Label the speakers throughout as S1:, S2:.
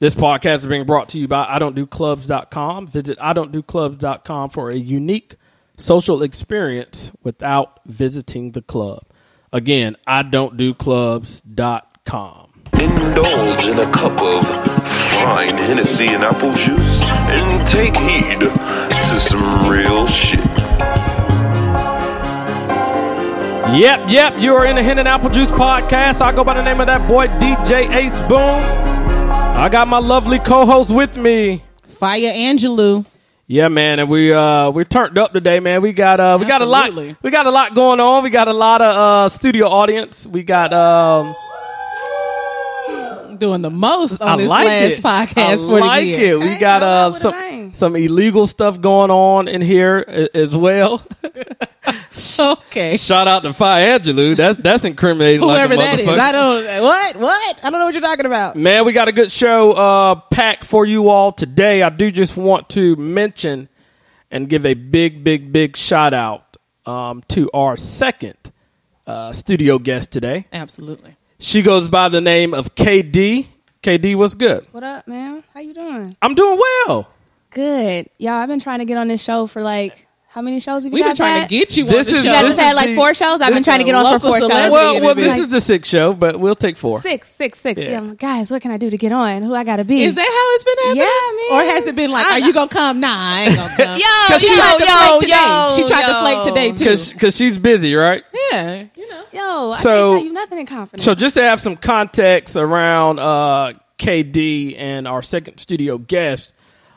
S1: This podcast is being brought to you by I Don't Do Clubs.com. Visit I Don't Do Clubs.com for a unique social experience without visiting the club. Again, I Don't Do Clubs.com.
S2: Indulge in a cup of fine Hennessy and apple juice and take heed to some real shit.
S1: Yep, yep, you are in the Hen and Apple Juice podcast. I go by the name of that boy, DJ Ace Boom. I got my lovely co host with me.
S3: Fire Angelou.
S1: Yeah, man, and we uh we turned up today, man. We got uh we got a lot
S3: Absolutely.
S1: we got a lot going on. We got a lot of uh studio audience. We got um
S3: Doing the most on
S1: I
S3: this
S1: like
S3: last
S1: it. I
S3: podcast for
S1: like
S3: the year.
S1: it. We
S4: Hey,
S1: got
S4: come
S1: uh
S4: up with a
S1: some
S4: name.
S1: some illegal stuff going on in here a- as well.
S3: Okay.
S1: Shout out to Fire Angelou. That's that's incriminating
S3: Whoever
S1: like a
S3: that is.
S1: motherfucker.
S3: I don't what? What? I don't know what you're talking about.
S1: Man, we got a good show uh, packed for you all today. I do just want to mention and give a big, big, big shout out um, to our second uh, studio guest today.
S3: Absolutely.
S1: She goes by the name of KD. KD, what's good?
S4: What up, man? How you
S3: Hmm.
S4: doing?
S1: I'm doing well.
S4: Good. Y'all, I've been trying to get on this show for like how many shows have you
S3: We've been
S4: guys
S3: trying
S4: had?
S3: to get you
S1: This
S3: on the
S1: is-
S3: show.
S4: You guys
S1: this
S4: have had like four shows. I've
S3: this
S4: been
S3: is
S4: trying to get
S3: a
S4: on for
S3: local
S4: four shows.
S3: celebrity
S1: Well, well,
S3: interview.
S1: this is the sixth show, but we'll take four.
S4: Six, six, six.
S1: Yeah.
S4: Yeah. I'm like, guys, what can I do to get on? Who I gotta be?
S3: Is that how it's been happening?
S4: Yeah, man.
S3: Or has it been like,
S4: I-
S3: are you gonna come? Nah, I ain't gonna come.
S4: Yo,
S3: Cause she
S4: yo,
S3: tried to flake
S4: yo,
S3: today.
S4: yo,
S3: she tried
S4: yo.
S3: to flake today too.
S1: Because she's busy, right?
S3: yeah, you know.
S4: Yo, I
S1: So-
S4: can't tell you nothing in confidence.
S1: So just to have some context around uh, KD and our second studio guest,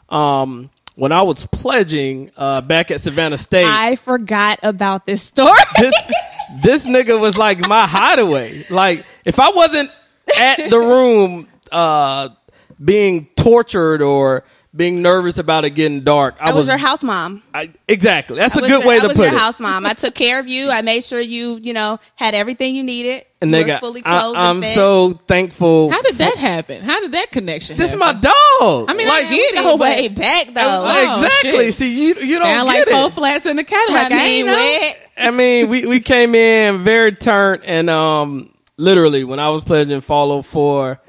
S1: um, when I was pledging uh, back at Savannah State,
S4: I forgot about this story.
S1: this this nigga was like my hideaway. Like if I wasn't at the room uh, being tortured or being nervous about it getting dark, I
S4: I was your house mom.
S1: I, exactly. That's a
S4: was
S1: good
S4: your-
S1: way
S4: I
S1: to
S4: was
S1: put
S4: your
S1: it.
S4: house mom. I took care of you. I made sure you, you know, had everything you needed.
S1: And
S4: You
S1: they
S4: were
S1: got.
S4: fully clothed
S1: I, am
S4: and fed.
S1: so thankful.
S3: How did that happen? How did that connection?
S1: this is my
S3: happen?
S1: dog.
S3: I mean,
S1: like
S3: I get it.
S4: no
S3: but-
S4: way back though.
S3: It was Oh,
S1: exactly.
S3: shit.
S1: See, you you don't
S3: Sound like
S1: get
S3: four
S1: it.
S3: flats in the Cadillac.
S4: like I ain't
S3: ain't know.
S4: wet.
S1: I mean, we we came in very turned, and um, literally when I was pledging follow four,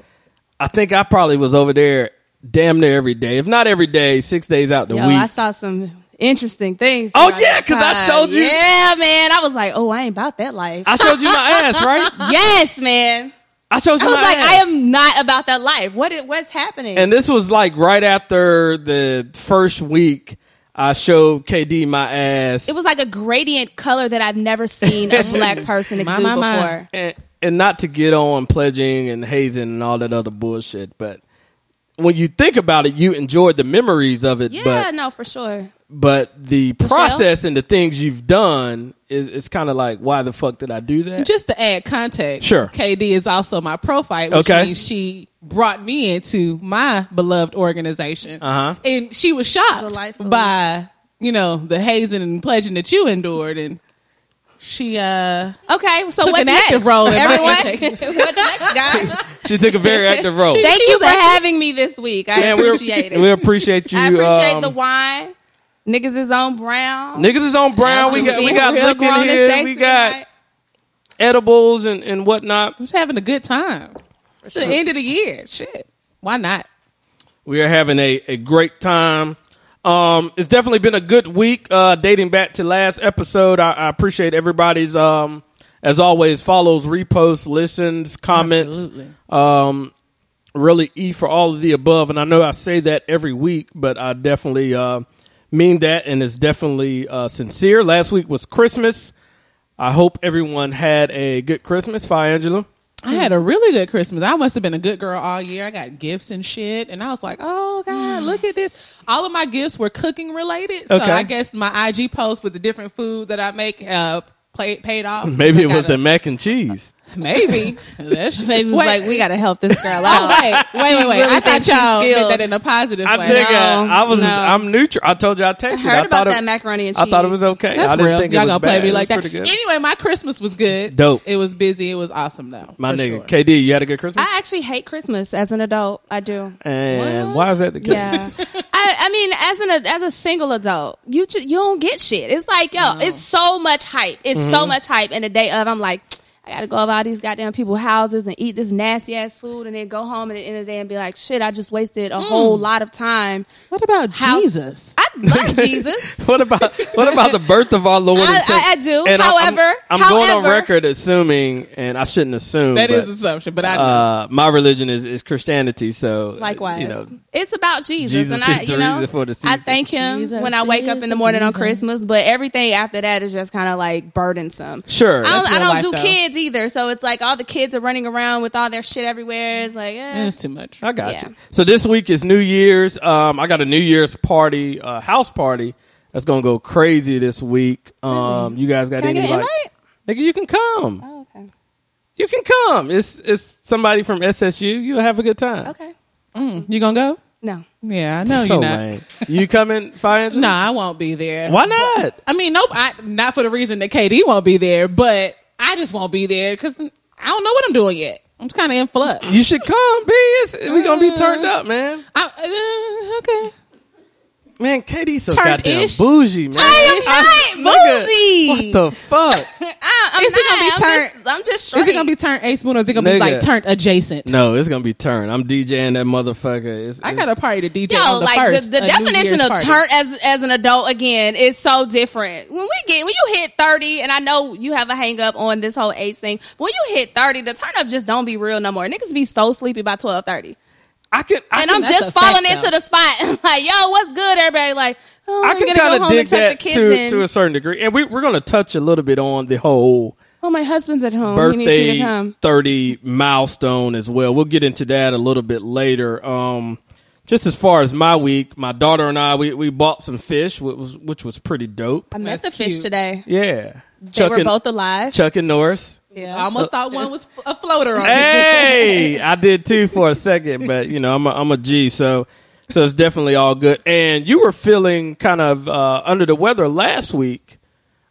S1: I think I probably was over there damn near every day, if not every day, six days out the
S4: Yo,
S1: week.
S4: I saw some interesting things.
S1: Oh,
S4: throughout
S1: yeah,
S4: that
S1: 'cause I
S4: time.
S1: showed you-
S4: Yeah, man. I was like, oh, I ain't about that life.
S1: I showed you my ass, right?
S4: yes, man.
S1: I showed
S4: I
S1: you
S4: was
S1: my
S4: like,
S1: ass.
S4: I am not about that life. What it what's happening?
S1: And this was like right after the first week. I showed KD my ass.
S4: it was like a gradient color that I've never seen a black person
S3: My,
S4: exude
S3: my, my.
S4: before.
S1: and, and not to get on pledging and hazing and all that other bullshit, but when you think about it, you enjoyed the memories of it,
S4: Yeah,
S1: but
S4: no, for sure.
S1: but the process and the things you've done is it's kind of like why the fuck did I do that?
S3: Just to add context,
S1: Sure.
S3: KD is also my profile, which
S1: Okay.
S3: means she brought me into my beloved organization,
S1: Uh-huh.
S3: and she was shocked
S4: Delightful.
S3: by you know the hazing and pledging that you endured, and she uh
S4: Okay, so
S3: Took
S4: what's
S3: an
S4: next?
S3: active role in my
S4: Everyone,
S3: intake.
S4: what's next, guys?
S1: she took a very active role.
S3: She-
S4: Thank
S3: She
S4: you
S3: was
S4: for
S3: like-
S4: having me this week. I
S1: Man, we-
S4: appreciate it.
S1: We appreciate you.
S4: I appreciate
S1: um,
S4: the wine. Niggas is on brown.
S1: Niggas is on brown. We got we got
S4: Real
S1: liquor
S4: grown
S1: here.
S4: estate
S1: We got
S4: tonight.
S1: edibles and, and whatnot.
S3: was having a good time. It's the end of the year, shit. Why not?
S1: We are having a, a great time. Um, it's definitely been a good week. Uh, dating back to last episode, I, I appreciate everybody's um, as always follows, reposts, listens, comments.
S3: Absolutely.
S1: Um, really E for all of the above, and I know I say that every week, but I definitely uh, mean that, and it's definitely uh, sincere. Last week was Christmas. I hope everyone had a good Christmas. Fi Angela.
S3: I had a really good Christmas. I must have been a good girl all year. I got gifts and shit, and I was like, "Oh God, look at this!" All of my gifts were cooking related, so
S1: Okay.
S3: I guess my IG post with the different food that I make uh, play, paid off.
S1: Maybe
S3: I
S1: it
S3: got
S1: was the mac and cheese.
S3: a- maybe. That's-
S4: Baby was
S3: Wait.
S4: like, we gotta help this girl
S3: Oh,
S4: out.
S3: wait, wait, wait, wait!
S4: really
S3: I
S4: thinks
S3: thought
S4: she's
S3: y'all did
S4: skilled.
S3: that in a positive
S1: I
S3: way.
S1: think uh,
S4: No,
S1: I was.
S4: no.
S1: I'm neutral. I told you I texted.
S4: I heard
S1: I
S4: about
S1: thought
S4: that
S1: it,
S4: macaroni and cheese.
S1: I thought it was okay. I
S3: That's
S1: didn't
S3: real.
S1: think it
S3: y'all
S1: was
S3: gonna
S1: bad.
S3: play me
S1: It was
S3: like that?
S1: pretty good.
S3: Anyway, my Christmas was good.
S1: Dope.
S3: It was busy. It was awesome though.
S1: My
S3: for
S1: nigga,
S3: sure.
S1: KD, you had a good Christmas.
S4: I actually hate Christmas as an adult. I do.
S1: and
S3: What?
S1: why is that the case?
S4: Yeah, I, I mean, as an as a single adult, you ju- you don't get shit. It's like yo, it's so much hype. It's so much hype. And the day of, I'm like, I got to go over all these goddamn people's houses and eat this nasty ass food and then go home at the end of the day and be like, shit, I just wasted a whole lot of time.
S3: What about
S4: How-
S3: Jesus?
S4: I love Jesus.
S1: What about what about the birth of our Lord? and
S4: I-
S1: Savior?
S4: I- I do.
S1: And I'm- I'm-
S4: However-
S1: I'm, going on
S4: however-
S1: record assuming, and I shouldn't assume
S3: That is
S1: but,
S3: assumption, but I know.
S1: uh, my religion is, is Christianity. So uh,
S4: Likewise,
S1: you know,
S4: it's about Jesus,
S1: Jesus
S4: and
S1: is
S4: I,
S1: the
S4: you know,
S1: reason for the
S4: I
S1: season.
S4: thank Him
S3: Jesus
S4: when I wake
S3: is
S4: up in
S3: the
S4: the morning on
S3: reason.
S4: Christmas. But everything after that is just kind of like burdensome.
S1: sure.
S4: I
S1: that's-
S4: don't, I
S3: real
S4: don't
S3: life,
S4: do
S3: though.
S4: kids either, so it's like all the kids are running around with all their shit everywhere. It's like, eh.
S3: That's too much.
S1: I got
S4: Yeah.
S1: you. So this week is New Year's. Um, I got a New Year's party, uh, house party that's gonna go crazy this week. Um, you guys got
S4: Can I
S1: any
S4: get an
S1: like?
S4: invite?
S1: Nigga, you can come.
S4: Oh, okay,
S1: You can come. It's it's somebody from SSU. You'll have a good time.
S4: okay,
S3: Mm, you gonna go?
S4: no,
S3: Yeah, I know
S1: so
S3: you're not.
S1: lame. You coming, Fire?
S3: No, I won't be there.
S1: Why not?
S3: I mean, nope. I, not for the reason that KD won't be there, but I just won't be there because I don't know what I'm doing yet. I'm just kind of in flux.
S1: You should come, B. It's, we gonna be turned up, man.
S3: I, uh, okay.
S1: Man, Katie's so
S3: Turned
S1: goddamn
S3: ish?
S1: bougie, man.
S4: I am not
S1: I-
S4: bougie.
S1: Nigga, what the fuck?
S4: I, I'm
S3: Is
S4: not.
S3: it gonna be
S4: I'm,
S3: turn-
S4: just, I'm just straight.
S3: Is it gonna be turned A spoon or is it gonna be
S1: Nigga.
S3: like turned adjacent?
S1: No, it's gonna be turned. I'm DJing that motherfucker. It's,
S3: I
S1: it's-
S3: got a party to DJ
S4: Yo,
S3: on the
S4: like
S3: first.
S4: the,
S3: a
S4: the
S3: New
S4: definition of
S3: Year's party.
S4: turn as as an adult again is so different. When we get when you hit thirty, and I know you have a hang up on this whole age thing. But when you hit thirty, the turn up just don't be real no more. Niggas be so sleepy by twelve thirty,
S1: I can. I
S4: and
S1: can,
S4: I'm
S3: that's
S4: just
S3: a
S4: falling
S3: fact,
S4: into
S3: though.
S4: the spot. like, yo, what's good? Everybody like, oh,
S1: I
S4: I'm
S1: can
S4: gonna go
S1: kind of
S4: home
S1: dig
S4: and tuck the
S1: that
S4: kids
S1: to
S4: in.
S1: to a certain degree, and we we're gonna touch a little bit on the whole
S4: oh, my husband's at home. he needs you to
S1: birthday
S4: come.
S1: 30 milestone as well. We'll get into that a little bit later. Um, just as far as my week, my daughter and I, we, we bought some fish, which was, which was pretty dope.
S4: I met the
S3: That's
S4: fish
S3: cute.
S4: today.
S1: Yeah.
S4: They were
S1: and,
S4: both alive.
S1: Chuck and Norris.
S4: yeah.
S3: I almost thought one was a floater on it.
S1: Hey, I did too for a second, but you know, I'm a, I'm a G, so so it's definitely all good. And you were feeling kind of uh, under the weather last week.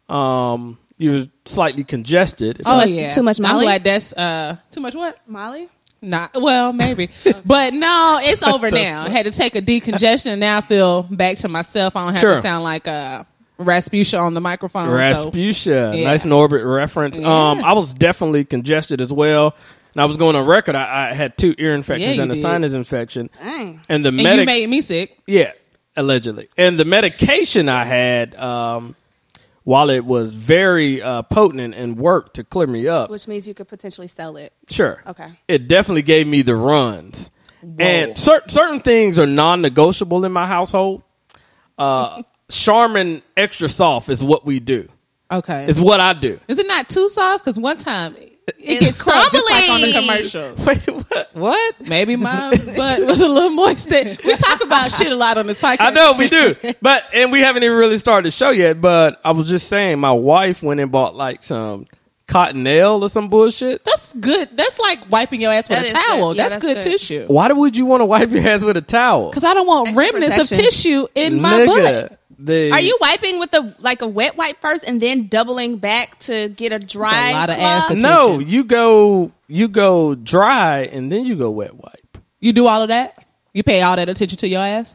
S1: Um, you were slightly congested. If I-
S3: Oh
S4: much-
S3: yeah,
S4: too much
S3: I'm
S4: Molly?
S3: glad that's uh, too much. What?
S4: Molly.
S3: Not well, maybe, but no, it's over now. had to take a decongestion, and now I feel back to myself. I don't have
S1: Sure.
S3: to sound like uh, Rasputia on the microphone. Um, So
S1: Rasputia.
S3: Yeah.
S1: Nice Norbert reference. Um, I was definitely congested as well. And I was going on record. I, I had two ear infections
S3: you
S1: and a
S3: did.
S1: sinus infection.
S4: Dang.
S1: And the
S3: and you
S1: medic,
S3: made me sick.
S1: yeah, allegedly. And the medication I had, um, while it was very uh, potent and- and worked to clear me up,
S4: Which means you could potentially sell it.
S1: Sure.
S4: Okay.
S1: It definitely gave me the runs. And cer- certain things are non negotiable in my household. Uh, Charmin extra soft is what we do,
S3: Okay,
S1: it's what I do.
S3: is it not too soft? Because one time it, it
S4: It's
S3: gets cracked just like on the
S4: crumbly.
S3: commercial.
S1: Wait, what? What?
S3: Maybe my butt was a little moist. We talk about shit a lot on this podcast.
S1: I know we do, but and we haven't even really started the show yet. But I was just saying, my wife went and bought like some cottonelle or some bullshit.
S3: That's good. That's like wiping your ass with
S4: That
S3: a
S4: is
S3: towel.
S4: good. Yeah,
S3: that's,
S4: that's
S3: good,
S4: good.
S3: tissue.
S1: Why would you want to wipe your hands with a towel?
S3: Because I don't want
S4: Extra
S3: remnants of
S4: protection.
S3: tissue in my
S1: Nigga,
S3: butt.
S1: the-
S4: Are you wiping with a like a wet wipe first and then doubling back to get a dry?
S3: lot of
S4: cloth?
S3: acid.
S1: No,
S3: attention?
S1: you go you go dry and then you go wet wipe.
S3: You do all of that. You pay all that attention to your ass.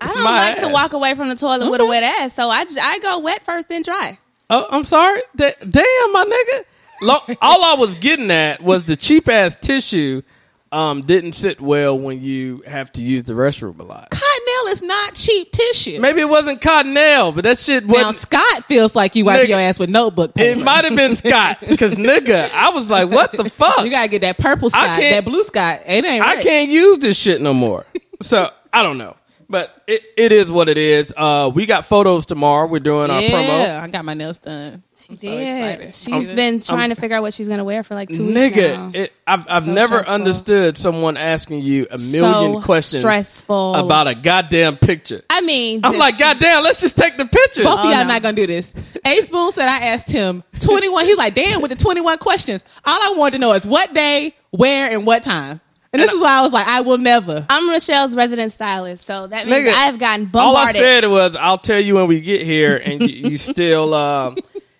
S4: I
S1: It's
S4: don't
S1: my
S4: like to
S1: ass.
S4: walk away from the toilet with a
S3: Okay.
S4: wet ass, so I just, I go wet first then dry.
S1: Oh, I'm sorry. Da- damn, my nigga. Lo- all I was getting at was the cheap ass tissue um, didn't sit well when you have to use the restroom a lot.
S3: Cottonelle is not cheap tissue.
S1: Maybe it wasn't Cottonelle, but that shit
S3: now
S1: was.
S3: Scott feels like you wipe
S1: Nigga,
S3: your ass with notebook
S1: It
S3: paper.
S1: might have been Scott because nigga, I was like, what the fuck?
S3: you gotta get that purple
S1: I
S3: Scott,
S1: can't-
S3: that blue Scott. It ain't.
S1: I
S3: right.
S1: can't use this shit no more. So I don't know, but it, it is what it is. Uh, we got photos tomorrow. We're doing our promo.
S3: Yeah, I got my nails done. I'm so excited.
S4: She's been trying to figure out what she's gonna wear for like two weeks now.
S1: Nigga, it, I've, I've
S4: So
S1: never
S4: stressful.
S1: understood someone asking you a million
S4: So
S1: questions
S4: stressful.
S1: about a goddamn picture.
S4: I mean,
S1: I'm
S4: just-
S1: like, goddamn, let's just take the picture.
S3: Both of y'all
S5: Oh,
S4: no.
S3: not gonna do this. A Spoon said I asked him 21. He's like, damn, with the 21 questions. All I wanted to know is what day, where, and what time. And this is why I was like, I will never.
S4: I'm Rochelle's resident stylist, so that means
S1: Nigga,
S4: I've gotten
S1: All I
S4: bombarded.
S1: said was, I'll tell you when we get here, and you, you still. Um,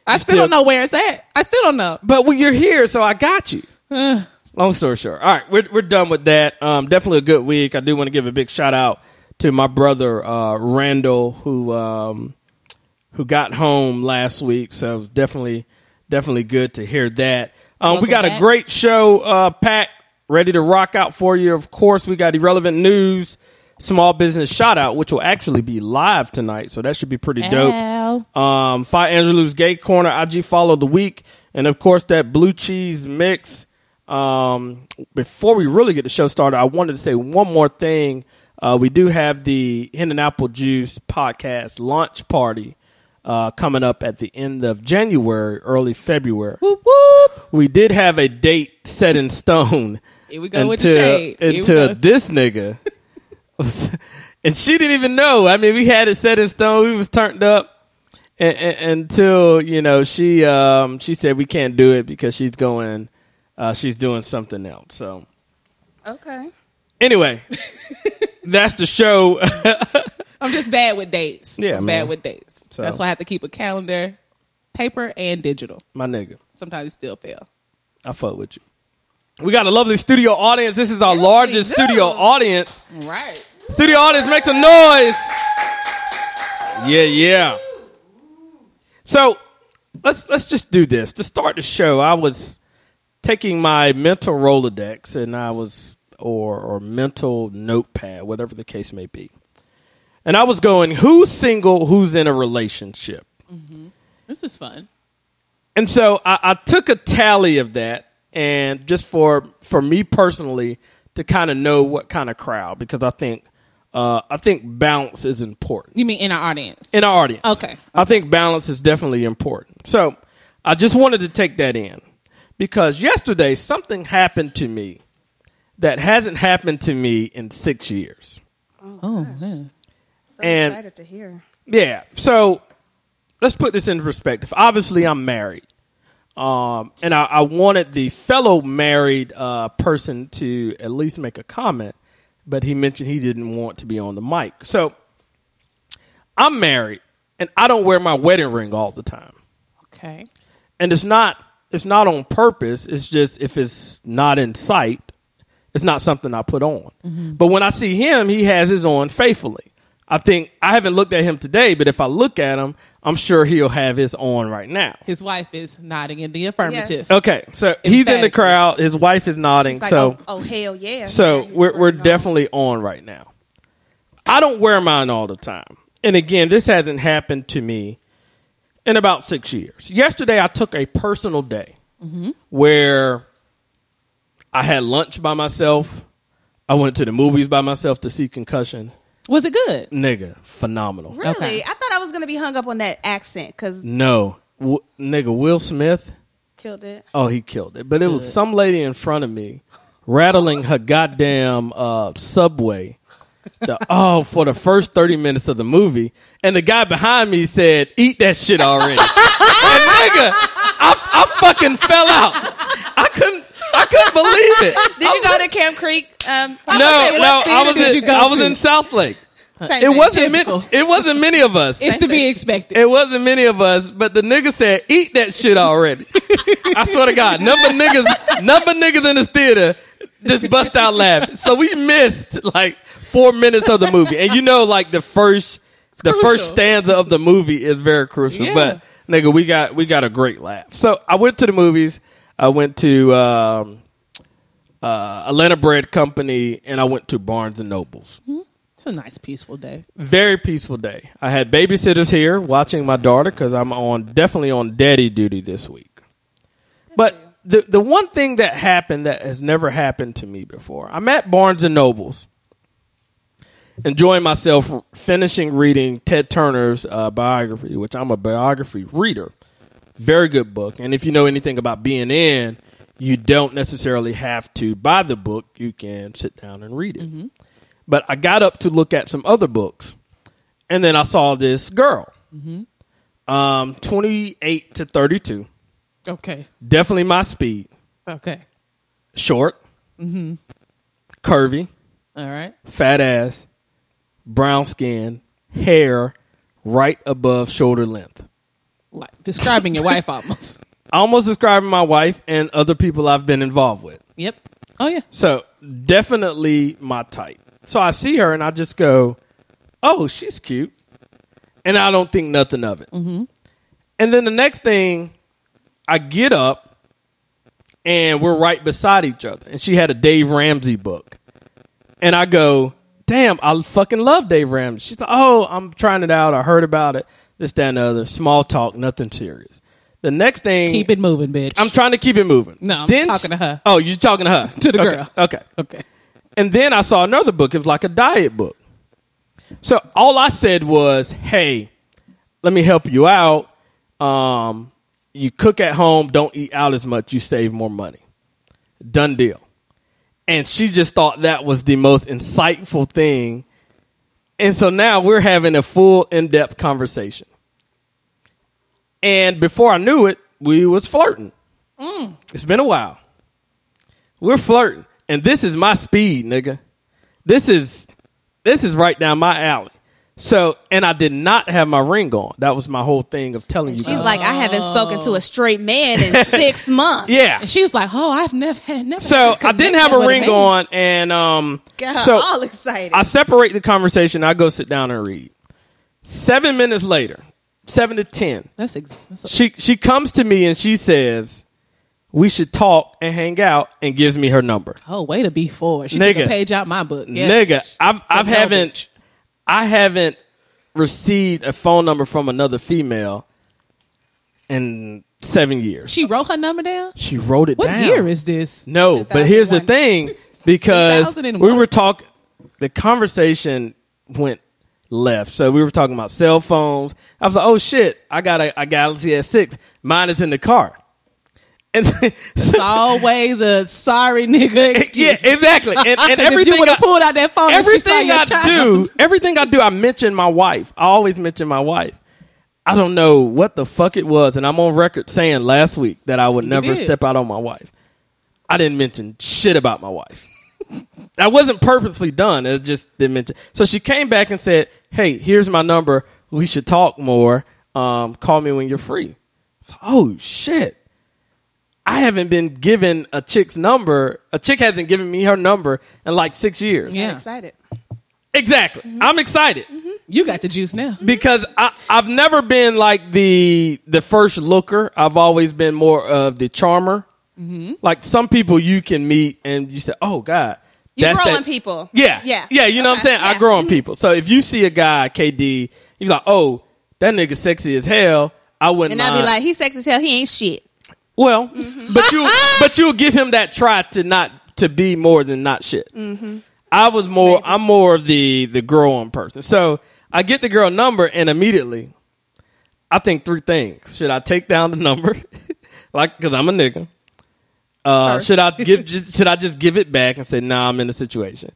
S3: I still don't know where it's at. I still don't know.
S1: but when you're here, so I got you. Long story short, all right, we're we're done with that. Um, definitely a good week. I do want to give a big shout out to my brother uh, Randall, who um, who got home last week. So it was definitely definitely good to hear that. Um, we
S4: Welcome
S1: got a
S4: back.
S1: great show, uh, Pat, ready to rock out for you. Of course, we got irrelevant news, small business shout out, which will actually be live tonight. So that should be pretty
S4: Ow.
S1: dope. Um, Fi Angelou's Gay Corner, IG Follow the Week, and of course, that blue cheese mix. Um, before we really get the show started, I wanted to say one more thing. Uh, we do have the Hen and Apple Juice podcast launch party uh, coming up at the end of January, early February
S5: Whoop, whoop.
S1: we did have a date set in stone.
S5: Here we go with the
S1: until-
S5: shade. Here we
S1: Until
S5: go.
S1: uh, this nigga. was- and she didn't even know. I mean, we had it set in stone. We was turned up. And, and, until you know she um she said we can't do it because she's going uh she's doing something else so
S4: Okay.
S1: anyway that's the show
S5: I'm just bad with dates.
S1: Yeah,
S5: I'm
S1: man.
S5: bad with dates.
S1: So-
S5: That's why I have to keep a calendar, paper and digital.
S1: my nigga
S5: Sometimes it still fail.
S1: I fuck with you we got a lovely studio audience this is our
S4: Yes, we
S1: largest
S4: do.
S1: studio audience
S5: Right.
S1: Studio audience, make some noise. Yeah, yeah. So let's let's just do this to start the show. I was taking my mental Rolodex and I was or or mental notepad, whatever the case may be, and I was going, who's single, who's in a relationship,
S5: Mm-hmm. This is fun.
S1: and so I, I took a tally of that, and just for for me personally to kind of know what kind of crowd, because I think uh, I think balance is important
S5: You mean in our audience?
S1: in our audience.
S5: Okay.
S1: I think balance is definitely important. So I just wanted to take that in because yesterday something happened to me that hasn't happened to me in six years.
S5: Oh man.
S4: So
S1: And-
S4: excited to hear.
S1: Yeah. So let's put this in perspective. Obviously, I'm married. Um, and I, I wanted the fellow married uh, person to at least make a comment, but he mentioned he didn't want to be on the mic. So I'm married, and I don't wear my wedding ring all the time.
S5: Okay.
S1: And it's not it's not on purpose. It's just if it's not in sight, it's not something I put on.
S4: Mm-hmm.
S1: But when I see him, he has his on faithfully. I think I haven't looked at him today, but if I look at him, I'm sure he'll have his on right now.
S5: His wife is nodding in the affirmative.
S4: Yes.
S1: Okay, so he's in the
S5: Emphatically.
S1: crowd. His wife is nodding.
S4: She's like,
S1: so
S4: oh, oh, hell yeah.
S1: so
S4: Yeah,
S1: we're
S4: you
S1: we're
S4: know.
S1: definitely on right now. I don't wear mine all the time. And again, this hasn't happened to me in about six years. Yesterday I took a personal day
S5: Mm-hmm.
S1: where I had lunch by myself. I went to the movies by myself to see concussion.
S5: Was it good?
S1: Nigga, phenomenal.
S4: Really?
S5: Okay.
S4: I thought I was going to be hung up on that accent because
S1: No. W- nigga, Will Smith.
S4: killed it.
S1: Oh, he killed it. But it was some lady in front of me rattling her goddamn uh, subway. The, oh, for the first 30 minutes of the movie. And the guy behind me said, Eat that shit already. and nigga, I, I fucking fell out. I couldn't. I couldn't believe it.
S4: Did you go to Camp Creek? Um,
S1: No,
S5: gonna say, what
S1: no, I
S5: theater
S1: was
S5: did you
S1: in,
S5: go
S1: I was
S5: to?
S1: in South Lake.
S4: same
S1: It
S4: thing.
S1: wasn't many,
S5: typical.
S1: it wasn't many of us.
S5: It's to be expected.
S1: It wasn't many of us, but the nigga said, "Eat that shit already." I swear to God, number niggas, number niggas in this theater just bust out laughing. So we missed like four minutes of the movie, and you know, like the first, the
S5: crucial.
S1: first stanza of the movie is very crucial.
S5: Yeah.
S1: But nigga, we got we got a great laugh. So I went to the movies. I went to um, uh, Atlanta Bread Company, and I went to Barnes and Nobles
S5: Mm-hmm. It's a nice peaceful day.
S1: very peaceful day. I had babysitters here watching my daughter because I'm on definitely on daddy duty this week. But the the one thing that happened that has never happened to me before. I'm at Barnes and Nobles, enjoying myself, finishing reading Ted Turner's uh, biography, which I'm a biography reader. Very good book. And if you know anything about being in, you don't necessarily have to buy the book. You can sit down and read it
S5: Mm-hmm.
S1: but I got up to look at some other books, and then I saw this girl,
S5: Mm-hmm.
S1: um, twenty eight to thirty two,
S5: Okay.
S1: definitely my speed,
S5: Okay.
S1: short, curvy,
S5: Mm-hmm. All right.
S1: fat ass, brown skin, hair right above shoulder length.
S5: Like describing your wife almost.
S1: Almost describing my wife and other people I've been involved with.
S5: Yep. Oh yeah.
S1: So definitely my type. So I see her and I just go, "Oh, she's cute," and I don't think nothing of it. Mm-hmm. And then the next thing, I get up, and we're right beside each other. And she had a Dave Ramsey book. And I go, damn, I fucking love Dave Ramsey. She's like, oh, I'm trying it out. I heard about it. This, that, and the other. Small talk, nothing serious. The next thing.
S5: Keep it moving, bitch.
S1: I'm trying to keep it moving.
S5: No, I'm talking to her.
S1: Oh, you're talking to her.
S5: To the
S1: Okay,
S5: girl.
S1: Okay.
S5: okay.
S1: And then I saw another book. It was like a diet book. So all I said was, hey, let me help you out. Um, you cook at home, don't eat out as much, you save more money. Done deal. And she just thought that was the most insightful thing. And so now we're having a full in depth conversation. And before I knew it, we was flirting.
S4: Mm.
S1: It's been a while. We're flirting, and this is my speed, nigga. This is this is right down my alley. So, and I did not have my ring on. That was my whole thing of telling you.
S4: She's
S1: guys.
S4: like, I haven't spoken to a straight man in six months.
S1: yeah.
S5: And she was like, "Oh, I've never had never."
S1: So I didn't have a ring on, and um,
S4: Got her
S1: so
S4: all excited.
S1: I separate the conversation. I go sit down and read. Seven minutes later, seven to ten,
S5: That's, ex- that's a-
S1: she she comes to me and she says, "We should talk and hang out," and gives me her number.
S5: oh, way to be forward. She took
S1: Nigga.
S5: a page out my book, Yeah.
S1: nigga, I've I've
S5: no
S1: haven't I haven't received a phone number from another female in seven years.
S5: She wrote her number down.
S1: She wrote it
S5: What
S1: down.
S5: year is this?
S1: No, but here's the
S4: 2001.
S1: thing because we
S5: 2001.
S1: were talking, the conversation went left. So we were talking about cell phones. I was like, oh shit, I got a, a Galaxy S6. Mine is in the car. And
S5: It's always a sorry nigga excuse.
S1: yeah, exactly. And, and
S5: 'Cause if
S1: everything
S5: you would
S1: I-
S5: have pulled out that phone, and she saw
S1: everything
S5: your
S1: I
S5: child.
S1: do, everything I do, I mention my wife. I always mention my wife. I don't know what the fuck it was, and I'm on record saying last week that I would never
S5: did.
S1: step out on my wife. I didn't mention shit about my wife. I wasn't purposely done. It just didn't mention. So she came back and said, "Hey, here's my number. We should talk more. Um, call me when you're free." So, oh shit! I haven't been given a chick's number. A chick hasn't given me her number in like six years.
S4: I'm
S5: Yeah, Mm-hmm.
S4: excited.
S1: Exactly. I'm excited
S5: you got the juice now.
S1: because I, I've never been like the the first looker. I've always been more of the charmer.
S5: Mm-hmm.
S1: Like some people you can meet and you say, "Oh God."
S4: You
S1: that's
S4: grow
S1: that-
S4: on people.
S1: Yeah.
S4: Yeah.
S1: Yeah, you know what I'm
S4: Okay.
S1: saying? I
S4: Yeah. Mm-hmm.
S1: grow on people. So if you see a guy, KD, you're like, oh, that nigga sexy as hell. I wouldn't
S4: And I'd be
S1: mind.
S4: like, mm-hmm. he's sexy as hell. He ain't shit.
S1: Well, but you but you'll give him that try to not to be more than not shit.
S4: Mm-hmm.
S1: I was more I'm more of the the girl on person. So I get the girl number and immediately I think three things. Should I take down the number? like because I'm a nigga. Uh, should I give just should I just give it back and say nah I'm in a situation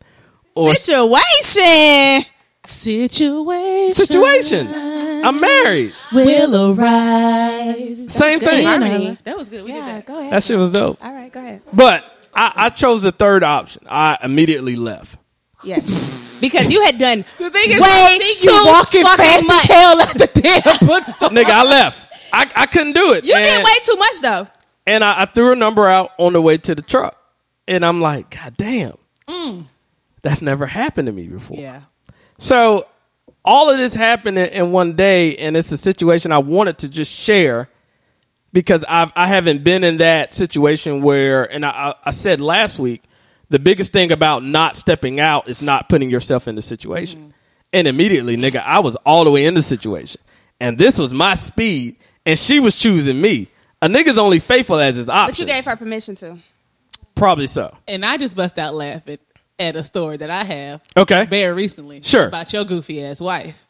S1: or
S4: Situation.
S5: Situation,
S1: situation
S4: Uh,
S1: I'm married
S5: will arise.
S1: same thing
S4: Harmony.
S5: That was good. We did
S4: Yeah,
S5: that.
S4: go ahead.
S1: that shit was dope
S4: All right, go ahead.
S1: but I, I chose the third option I immediately left
S4: Yes. because you had done
S5: The thing is,
S4: Way
S5: I think you
S4: too
S5: walking
S4: fucking
S5: fast
S4: much.
S5: as hell at the damn bookstore.
S1: nigga, I left. I, I couldn't do it.
S4: you
S1: and,
S4: did way too much though.
S1: And I, I threw a number out on the way to the truck. And I'm like, God damn.
S4: Mm.
S1: That's never happened to me before.
S5: Yeah.
S1: So all of this happened in, in one day, and it's a situation I wanted to just share because I've, I haven't been in that situation where, and I, I, I said last week, the biggest thing about not stepping out is not putting yourself in the situation.
S4: Mm-hmm.
S1: And immediately, nigga, I was all the way in the situation, and this was my speed, and she was choosing me. A nigga's only faithful as his
S4: But
S1: options.
S4: you gave her permission to.
S1: probably so.
S5: And I just bust out laughing at a story that I have
S1: Okay,
S5: very recently.
S1: Sure.
S5: About your goofy ass wife.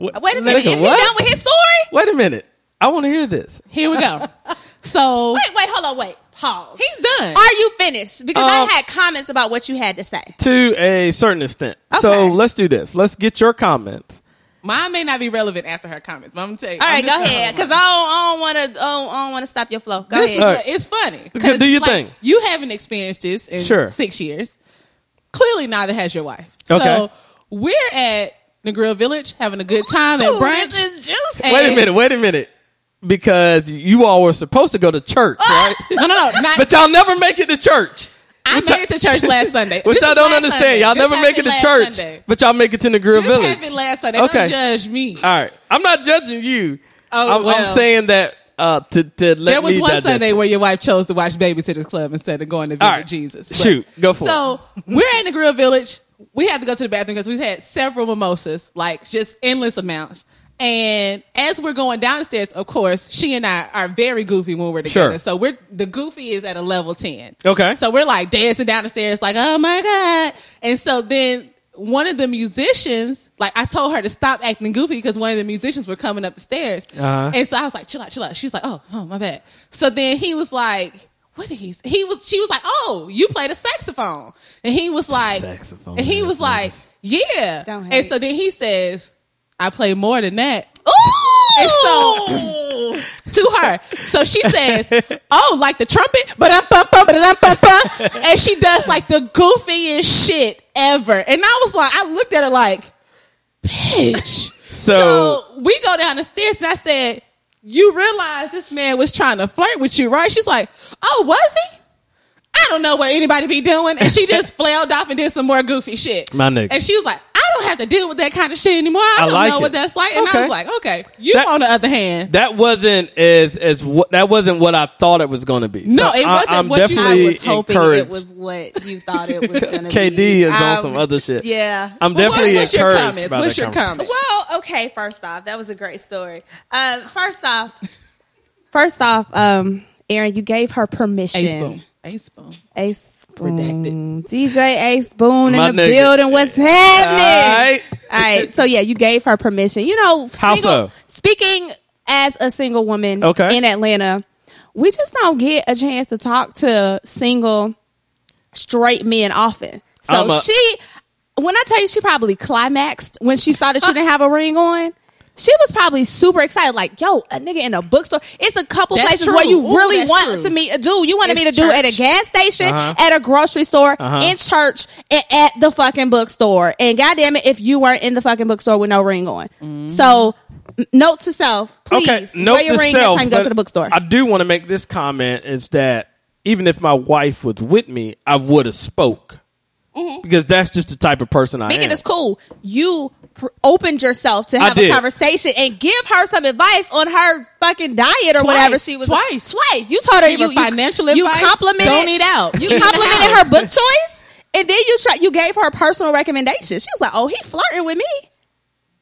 S1: Wh-
S4: Uh, Wait a minute.
S1: nigga,
S4: Is
S1: what?
S4: he done with his story?
S1: Wait a minute. I want to hear this.
S5: Here we go. so
S4: Wait, wait, hold on, wait. Pause.
S5: he's done.
S4: Are you finished? Because
S1: Um,
S4: I had comments about what you had to say.
S1: to a certain extent. So
S4: Okay.
S1: let's do this. Let's get your comments.
S5: Mine may not be relevant after her comments, but I'm gonna tell you.
S4: All right,
S5: I'm just
S4: go ahead. Because I
S5: gonna-
S4: don't, I don't want to. I don't want to stop your flow. Go
S5: This is
S4: ahead.
S5: what- it's funny.
S1: Okay, do your
S5: like,
S1: thing.
S5: You haven't experienced this in
S1: Sure.
S5: six years. Clearly, neither has your wife.
S1: Okay.
S5: So we're at the Grill Village having a good time at
S4: Ooh,
S5: brunch.
S4: This is juicy.
S1: Wait a minute. Wait a minute. Because you all were supposed to go to church, right?
S5: Ah! no, no, no. Not,
S1: but y'all never make it to church.
S5: I made it to church last Sunday.
S1: Which
S5: This
S1: I
S5: was
S1: don't
S5: last
S1: understand.
S5: Sunday.
S1: Y'all
S5: This
S1: never make it
S5: happened
S1: to
S5: last
S1: church,
S5: Sunday.
S1: but y'all make it to the Grill
S5: This
S1: Village.
S5: happened last Sunday.
S1: Okay.
S5: Don't judge me.
S1: all right. I'm not judging you.
S5: Oh,
S1: I'm, I'm
S5: well.
S1: saying that uh, to to let
S3: There was
S1: me
S3: one
S1: digest
S3: Sunday
S1: it.
S3: where your wife chose to watch Babysitters Club instead of going to visit
S1: All right.
S3: Jesus.
S1: Shoot, go for
S3: so we're in the Grill Village. We had to go to the bathroom because we've had several mimosas, like just endless amounts. And as we're going downstairs, of course, she and I are very goofy when we're together.
S1: Sure.
S3: So we're the goofy is at a level ten.
S1: Okay.
S3: So we're like dancing down the stairs, like, oh my God. And so then one of the musicians, like I told her to stop acting goofy because one of the musicians were coming up the stairs.
S1: Uh-huh.
S3: And so I was like, chill out, chill out. She's like, oh, oh, my bad. So then he was like, what did he say? He was, she was like, oh, you play the saxophone. And he was like,
S1: Saxophone,
S3: And he
S1: yes,
S3: was like,
S1: yes.
S3: yeah.
S4: Don't
S3: And
S4: hate.
S3: so then he says, I play more than that
S4: Ooh!
S3: so- to her. So she says, "Oh, like the trumpet, but um, bum, bum, ba-da-dum, bum, bum. and she does like the goofiest shit ever. And I was like, I looked at her like, bitch.
S1: So-
S3: we go down the stairs, and I said, "You realize this man was trying to flirt with you, right?" She's like, "Oh, was he?" I don't know what anybody be doing, and she just flailed off and did some more goofy shit.
S1: My nigga.
S3: and she was like, "I don't have to deal with that kind of shit anymore. I,
S1: I
S3: don't
S1: like
S3: know
S1: it.
S3: what that's like." And
S1: Okay.
S3: I was like, "Okay, you
S1: That-
S3: on the other hand,
S1: that wasn't as as what that wasn't what I thought it was going to be.
S3: No,
S1: So
S3: it
S1: I,
S3: wasn't
S1: I'm
S3: what you- I
S1: definitely
S4: I was hoping
S1: encouraged.
S4: it was what you thought it was going to be.
S1: KD is on
S4: I-
S1: some other shit.
S4: Yeah.
S1: I'm
S3: Well,
S1: definitely
S3: what's your
S1: encouraged.
S3: comments?
S1: by
S3: What's
S1: that
S3: your
S1: conversation.
S3: comments?
S4: Well, okay. First off, that was a great story. Uh, first off, first off, um, Aaron, you gave her permission.
S3: Ace boom, ace boom.
S4: Ace Boone. DJ Ace Boone
S1: My
S4: in the
S1: nigga.
S4: building. What's happening?
S1: All right.
S4: All right. So yeah, you gave her permission. You know,
S1: How so?
S4: single- speaking as a single woman
S1: Okay.
S4: in Atlanta, we just don't get a chance to talk to single straight men often. So
S1: I'm a-
S4: she when I tell you she probably climaxed when she saw that she didn't have a ring on. She was probably super excited, like, yo, a nigga in a bookstore. It's a couple
S3: That's
S4: places
S3: true.
S4: where you
S3: Ooh,
S4: really
S3: that's
S4: want
S3: true.
S4: to meet a dude. You wanted
S3: It's
S4: me to do at a
S3: church.
S4: gas station,
S1: Uh-huh.
S4: at a grocery store,
S1: Uh-huh.
S4: in church, and at the fucking bookstore. And goddamn it, if you weren't in the fucking bookstore with no ring on, so n- note to self, please
S1: okay, note
S4: wear your
S1: to
S4: ring
S1: self,
S4: next time you go
S1: but
S4: to the bookstore.
S1: I do want to make this comment: is that even if my wife was with me, I would have spoke because that's just the type of person I
S4: Making
S1: am.
S4: this cool. You pr- opened yourself to
S1: I
S4: have a
S1: did.
S4: conversation and give her some advice on her fucking diet or
S3: Twice.
S4: whatever she was
S3: Twice.
S4: Twice. You told her
S3: Gave
S4: you
S3: her
S4: you-
S3: financial
S4: you,
S3: advice.
S4: complimented
S3: Don't eat out.
S4: You
S3: Eat in the
S4: complimented
S3: house.
S4: her book choice, and then you try, you gave her personal recommendations. She was like, "Oh, he flirting with me."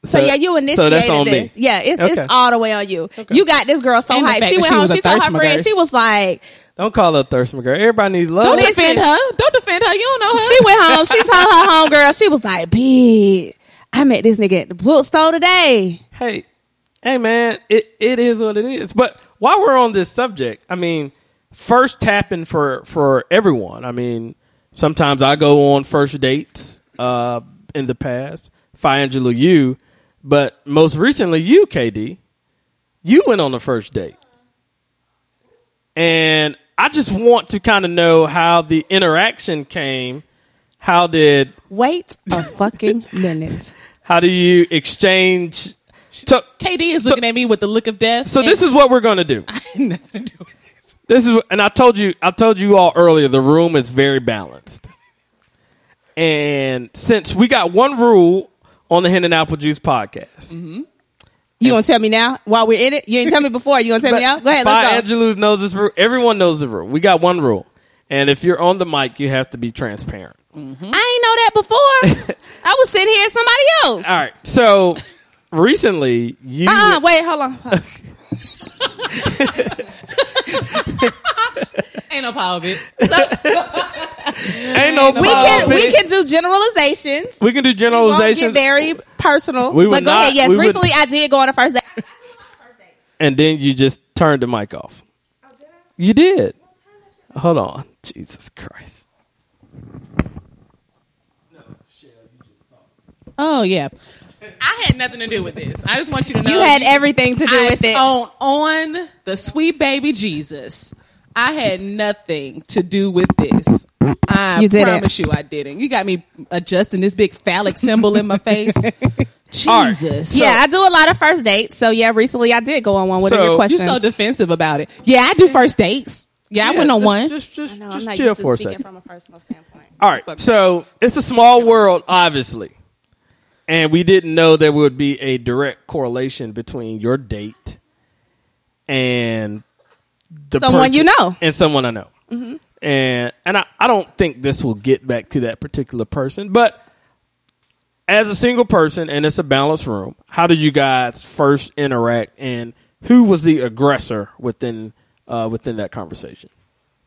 S4: So, yeah, you initiated
S1: So that's on
S4: this.
S1: me.
S4: Yeah, it's,
S1: Okay.
S4: it's all the way on you. You got this girl so
S3: And the
S4: hyped.
S3: fact
S4: She
S3: that
S4: went
S3: she was
S4: home.
S3: a
S4: She told her
S3: thirst
S4: friend.
S3: mugger.
S4: She was like,
S1: Don't call her thirst, my girl. Everybody needs love.
S3: Don't
S4: Listen.
S3: defend her. Don't defend her. You don't know her.
S4: she went home. She told her homegirl. She was like, "Bitch, I met this nigga at the bookstore today."
S1: hey, hey, man, it, it is what it is. But while we're on this subject, I mean, first tapping for for everyone. I mean, sometimes I go on first dates uh, in the past. If I Angela, you, but most recently, you, KD, you went on the first date, and I just want to kind of know how the interaction came. How did
S4: Wait a fucking minute.
S1: how do you exchange? So,
S3: KD is looking at me with the look of death.
S1: so this is what we're going to do.
S3: nothing to do with this.
S1: This is, and I told you, I told you all earlier. The room is very balanced, and since we got one rule on the Hen and Apple Juice podcast,
S4: Mm-hmm. You gonna tell me now while we're in it? You ain't tell me before. You gonna tell me now? Go ahead,
S1: Fi
S4: let's go.
S1: Angelou knows this rule. Everyone knows the rule. We got one rule, and if you're on the mic, you have to be transparent.
S4: Mm-hmm. I ain't know that before. I was sitting here somebody else.
S1: All right. So recently, you
S4: Uh-uh, wait, hold on.
S3: Ain't no power of it.
S1: ain't no
S4: We can
S1: problem.
S4: we can do generalizations.
S1: we can do
S4: Won't get
S1: generalizations,
S4: very personal.
S1: We would
S4: but go
S1: not-
S4: ahead. Yes,
S1: we would-
S4: recently I did go on a first date.
S1: and then you just turned the mic off. You did. Hold on, Jesus Christ.
S3: Oh yeah. I had nothing to do with this. I just want you to know
S4: You had everything to do
S3: I
S4: with it.
S3: On, on the sweet baby Jesus. I had nothing to do with this. I
S4: You didn't.
S3: promise you I didn't. You got me adjusting this big phallic symbol in my face.
S1: right.
S3: Jesus.
S4: yeah, I do a lot of first dates. So yeah, recently I did go on one. What
S1: So-
S4: are your
S1: You
S3: You're
S4: questions?
S3: so defensive about it. Yeah, I do first dates. Yeah, I went on
S1: just-
S3: one.
S1: Just, just,
S4: No, I'm
S1: just
S4: not
S1: chill
S4: used to
S1: for a
S4: speaking
S1: second.
S4: from a personal standpoint.
S1: All right. So it's a small world, obviously. And we didn't know there would be a direct correlation between your date and the
S4: Someone
S1: person-
S4: you know.
S1: and someone I know.
S4: Mm-hmm.
S1: And and I, I don't think this will get back to that particular person, but as a single person and it's a balanced room, how did you guys first interact and who was the aggressor within uh, within that conversation?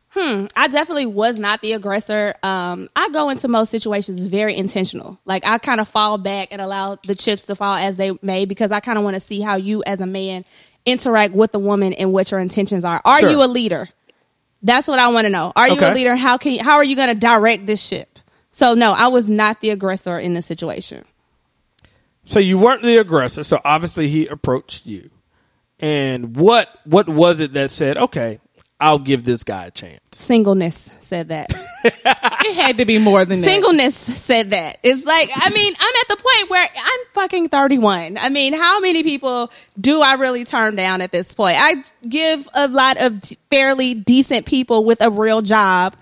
S4: Hmm, I definitely was not the aggressor. Um, I go into most situations very intentional. Like I kind of fall back and allow the chips to fall as they may because I kind of want to see how you as a man interact with the woman and what your intentions are. Are
S1: Sure.
S4: you a leader? That's what I want to know. Are you
S1: Okay.
S4: a leader? How can you, how are you going to direct this ship? So no, I was not the aggressor in this situation.
S1: So you weren't the aggressor, so obviously he approached you. And what what was it that said, "Okay, I'll give this guy a chance."
S4: Singleness said that.
S5: It had to be more than that.
S4: Singleness said that. It's like, I mean, I'm at the point where I'm fucking 31. I mean, how many people do I really turn down at this point? I give a lot of d- fairly decent people with a real job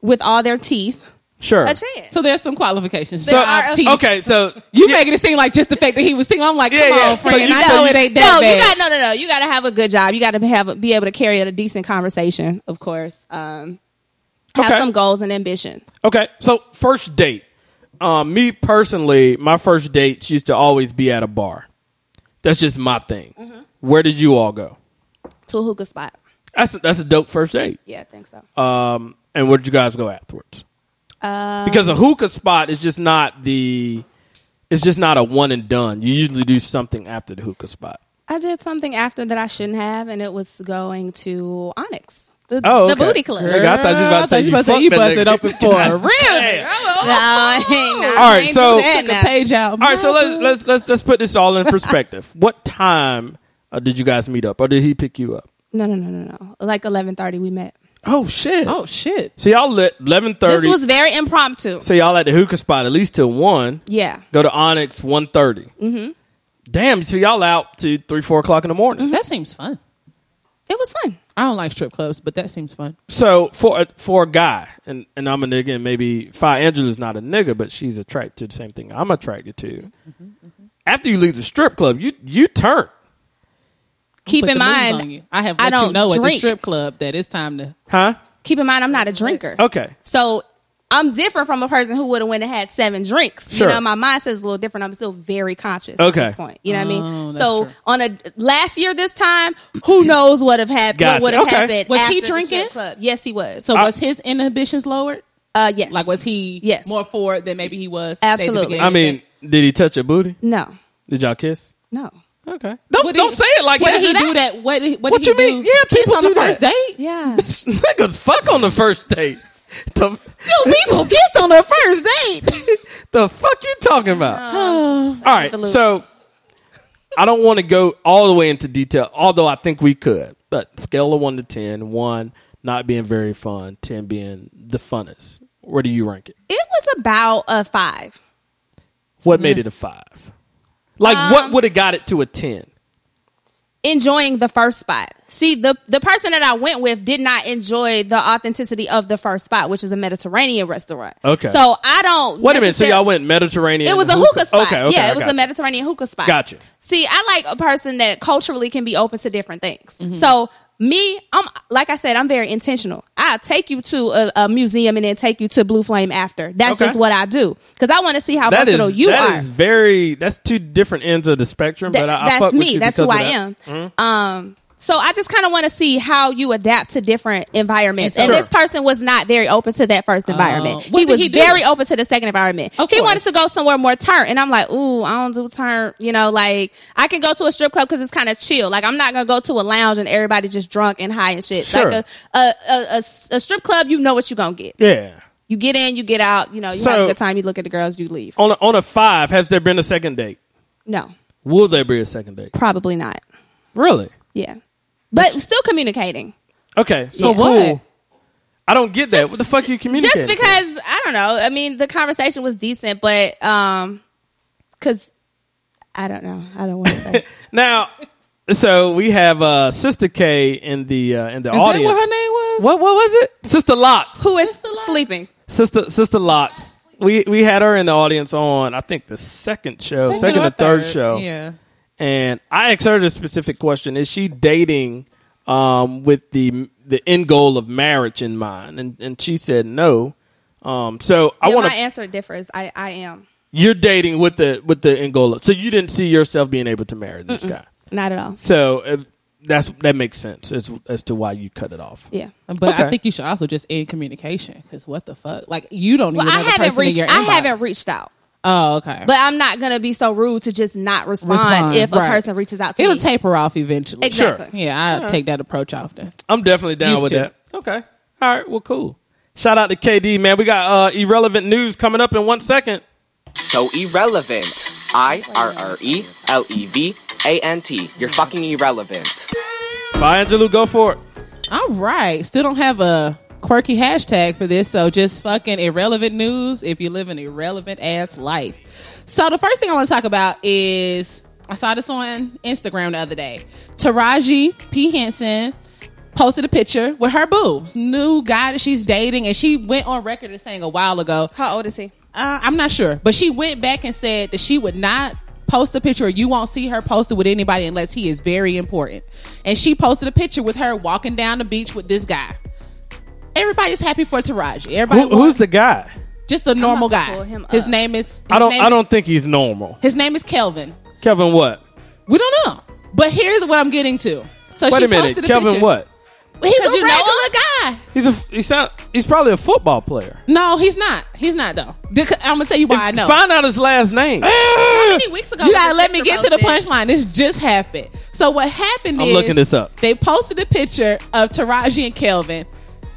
S4: with all their teeth
S1: Sure.
S4: a chance.
S5: So there's some qualifications.
S4: There
S5: So,
S4: are a-
S5: teeth.
S1: Okay, so
S5: You making it seem like just the fact that he was single. I'm like, come
S1: Yeah, yeah.
S5: on,
S1: So
S5: friend.
S1: you-
S5: I
S1: so
S5: know
S1: you-
S5: it ain't
S4: no,
S5: that
S4: you got
S5: bad.
S4: no, no, no. You got to have a good job. You got to have a, be able to carry out a decent conversation, of course. Um, have
S1: Okay.
S4: some goals and ambition.
S1: Okay, so first date. Um, me personally, my first dates used to always be at a bar. That's just my thing.
S5: Mm-hmm.
S1: Where did you all go?
S4: To a hookah spot.
S1: That's a, that's a dope first date.
S4: Yeah, I think so.
S1: Um, and where did you guys go afterwards?
S4: Uh,
S5: Um,
S1: Because a hookah spot is just not the, it's just not a one and done. You usually do something after the hookah spot.
S4: I did something after that I shouldn't have, and it was going to Onyx, the,
S1: Oh,
S4: the
S1: okay.
S4: booty club.
S1: Nigga, I thought you was about to say
S5: I thought
S1: you
S5: you about to say
S1: fucked
S5: you
S1: that
S5: busted
S1: nigga.
S5: open for a real.
S1: Damn.
S4: No, I ain't, no, I
S1: All right,
S4: ain't
S1: so-
S4: do that
S5: Took a
S4: now.
S5: page out.
S1: All right, so let's let's let's let's put this all in perspective. what time uh, did you guys meet up, or did he pick you up?
S4: no, no, no, no, no. Like eleven thirty, we met.
S1: Oh shit!
S5: Oh shit.
S1: So y'all lit eleven
S4: This
S1: thirty.
S4: was very impromptu.
S1: So y'all at the hookah spot at least till one.
S4: Yeah,
S1: Go to Onyx one Mm-hmm. Damn. So y'all out to three four o'clock in the morning.
S5: That seems fun.
S4: it was fun.
S5: I don't like strip clubs, but that seems fun.
S1: So for a, for a guy, and, and I'm a nigga, and maybe Fi Angela's not a nigga, but she's attracted to the same thing I'm attracted to.
S5: Mm-hmm,
S1: After you leave the strip club, you you turn.
S4: Keep
S5: Put
S4: in
S5: the moves
S4: mind,
S5: on you. I have
S4: I
S5: let you
S4: don't
S5: know at the
S4: drink.
S5: strip club that it's time to.
S1: Huh?
S4: keep in mind, I'm not a drinker.
S1: Okay.
S4: So I'm different from a person who would have went and had seven drinks.
S1: Sure.
S4: You know, my mindset is a little different. I'm still very conscious
S1: Okay.
S4: at this point. You know what I
S5: Oh,
S4: mean?
S5: that's
S4: So
S5: true.
S4: on a last year this time, who knows what have happened
S1: Gotcha.
S4: what would have
S1: Okay. Uh,
S4: happened.
S5: Was he
S4: after the strip
S5: drinking?
S4: club. Yes, he was.
S5: So
S1: I-
S5: was his inhibitions lowered?
S4: uh yes.
S5: Like was he
S4: Yes.
S5: more forward than maybe he was?
S4: Absolutely.
S1: I mean, did he touch your booty?
S4: No.
S1: Did y'all kiss?
S4: No.
S1: Okay. Don't don't say it like
S5: what
S1: that.
S5: did he do that? What did, what
S1: What
S5: did he
S1: you mean?
S5: do?
S1: Yeah,
S5: Kiss
S1: people
S5: on
S1: do
S5: the
S1: that.
S5: first date.
S4: Yeah.
S1: Niggas fuck on the first date. The,
S5: Yo, people kissed on the first date.
S1: the fuck you talking about?
S5: Oh,
S1: All right,
S4: Absolutely.
S1: so I don't want to go all the way into detail, although I think we could. But scale of one to ten, one not being very fun, ten being the funnest. Where do you rank it?
S4: it was about a five.
S1: What
S4: Hmm.
S1: made it a five? Like,
S4: Um,
S1: what would have got it to a ten?
S4: Enjoying the first spot. See, the the person that I went with did not enjoy the authenticity of the first spot, which is a Mediterranean restaurant.
S1: Okay.
S4: So I don't
S1: Wait a minute. So
S4: necessar-
S1: y'all went Mediterranean.
S4: It was
S1: and
S4: a hookah, spot.
S1: Okay, okay,
S4: yeah,
S1: I
S4: it was
S1: got
S4: a
S1: you.
S4: Mediterranean hookah spot.
S1: Gotcha.
S4: See, I like a person that culturally can be open to different things.
S1: Mm-hmm.
S4: So me, I'm like I said, I'm very intentional. I take you to a, a museum and then take you to Blue Flame after. That's
S1: Okay.
S4: just what I do because I want to see how
S1: That
S4: versatile
S1: is
S4: you
S1: that
S4: are.
S1: is very. That's two different ends of the spectrum.
S4: That-
S1: but I, I
S4: that's
S1: fuck with
S4: me.
S1: you
S4: That's
S1: because
S4: who
S1: of
S4: I
S1: that. Hmm?
S4: am. Um, so I just kind of want to see how you adapt to different environments. And
S1: Sure.
S4: this person was not very open to that first environment.
S5: Uh, what
S4: he
S5: did
S4: was
S5: he do?
S4: very open to the second environment.
S5: Of
S4: He
S5: course.
S4: wanted to go somewhere more turn, and I'm like, ooh, I don't do turn. You know, like I can go to a strip club because it's kind of chill. Like I'm not gonna go to a lounge and everybody just drunk and high and shit.
S1: Sure.
S4: Like a a, a, a a strip club, you know what you're gonna get.
S1: Yeah.
S4: You get in, you get out. You know, you have
S1: So-
S4: a good time. You look at the girls, you leave.
S1: On a, on a five, has there been a second date?
S4: No,
S1: Will there be a second date?
S4: probably not.
S1: Really?
S4: Yeah, but still communicating.
S1: Okay. So
S4: Yeah.
S1: cool.
S5: What?
S1: I don't get that. What the fuck you communicating?
S4: just because I don't know. I mean, the conversation was decent, but um, because I don't know. I don't want to say.
S1: for? now, so we have uh, Sister K in the uh, in the
S5: Is that
S1: audience.
S5: what her name was?
S1: What what was it? Sister Locks.
S4: Who is sleeping?
S1: Sister Sister Locks. We we had her in the audience on I think the second show, second, or third, show,
S5: Yeah.
S1: and I asked her the specific question: Is she dating um, with the the end goal of marriage in mind, and and she said no. Um, so I
S4: Yeah,
S1: want
S4: my
S1: to.
S4: answer differs. I, I am.
S1: You're dating with the with the end goal, of- so you didn't see yourself being able to marry this guy.
S4: Not at all.
S1: So uh, that's that makes sense as as to why you cut it off.
S4: Yeah.
S3: But
S1: Okay.
S3: I think you should also just end communication because what the fuck? Like you don't
S4: Well,
S3: even
S4: I
S3: know the
S4: haven't
S3: person in
S4: reached.
S3: your
S4: I
S3: inbox.
S4: haven't reached out,
S3: Oh, okay.
S4: but I'm not gonna be so rude to just not respond,
S3: Respond,
S4: if
S3: right.
S4: a person reaches out to
S3: it'll
S4: me.
S3: taper off eventually.
S4: Exactly.
S3: Yeah, I take that approach often.
S1: I'm definitely down
S3: Used
S1: with
S3: to.
S1: that. Okay. All right. Well, cool. Shout out to KD, man. We got uh, irrelevant news coming up in one second.
S6: So irrelevant. I R R E L E V A N T. You're fucking irrelevant.
S1: Bye, Angelou. Go for it.
S3: All right. Still don't have a quirky hashtag for this, so just fucking irrelevant news if you live an irrelevant ass life. So the first thing I want to talk about is I saw this on Instagram the other day. Taraji P. Henson posted a picture with her boo, new guy that she's dating, and she went on record as saying a while ago
S4: How old is he?
S3: uh, I'm not sure, but she went back and said that she would not post a picture or you won't see her posted with anybody unless he is very important. And she posted a picture with her walking down the beach with this guy. Everybody's happy for Taraji. Everybody
S1: Who, who's
S3: wants-
S1: the guy?
S3: just a normal
S4: gonna pull
S3: guy.
S4: him
S3: His
S4: up.
S3: name is his
S1: I don't.
S3: name
S1: I
S3: is-
S1: don't think he's normal.
S3: his name is Kelvin.
S1: Kevin, what?
S3: We don't know. But here's what I'm getting to. So
S1: Wait
S3: she
S1: a minute,
S3: posted a
S1: Kevin,
S3: picture.
S1: what?
S3: He's a
S4: Because you
S3: regular
S4: know
S3: guy.
S1: He's a. He sound, He's probably a football player.
S3: No, he's not. He's not though. I'm gonna tell you why I know.
S1: Find out his last name.
S4: How many weeks ago?
S3: You
S4: was
S3: gotta
S4: this
S3: let me
S4: picture
S3: get to the
S4: posted?
S3: punchline. This just happened. So what happened
S1: I'm
S3: is
S1: looking this up.
S3: They posted a picture of Taraji and Kelvin.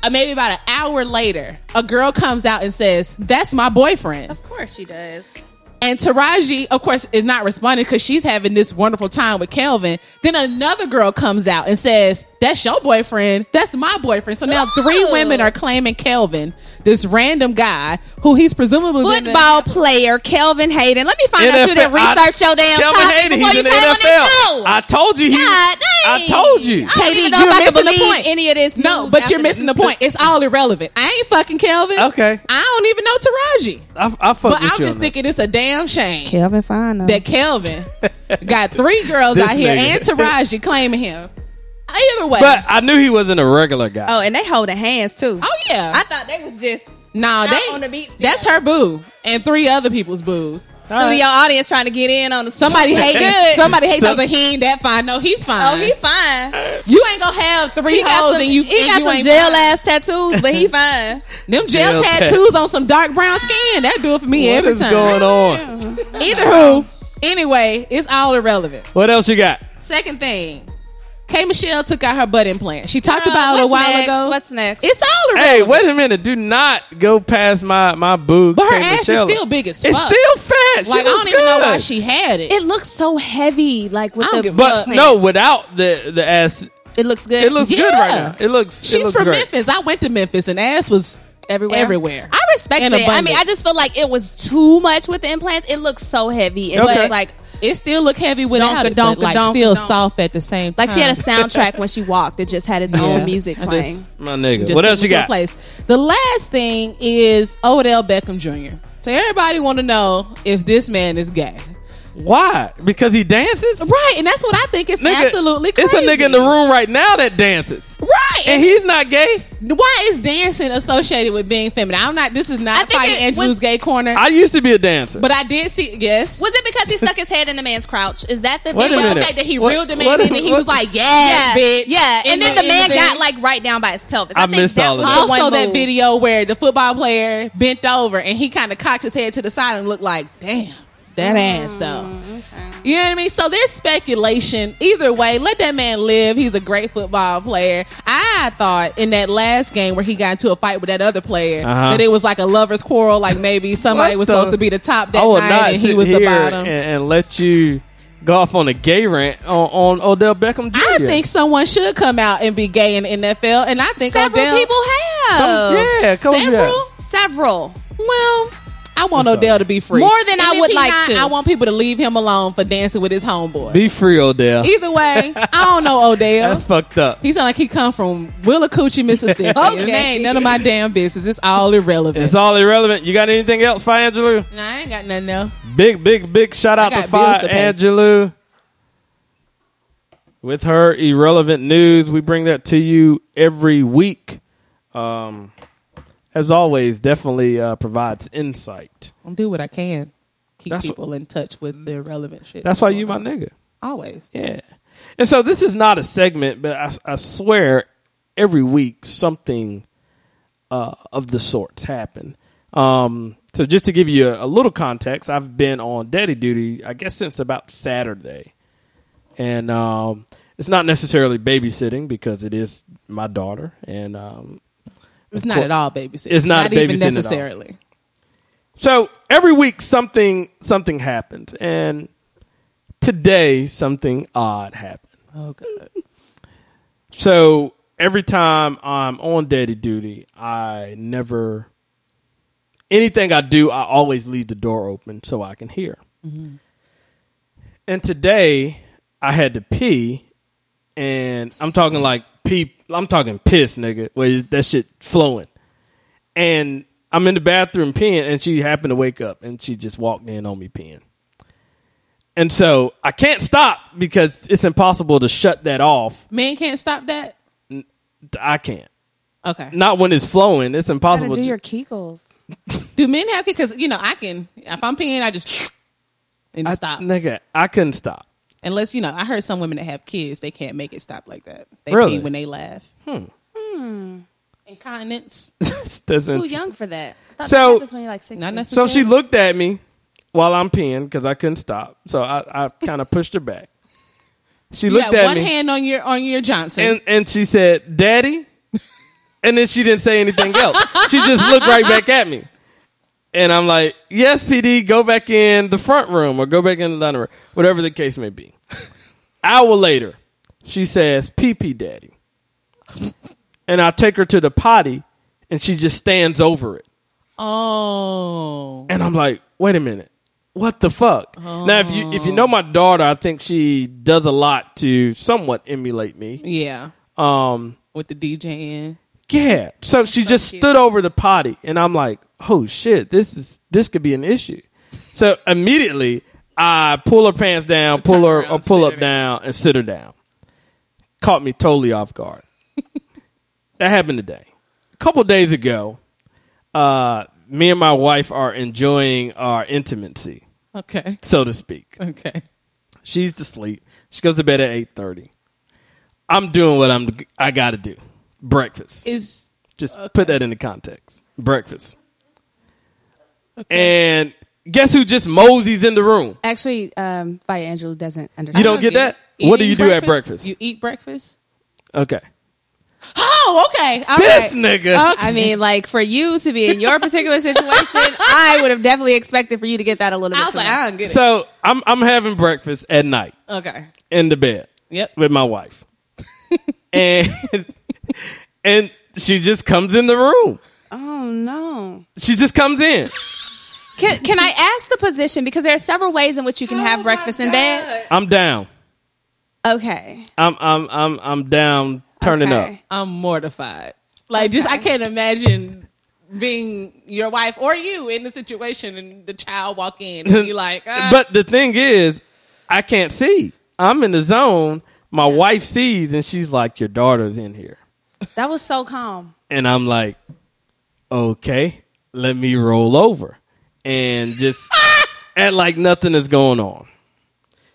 S3: Uh, maybe about an hour later, a girl comes out and says, "That's my boyfriend."
S4: Of course she does.
S3: And Taraji, of course, is not responding because she's having this wonderful time with Kelvin. Then another girl comes out and says, That's your boyfriend. That's my boyfriend. So now three
S4: Ooh.
S3: women are claiming Kelvin, this random guy who he's presumably been in-
S4: Football player Kelvin Hayden. Let me find out you didn't
S1: I-
S4: research your damn
S1: Kevin
S4: topic
S1: Hayden,
S4: before
S1: he's
S4: you
S1: in the
S4: came on this
S1: NFL.
S4: show.
S1: I told you. He,
S4: God
S1: I
S4: dang.
S1: told you.
S4: I don't
S3: Katie,
S4: even know
S3: you're
S4: if I can
S3: missing the
S4: believe
S3: point.
S4: any of this.
S3: No,
S4: news
S3: but
S4: after
S3: you're missing the
S4: this.
S3: point. It's all irrelevant. I ain't fucking Kelvin.
S1: Okay.
S3: I don't even know Taraji.
S1: I, I fuck
S3: But
S1: with
S3: I'm
S1: you.
S3: just
S1: on that.
S3: thinking it's a damn shame
S4: Kelvin fine though.
S3: that Kelvin got three girls
S1: This
S3: out here
S1: nigga.
S3: and Taraji claiming him. Either way.
S1: But I knew he wasn't a regular guy.
S4: oh, and they holding hands too.
S3: oh, yeah.
S4: I thought they was just
S3: No,
S4: Out
S3: they
S4: on the beach
S3: That's her boo and three other people's boos.
S1: All right.
S4: studio audience trying to get in on the
S3: Somebody hates.
S4: Good.
S3: Somebody hates.
S1: So-
S3: I was like, he ain't that fine. No, he's
S4: Oh,
S3: fine.
S4: he fine.
S3: you ain't gonna have three
S4: He got
S3: hoes
S4: some,
S3: and you.
S4: he
S3: and
S4: got
S3: you
S4: some
S3: ain't
S4: jail
S3: fine.
S4: ass tattoos, but he fine.
S3: Them jail,
S1: Jail
S3: tattoos
S1: tats.
S3: on some dark brown skin. That do it for me
S1: what
S3: every
S1: is
S3: time.
S1: going on?
S3: Either who. Anyway, it's all irrelevant.
S1: What else you got?
S3: Second thing, K Michelle took out her butt implant. She talked
S4: Uh,
S3: about it a
S4: what's
S3: while
S4: next?
S3: ago.
S4: What's next?
S3: it's all
S1: Hey,
S3: irrelevant.
S1: wait a minute. Do not go past my my boo.
S3: But her
S1: Kay
S3: ass
S1: Michelle.
S3: is still big as fuck.
S1: It's still fat. She
S3: like I
S1: looks
S3: don't even know why
S1: good.
S3: she had it.
S4: It looks so heavy, like with
S3: I don't
S4: the
S3: give a
S1: But
S3: But,
S1: no, without the the ass,
S4: it looks good.
S1: it looks good
S3: Yeah.
S1: right now. It looks. it
S3: She's
S1: looks
S3: from
S1: great.
S3: Memphis. I went to Memphis and ass was
S4: everywhere.
S3: everywhere.
S4: I respect
S3: In
S4: it. I mean, I
S3: abundance.
S4: just feel like it was too much with the implants. It looks so heavy. It
S1: Okay.
S4: was like
S3: It still look heavy without
S4: Donka,
S3: it, but
S4: donka,
S3: like
S4: donka,
S3: still
S4: donka.
S3: soft at the same time.
S4: like she had a soundtrack when she walked. It just had its
S3: Yeah.
S4: own music
S3: I just-
S4: playing.
S1: My nigga.
S3: Just
S1: What
S3: took
S1: else
S3: me
S1: you
S3: to a
S1: got?
S3: Place. The last thing is Odell Beckham Jr. So everybody want to know if this man is gay,
S1: Why? Because he dances.
S3: right? And that's what I think is
S1: Nigga,
S3: absolutely crazy.
S1: It's a nigga in the room right now that dances,
S3: right?
S1: and he's not gay.
S3: why is dancing associated with being feminine? I'm not. This is
S4: I
S3: not
S4: think
S3: fighting
S4: it was-
S3: Angelou's gay corner,
S1: I used to be a dancer.
S3: but I did see. Yes,
S4: Was it because he stuck his head in the man's crouch? Is that the
S1: Wait
S3: it
S1: a
S3: was
S1: minute.
S3: the fact that he
S1: What-
S3: reeled the
S1: what-
S3: man in, and he
S1: what-
S3: was like, "Yeah, bitch,
S4: Yeah,
S3: in
S4: and then the
S3: in
S4: man
S3: thing.
S4: got like right down by his pelvis.
S1: I
S4: think
S1: missed
S4: that
S1: all of
S4: was
S1: that.
S4: the
S3: also
S4: one
S3: that
S4: move.
S3: video where the football player bent over and he kind of cocked his head to the side and looked like, damn, that ass though. You know what I mean? So there's speculation. Either way, let that man live. He's a great football player. I thought in that last game where he got into a fight with that other player
S1: Uh-huh.
S3: that it was like a lover's quarrel, like maybe somebody
S1: What
S3: was
S1: the-
S3: supposed to be the top that
S1: I will
S3: night
S1: not
S3: and
S1: sit
S3: he was
S1: here
S3: the bottom.
S1: and, and let you go off on a gay rant on, on Odell Beckham Jr.
S3: I think someone should come out and be gay in the NFL, and I think
S4: Several
S3: Odell-
S4: people have.
S1: Some- yeah, come on,
S3: several.
S4: Several.
S3: Well, I want
S1: What's up?
S3: Odell to be free
S4: More than
S3: And
S4: I
S3: if
S4: would
S3: he
S4: like
S3: not,
S4: to.
S3: I want people to leave him alone for dancing with his homeboy.
S1: be free, Odell.
S3: Either way, I don't know Odell.
S1: That's fucked up.
S3: He sound like he come from Willacoochee, Mississippi.
S4: Okay.
S3: It ain't none of my damn business. It's all irrelevant.
S1: It's all irrelevant. You got anything else, Fi Angelou?
S3: Nah, I ain't got nothing else.
S1: Big, big, big shout out to
S3: got bills
S1: Fi
S3: to pay.
S1: Angelou. with her irrelevant news. We bring that to you every week. Um, as always, definitely uh, provides insight.
S3: I'm do what I can. Keep
S1: That's-
S3: people in touch with their relevant shit.
S1: That's why you my nigga.
S3: always.
S1: Yeah. And so this is not a segment, but I, I swear every week something uh, of the sorts happen. Um, so just to give you a, a little context, I've been on daddy duty, I guess, since about Saturday. And um, it's not necessarily babysitting because it is my daughter. And um,
S3: It's
S1: Of
S3: not
S1: course.
S3: at all babysitting.
S1: It's not
S3: not even
S1: babysitting at all.
S3: necessarily.
S1: So every week something something happens, and today something odd happened.
S3: Oh god.
S1: So every time I'm on daddy duty, I never anything I do, I always leave the door open so I can hear. And today I had to pee, and I'm talking like pee. I'm talking piss, nigga. Where is that shit flowing? And I'm in the bathroom peeing, and she happened to wake up, and she just walked in on me peeing. And so I can't stop because it's impossible to shut that off.
S3: Men can't stop that.
S1: I can't.
S3: Okay.
S1: Not when it's flowing. It's impossible.
S4: do
S1: to-
S4: your kegels.
S3: Do men have because you know I can if I'm peeing I just and it
S1: I,
S3: stops.
S1: Nigga, I couldn't stop.
S3: Unless you know I heard some women that have kids they can't make it stop like that. They
S1: Really?
S3: pee when they laugh. Hmm.
S1: Hmm.
S3: Incontinence.
S1: This doesn't-
S4: Too young for that. I thought
S1: So-
S4: that happens when you're like 16.
S3: Not
S1: so
S3: necessarily.
S1: she looked at me while I'm peeing because I couldn't stop. So I, I kind of pushed her back. She
S3: You
S1: looked
S3: got
S1: at
S3: one
S1: me
S3: hand on your on your Johnson.
S1: and, and she said, Daddy. And then she didn't say anything else. she just looked right back at me. And I'm like, Yes, PD, go back in the front room or go back in the dining room, whatever the case may be. Hour later, she says, Pee pee, Daddy. And I take her to the potty and she just stands over it.
S3: oh.
S1: and I'm like, wait a minute, what the fuck? Now, if you if you know my daughter, I think she does a lot to somewhat emulate me.
S3: Yeah.
S1: Um,
S3: With the DJing.
S1: yeah. So she just stood over the potty, and I'm like, oh shit, this is this could be an issue. So immediately, I pull her pants down, pull her
S3: around,
S1: or pull
S3: sit
S1: up
S3: her
S1: down, and sit her down. Caught me totally off guard. that happened today. A couple days ago, uh, me and my wife are enjoying our intimacy
S3: Okay.
S1: so to speak.
S3: Okay.
S1: She's asleep. She goes to bed at eight thirty. I'm doing what I'm I got to do. Breakfast.
S3: Is
S1: Just put that into context. Breakfast. And guess who just moseys in the room?
S4: Actually, um, Via Angelou doesn't understand.
S1: You don't get that. What do
S3: eating
S1: you do at breakfast?
S3: You eat breakfast?
S1: okay.
S3: Oh, okay. All right.
S1: This nigga.
S4: I mean, like for you to be in your particular situation, I would have definitely expected for you to get that a little bit.
S3: I was like,
S4: sooner.
S3: I don't get it.
S1: So I'm I'm having breakfast at night
S3: okay.
S1: in the bed
S3: Yep.
S1: with my wife, and and she just comes in the room.
S4: oh no.
S1: She just comes in.
S4: Can, can I ask the position because there are several ways in which you can
S5: Oh,
S4: have breakfast in bed?
S1: I'm down.
S4: Okay,
S1: I'm I'm I'm I'm down. Turning up.
S4: okay.
S3: I'm mortified. Like, just I can't imagine being your wife or you in the situation and the child walk in and you like, ah.
S1: but the thing is, I can't see. I'm in the zone. My wife sees, and she's like, "Your daughter's in here,"
S4: That was so calm.
S1: and I'm like, "Okay, let me roll over and just act like nothing is going on."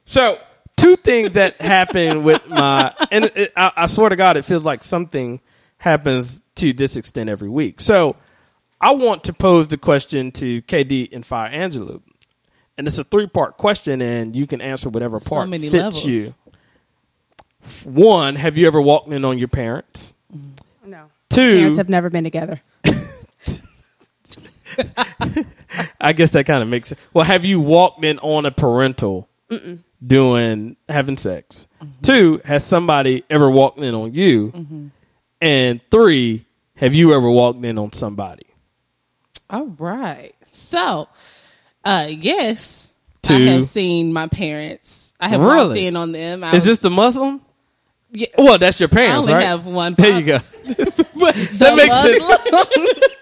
S1: So, two things that happen with my, and it, I, I swear to God, it feels like something happens to this extent every week. So, I want to pose the question to KD and Fire Angelou. And it's a three part question, and you can answer whatever part
S3: many
S1: fits
S3: levels.
S1: you. One, have you ever walked in on your parents?
S4: No,
S1: Two,
S5: Parents have never been together.
S1: I guess that kind of makes sense. Well, have you walked in on a parental doing having sex?
S3: Mm-hmm.
S1: Two, has somebody ever walked in on you? And three, have you ever walked in on somebody?
S3: all right. So, uh, yes, I
S1: To-
S3: have seen my parents. I have walked
S1: Really?
S3: in on them. I
S1: Is
S3: was-
S1: this the Muslim?
S3: Yeah.
S1: Well, that's your
S3: I
S1: parents,
S3: only
S1: right?
S3: have one.
S1: there you go.
S3: that
S1: makes sense.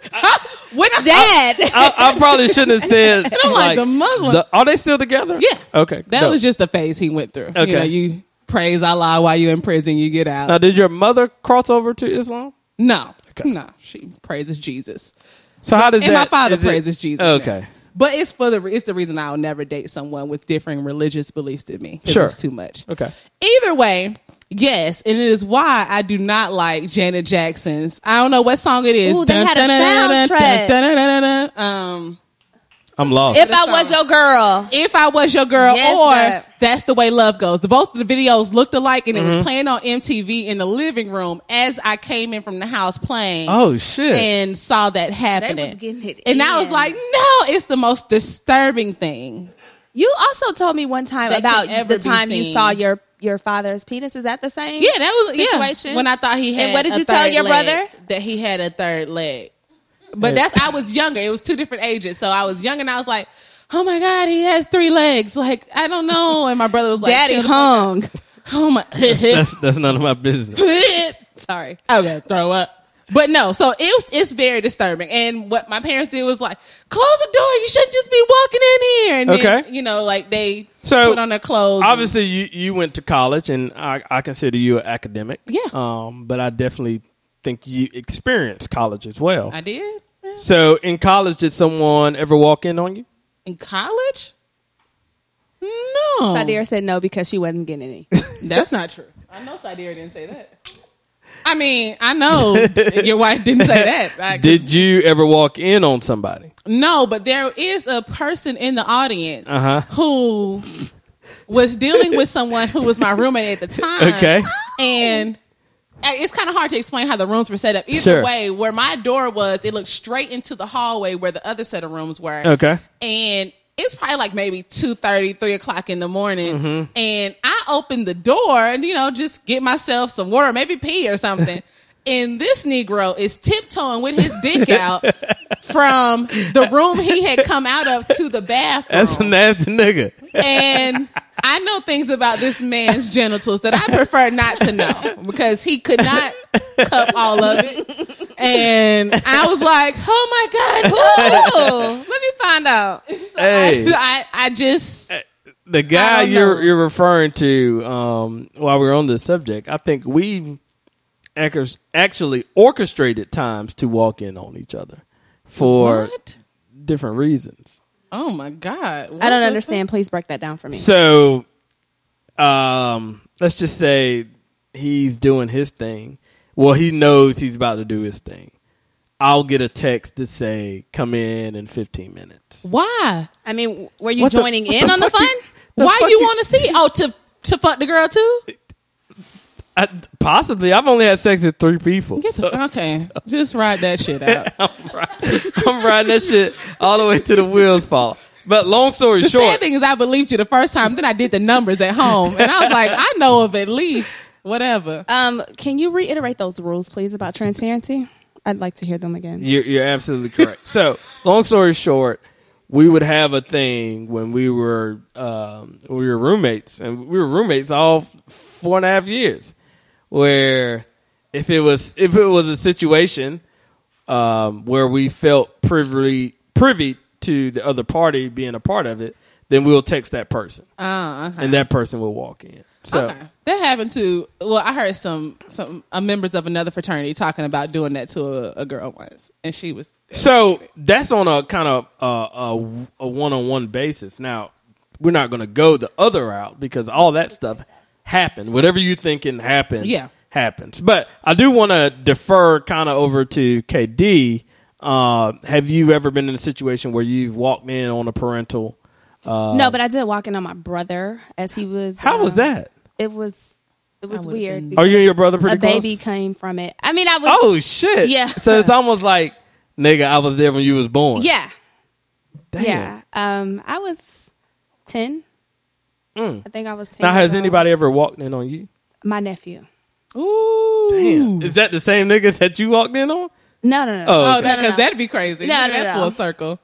S3: Which
S4: Dad.
S1: I, I probably shouldn't have said.
S3: I'm like, the Muslim-
S1: are they still together?
S3: Yeah.
S1: Okay.
S3: That
S1: dope.
S3: was just a phase he went through.
S1: Okay.
S3: You know, you praise Allah while you're in prison, you get out.
S1: Now, did your mother cross over to Islam?
S3: no, no, she praises Jesus,
S1: So how does
S3: and my
S1: that?
S3: father
S1: is it-
S3: praises Jesus. now.
S1: Okay.
S3: But it's for the it's the reason I'll never date someone with differing religious beliefs than me. 'cause
S1: Sure.
S3: it's too much.
S1: Okay.
S3: Either way, yes, and it is why I do not like Janet Jackson's. I don't know what song it is.
S4: Ooh, they had a soundtrack.
S3: dun, um,
S1: I'm lost.
S4: If I was your girl,
S3: if I was your girl,
S4: Yes,
S3: or
S4: sir.
S3: that's the way love goes. The both of the videos looked alike, and
S1: Mm-hmm.
S3: it was playing on MTV in the living room as I came in from the house playing.
S1: oh shit.
S3: And saw that happening,
S4: getting it
S3: and I was
S4: in.
S3: like, "No, it's the most disturbing thing."
S4: you also told me one time
S3: That
S4: about
S3: could ever
S4: the
S3: be
S4: time you
S3: seen.
S4: saw your your father's penis. Is that the same?
S3: Yeah, that was yeah,
S4: Situation?
S3: When I thought he had,
S4: And what did
S3: a
S4: you tell
S3: third
S4: your
S3: leg,
S4: brother?
S3: that he had a third leg? But that's I was younger. It was two different ages, so I was young and I was like, "Oh my god, he has three legs!" Like I don't know. And my brother was like,
S4: Daddy
S3: "Chill the fuck out."
S4: hung.
S3: Oh my,
S1: that's that's none of my business.
S4: Sorry.
S3: okay, throw up. But no, so it was, it's very disturbing. And what my parents did was like, close the door. You shouldn't just be walking in here. And
S1: Okay.
S3: then, you know, like they
S1: So,
S3: put on their clothes. and-
S1: Obviously, you you went to college, and I, I consider you an academic.
S3: Yeah.
S1: Um, but I definitely think you experienced college as well.
S3: I did
S1: So in college, did someone ever walk in on you?
S3: in college. No,
S4: Sadira said no because she wasn't getting any.
S3: That's not true. I know Sidera didn't say that. I mean, I know your wife didn't say that. I-
S1: Did you ever walk in on somebody?
S3: no, but there is a person in the audience
S1: Uh-huh.
S3: who was dealing with someone who was my roommate at the time.
S1: Okay.
S3: And I- it's kind of hard to explain how the rooms were set up. Either
S1: Sure.
S3: way, where my door was, it looked straight into the hallway where the other set of rooms were.
S1: Okay.
S3: and it's probably like maybe 2.30 3 o'clock in the morning
S1: Mm-hmm.
S3: and i open the door and you know just get myself some water maybe pee or something and this negro is tiptoeing with his dick out from the room he had come out of to the bathroom
S1: That's a nasty nigga.
S3: and I know things about this man's genitals that I prefer not to know because he could not cup all of it. And I was like, oh my God.
S4: Ooh, let me find out.
S1: Hey.
S3: I, I just,
S1: the guy
S3: don't know.
S1: you're you're referring to um, while we're on this subject, I think we have actually orchestrated times to walk in on each other for
S3: What?
S1: different reasons.
S3: Oh my God.
S4: I don't understand. Please break that down for me.
S1: So, um, let's just say he's doing his thing. Well, he knows he's about to do his thing. I'll get a text to say, "Come in in 15 minutes."
S3: Why?
S4: I mean, were you
S1: What the-
S4: joining
S1: what
S4: in
S1: the
S4: on the
S1: fuck
S4: fun?
S1: you-
S3: Why
S1: fuck
S3: you
S1: you-
S3: want to see? Oh, to to fuck the girl too?
S1: I, possibly, I've only had sex with three people.
S3: Get the- okay, just ride that shit out.
S1: I'm riding that shit all the way to the wheels fall. But long story
S3: The
S1: short,
S3: sad thing is, I believed you the first time. Then I did the numbers at home, and I was like, I know of at least whatever.
S4: Um, can you reiterate those rules, please, about transparency? I'd like to hear them again.
S1: You're, you're absolutely correct. so, long story short, we would have a thing when we were um, we were roommates, and we were roommates all four and a half years. Where if it was if it was a situation um, where we felt privy privy to the other party being a part of it, then we'll text that person,
S3: Uh, okay.
S1: and that person will walk in. So,
S3: Okay. That happened to well, I heard some some uh, members of another fraternity talking about doing that to a, a girl once, and she was
S1: So that's on a kind of uh, a, a one-on-one basis. Now we're not going to go the other route because all that stuff happened. Whatever you thinking happened,
S3: Yeah.
S1: happens. But I do want to defer kind of over to KD. Uh, have you ever been in a situation where you've walked in on a parental? uh,
S4: no, but I did walk in on my brother as he was.
S1: How was
S4: um,
S1: that?
S4: It was. It was weird.
S1: Are you and your brother pretty
S4: a baby
S1: close?
S4: came from it. I mean, I was.
S1: Oh shit!
S4: Yeah.
S1: So it's almost like nigga, I was there when you was born.
S4: yeah,
S1: Damn.
S4: yeah. Um, I was ten. I think I was ten.
S1: Mm. Now has
S4: years old.
S1: anybody ever walked in on you?
S4: My nephew.
S3: ooh.
S1: Damn. Is that the same niggas that you walked in on?
S4: No, no, no.
S1: Oh,
S3: Oh,
S1: Okay.
S3: because
S4: No, no, no.
S3: that'd be crazy.
S4: No,
S3: Yeah,
S4: no,
S3: that
S4: no.
S3: full circle.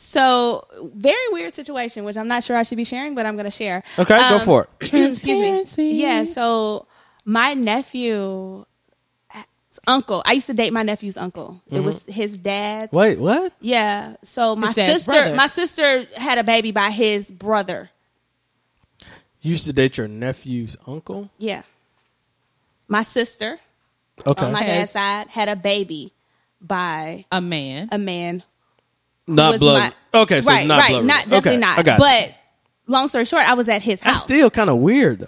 S4: So very weird situation, which I'm not sure I should be sharing, but I'm going to share.
S1: Okay, go
S4: Um,
S1: for it.
S4: Excuse
S3: Transparency.
S4: me. Yeah. So my nephew, uncle. I used to date my nephew's uncle. It was his dad's.
S1: Wait, Mm-hmm. what?
S4: Yeah. So my
S3: dad's
S4: sister,
S3: brother.
S4: my sister had a baby by his brother.
S1: You used to date your nephew's uncle.
S4: Yeah. My sister
S1: Okay,
S4: on my
S3: Okay.
S4: dad's side had a baby by
S3: A man.
S4: a man. who
S1: not
S4: was
S1: blood.
S4: my-
S1: okay, so
S4: right,
S1: not
S4: right,
S1: blood.
S4: not
S1: related.
S4: definitely
S1: Okay,
S4: not.
S1: I got you.
S4: But long story short, I was at his
S1: that's
S4: house.
S1: still kind of weird though.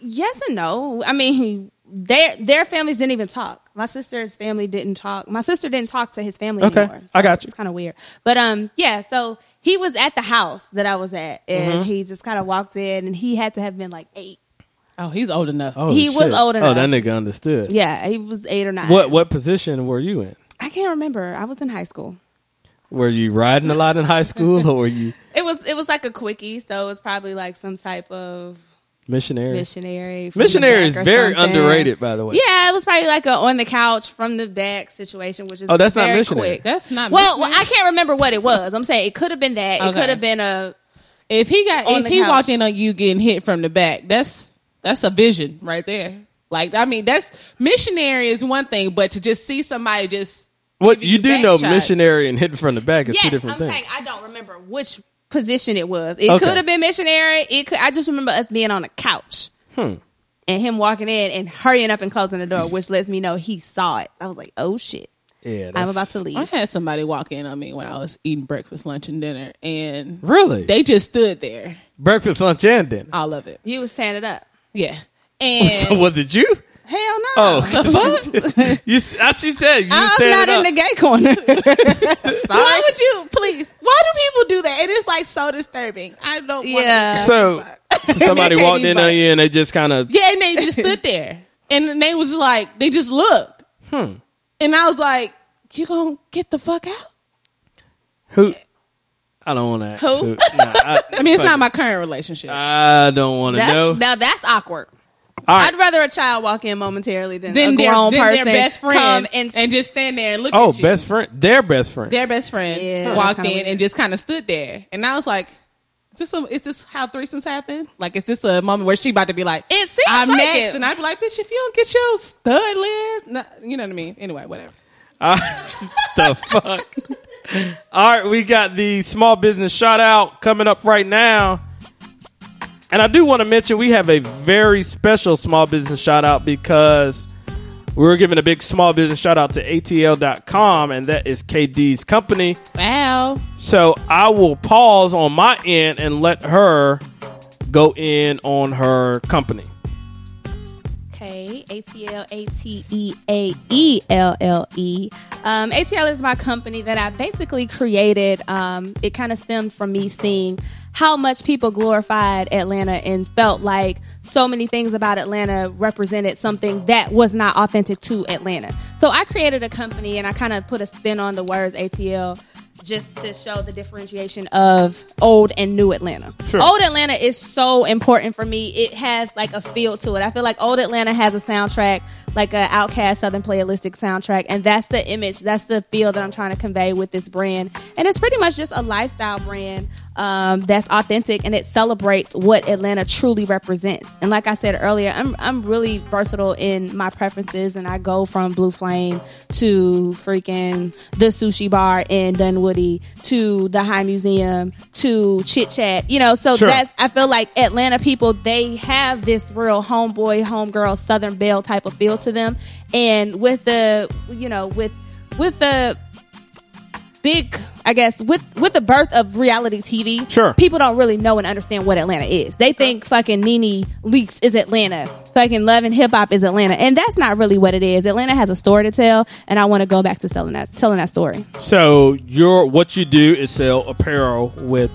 S4: Yes and no. I mean, their their families didn't even talk. My sister's family didn't talk. My sister didn't talk to his family
S1: Okay,
S4: anymore.
S1: I got you.
S4: It's kind of weird. But um yeah, so he was at the house that I was at and
S1: Mm-hmm.
S4: he just kind of walked in and he had to have been like 8.
S3: Oh, he's old enough.
S1: Oh,
S4: He was
S1: shit.
S4: old
S1: Oh,
S4: enough.
S1: that nigga understood.
S4: Yeah, he was 8 or 9.
S1: What what position were you in?
S4: I can't remember. I was in high school.
S1: Were you riding a lot in high school, or were you
S4: It was it was like a quickie, so it was probably like some type of
S1: missionary?
S4: missionary. from the
S1: missionary
S4: back
S1: is
S4: or
S1: very
S4: something.
S1: underrated, by the way.
S4: Yeah, it was probably like a on the couch from the back situation, which is
S1: Oh, that's not
S4: very
S1: missionary.
S4: quick.
S3: That's not
S4: well,
S3: missionary.
S4: well, I can't remember what it was. I'm saying it could have been that. It
S3: Okay.
S4: could have been a
S3: If he got
S4: On
S3: if
S4: the
S3: he
S4: couch.
S3: walked in on you getting hit from the back, that's that's a vision right there. Like I mean, that's missionary is one thing, but to just see somebody just
S1: What
S3: give
S1: you do
S3: back
S1: know,
S3: shots.
S1: missionary and hitting from the back is
S4: yes.
S1: two different
S4: I'm
S1: things.
S4: saying I don't remember which position it was. It
S1: Okay.
S4: could have been missionary. It could. I just remember us being on a couch.
S1: Hmm.
S4: And him walking in and hurrying up and closing the door, which lets me know he saw it. I was like, "Oh shit,
S1: yeah,
S4: I'm
S1: that's-
S4: about to leave."
S3: I had somebody walk in on me when I was eating breakfast, lunch, and dinner, and
S1: Really,
S3: they just stood there.
S1: breakfast, lunch, and dinner.
S3: I love it.
S4: You was standing up.
S3: Yeah, and
S1: So was it you?
S4: Hell no.
S1: Oh,
S3: the fuck?
S1: you as she said, you
S4: I'm
S1: stand
S4: not
S1: up.
S4: in the gay corner.
S3: Why would you please? Why do people do that? It is like so disturbing. I don't.
S4: Yeah.
S3: Want
S1: so, so somebody
S3: Katie's
S1: walked in on
S3: like-
S1: you and they just kind of
S3: Yeah, and they just stood there, and then they was like, they just looked,
S1: Hmm.
S3: and I was like, "You gonna get the fuck out?"
S1: who. I don't want to.
S3: Who?
S1: Nah, I,
S3: I mean, it's not my current relationship.
S1: I don't want to
S4: That's,
S1: know.
S4: Now that's awkward.
S1: All right.
S4: I'd rather a child walk in momentarily than,
S3: then
S4: a
S3: their,
S4: grown
S3: then
S4: person
S3: their best friend
S4: come and,
S3: and just stand there and look.
S1: oh,
S3: at you.
S1: best friend, their best friend.
S3: Their best friend
S4: Yeah, that's
S3: walked in
S4: kinda
S3: and
S4: weird.
S3: just kind of stood there, and I was like, "Is this some, is this how threesomes happen? Like, is this a moment where she about to be like?"
S4: it seems
S3: I'm
S4: like
S3: next,
S4: it.
S3: and I'd be like, "Bitch, if you don't get your stud list, nah, you know what I mean." Anyway, whatever.
S1: Uh, the fuck? All right, we got the small business shout out coming up right now. And I do want to mention we have a very special small business shout out because we were giving a big small business shout out to ATL.com, and that is KD's company.
S3: Wow.
S1: So I will pause on my end and let her go in on her company.
S4: Okay, ATL, A T E A E L L E. Um, ATL is my company that I basically created. Um, it kind of stemmed from me seeing how much people glorified Atlanta and felt like so many things about Atlanta represented something that was not authentic to Atlanta. So I created a company and I kind of put a spin on the words ATL just to show the differentiation of old and new Atlanta.
S1: Sure.
S4: Old Atlanta is so important for me. It has like a feel to it. I feel like Old Atlanta has a soundtrack, like a Outcast Southern Playalistic soundtrack, and that's the image, that's the feel that I'm trying to convey with this brand. And it's pretty much just a lifestyle brand um, that's authentic and it celebrates what Atlanta truly represents. And like I said earlier, I'm I'm really versatile in my preferences, and I go from Blue Flame to freaking the sushi bar in Dunwoody to the High Museum to Chit Chat. You know, so
S1: Sure.
S4: that's I feel like Atlanta people they have this real homeboy, homegirl, Southern Belle type of feel to them, and with the you know with with the big i guess with with the birth of reality tv
S1: Sure.
S4: people don't really know and understand what atlanta is they think fucking nene leaks is atlanta fucking love and hip hop is atlanta and that's not really what it is atlanta has a story to tell and i want to go back to selling that telling that story
S1: So your what you do is sell apparel with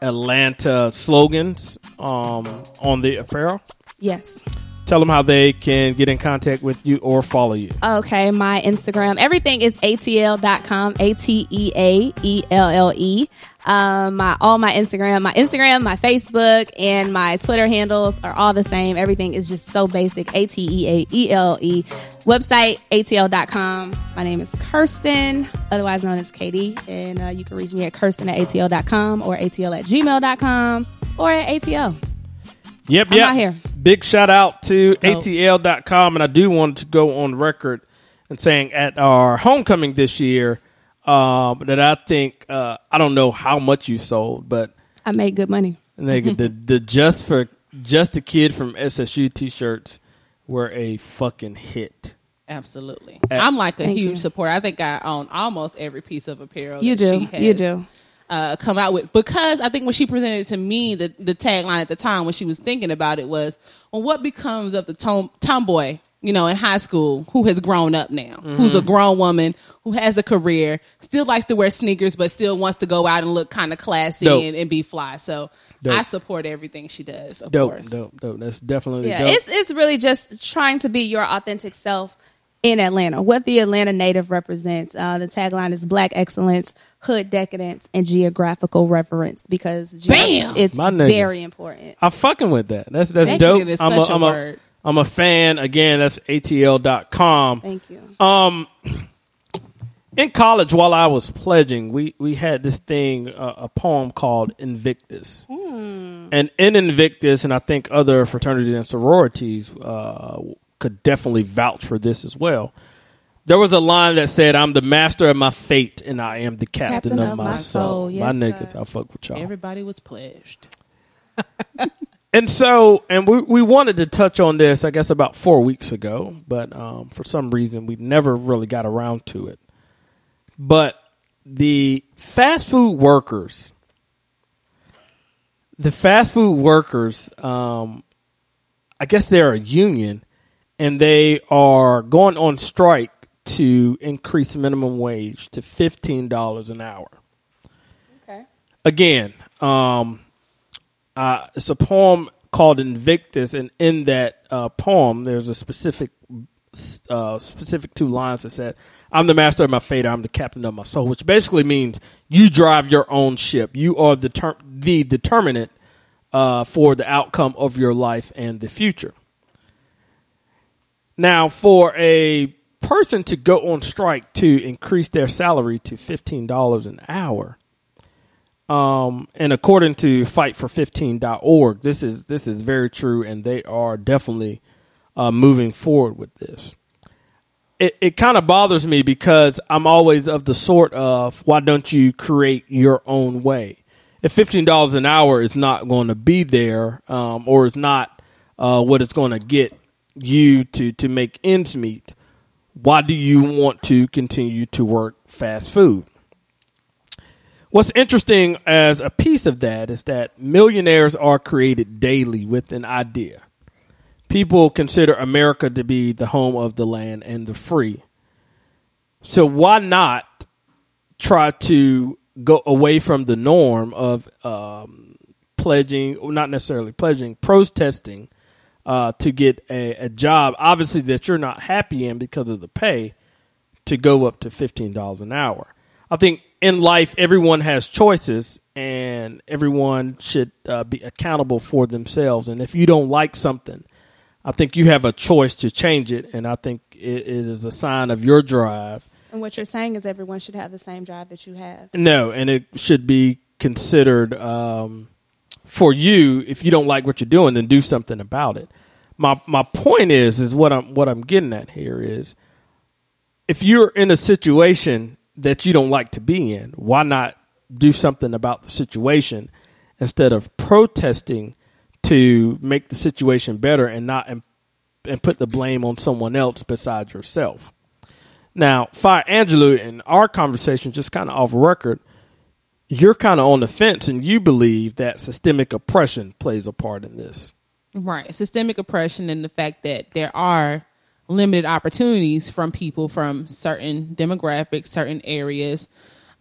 S1: Atlanta slogans um, on the apparel.
S4: yes
S1: Tell them how they can get in contact with you or follow you.
S4: Okay, my Instagram. Everything is atl.com, A T E A E L L E. Um, my all my Instagram, my Instagram, my Facebook, and my Twitter handles are all the same. Everything is just so basic. A T E A E L E. Website atl.com. My name is Kirsten, otherwise known as Katie, and uh, you can reach me at Kirsten at atl.com or atl at gmail.com or at atl.
S1: Yep,
S4: I'm
S1: yep.
S4: out here.
S1: Big shout out to ATL.com. And I do want to go on record and saying at our homecoming this year um, that I think, uh, I don't know how much you sold, but
S4: I made good money.
S1: Nigga, the the just for just a kid from SSU t-shirts were a fucking hit.
S3: Absolutely.
S1: Uh,
S3: I'm like a
S5: Thank
S3: huge
S5: you.
S3: supporter. I think I own almost every piece of apparel.
S5: You
S3: that
S5: do.
S3: she has,
S5: You do.
S3: Uh, come out with because I think when she presented it to me, the the tagline at the time when she was thinking about it was, "Well, what becomes of the tom- tomboy, you know, in high school who has grown up now,
S1: Mm-hmm.
S3: who's a grown woman, who has a career, still likes to wear sneakers, but still wants to go out and look kind of classy
S1: Dope.
S3: and, and be fly." So
S1: Dope.
S3: I support everything she does. Of
S1: Dope,
S3: course.
S1: dope, dope. That's definitely
S4: Yeah,
S1: dope.
S4: it's it's really just trying to be your authentic self in Atlanta. What the Atlanta native represents. Uh, the tagline is Black excellence, hood decadence, and geographical reverence because ge-
S3: Bam!
S4: it's
S1: My nigga.
S4: very important.
S1: I'm fucking with that. That's that's
S3: Thank
S1: dope.
S3: you. It is
S1: I'm
S3: such
S1: a,
S3: a
S1: I'm
S3: word.
S1: a I'm a fan. Again, that's atl.com.
S4: Thank you.
S1: Um, in college while I was pledging, we we had this thing uh, a poem called Invictus, and in Invictus, and I think other fraternities and sororities uh, could definitely vouch for this as well. There was a line that said, "I'm the master of my fate, and I am the captain, of, my, soul."
S4: Yes,
S1: my niggas, I fuck with y'all.
S3: Everybody was pledged.
S1: And so, and we, we wanted to touch on this, I guess, about four weeks ago, but um, for some reason we never really got around to it. But the fast food workers, the fast food workers, um, I guess they're a union and they are going on strike to increase minimum wage to $15 an hour.
S4: Okay.
S1: Again, um, uh, it's a poem called Invictus, and in that uh, poem, there's a specific uh, specific two lines that said, "I'm the master of my fate. I'm the captain of my soul," which basically means you drive your own ship. You are the ter- the determinant uh, for the outcome of your life and the future. Now, for a person to go on strike to increase their salary to fifteen dollars an hour, um, and according to fightfor15.org, this is this is very true, and they are definitely uh, moving forward with this. It it kind of bothers me because I'm always of the sort of why don't you create your own way? If fifteen dollars an hour is not going to be there, um, or is not uh, what it's going to get you to to make ends meet, why do you want to continue to work fast food? What's interesting as a piece of that is that millionaires are created daily with an idea. People consider America to be the home of the land and the free. So why not try to go away from the norm of um, pledging, or not necessarily pledging, protesting uh, to get a, a job, obviously that you're not happy in because of the pay, to go up to fifteen dollars an hour. I think in life everyone has choices, and everyone should uh, be accountable for themselves. And if you don't like something, I think you have a choice to change it, and I think it, it is a sign of your drive.
S4: And what you're saying is everyone should have the same drive that you have.
S1: No, and it should be considered um, for you. If you don't like what you're doing, then do something about it. My my point is is what I'm what I'm getting at here is if you're in a situation that you don't like to be in, why not do something about the situation instead of protesting to make the situation better and not and, and put the blame on someone else besides yourself. Now, Fire Angelou, in our conversation, just kind of off record, you're kind of on the fence and you believe that systemic oppression plays a part in this.
S3: Right. Systemic oppression and the fact that there are limited opportunities from people from certain demographics, certain areas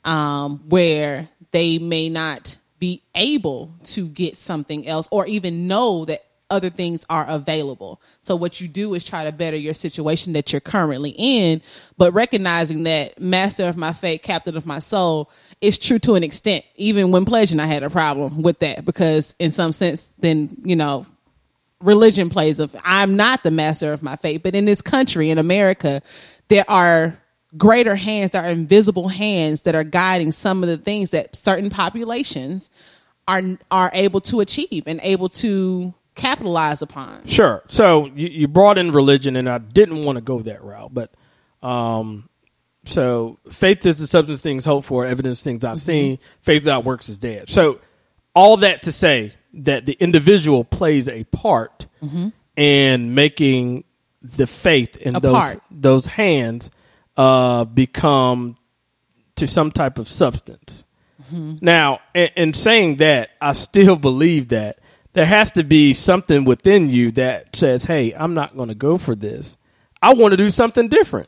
S3: um, where they may not be able to get something else or even know that other things are available. So what you do is try to better your situation that you're currently in, but recognizing that master of my fate, captain of my soul is true to an extent. Even when pledging, I had a problem with that because in some sense, then, you know, religion plays of I'm not the master of my fate, but in this country, in America, there are greater hands, there are invisible hands that are guiding some of the things that certain populations are are able to achieve and able to capitalize upon.
S1: Sure. So you, you brought in religion, and I didn't want to go that route, but um, so faith is the substance of things hoped for, evidence of things I've seen. Faith without works is dead. So all that to say, that the individual plays a part in making the faith in
S3: A
S1: those
S3: part.
S1: those hands uh, become to some type of substance.
S3: Mm-hmm.
S1: Now, in, in saying that, I still believe that there has to be something within you that says, "Hey, I'm not going to go for this. I want to do something different."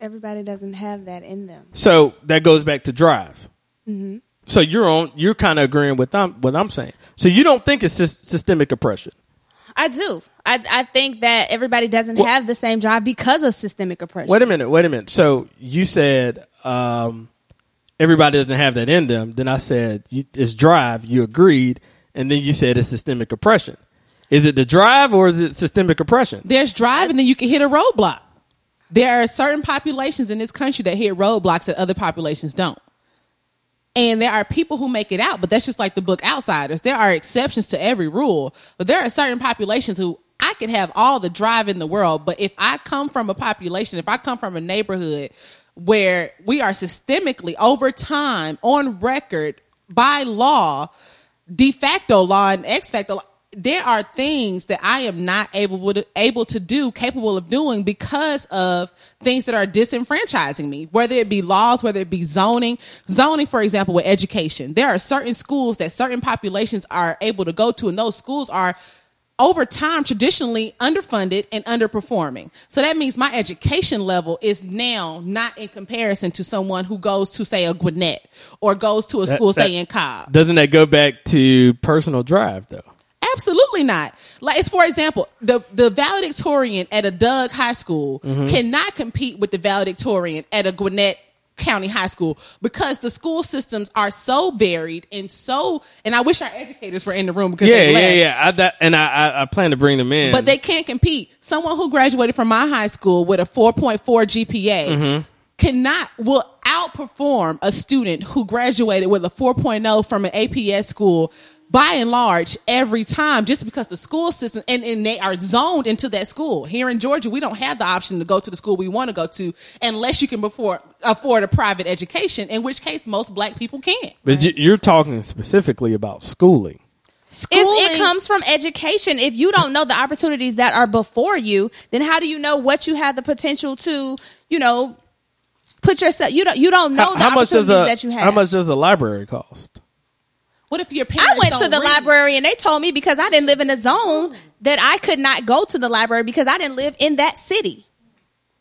S4: Everybody doesn't have that in them.
S1: So that goes back to drive.
S4: Mm-hmm.
S1: So you're on. You're kind of agreeing with I'm, what I'm saying. So you don't think it's sys- systemic oppression.
S4: I do. I, I think that everybody doesn't have the same drive because of systemic oppression.
S1: Wait a minute. Wait a minute. So you said um, everybody doesn't have that in them. Then I said you, it's drive. You agreed, and then you said it's systemic oppression. Is it the drive or is it systemic oppression?
S3: There's drive, and then you can hit a roadblock. There are certain populations in this country that hit roadblocks that other populations don't. And there are people who make it out, but that's just like the book Outsiders. There are exceptions to every rule, but there are certain populations who I could have all the drive in the world, but if I come from a population, if I come from a neighborhood where we are systemically over time on record by law, de facto law and ex facto law, there are things that I am not able to, able to do, capable of doing because of things that are disenfranchising me, whether it be laws, whether it be zoning. Zoning, for example, with education, there are certain schools that certain populations are able to go to, and those schools are over time traditionally underfunded and underperforming. So that means my education level is now not in comparison to someone who goes to, say, a Gwinnett or goes to a school,
S1: that-
S3: say, in Cobb.
S1: Doesn't that go back to personal drive though?
S3: Absolutely not. Like it's for example, the the valedictorian at a Doug High School
S1: Mm-hmm.
S3: cannot compete with the valedictorian at a Gwinnett County High School because the school systems are so varied and so. And I wish our educators were in the room because
S1: Yeah,
S3: they
S1: yeah,
S3: laugh.
S1: yeah. I, that, and I, I, I plan to bring them in.
S3: But they can't compete. Someone who graduated from my high school with a 4.4 GPA
S1: Mm-hmm.
S3: cannot will outperform a student who graduated with a 4.0 from an APS school by and large every time just because the school system and, and they are zoned into that school here in georgia we don't have the option to go to the school we want to go to unless you can afford, afford a private education in which case most black people can't
S1: but you, you're talking specifically about schooling.
S4: It's, it
S3: Schooling-
S4: comes from education. If you don't know the opportunities that are before you, then how do you know what you have the potential to, you know, put yourself? You don't. You don't know the opportunities
S1: a
S4: that you have.
S1: how much does a library cost?
S3: what if your parents
S4: I went
S3: don't
S4: to the
S3: read?
S4: library and they told me because I didn't live in a zone that I could not go to the library because I didn't live in that city.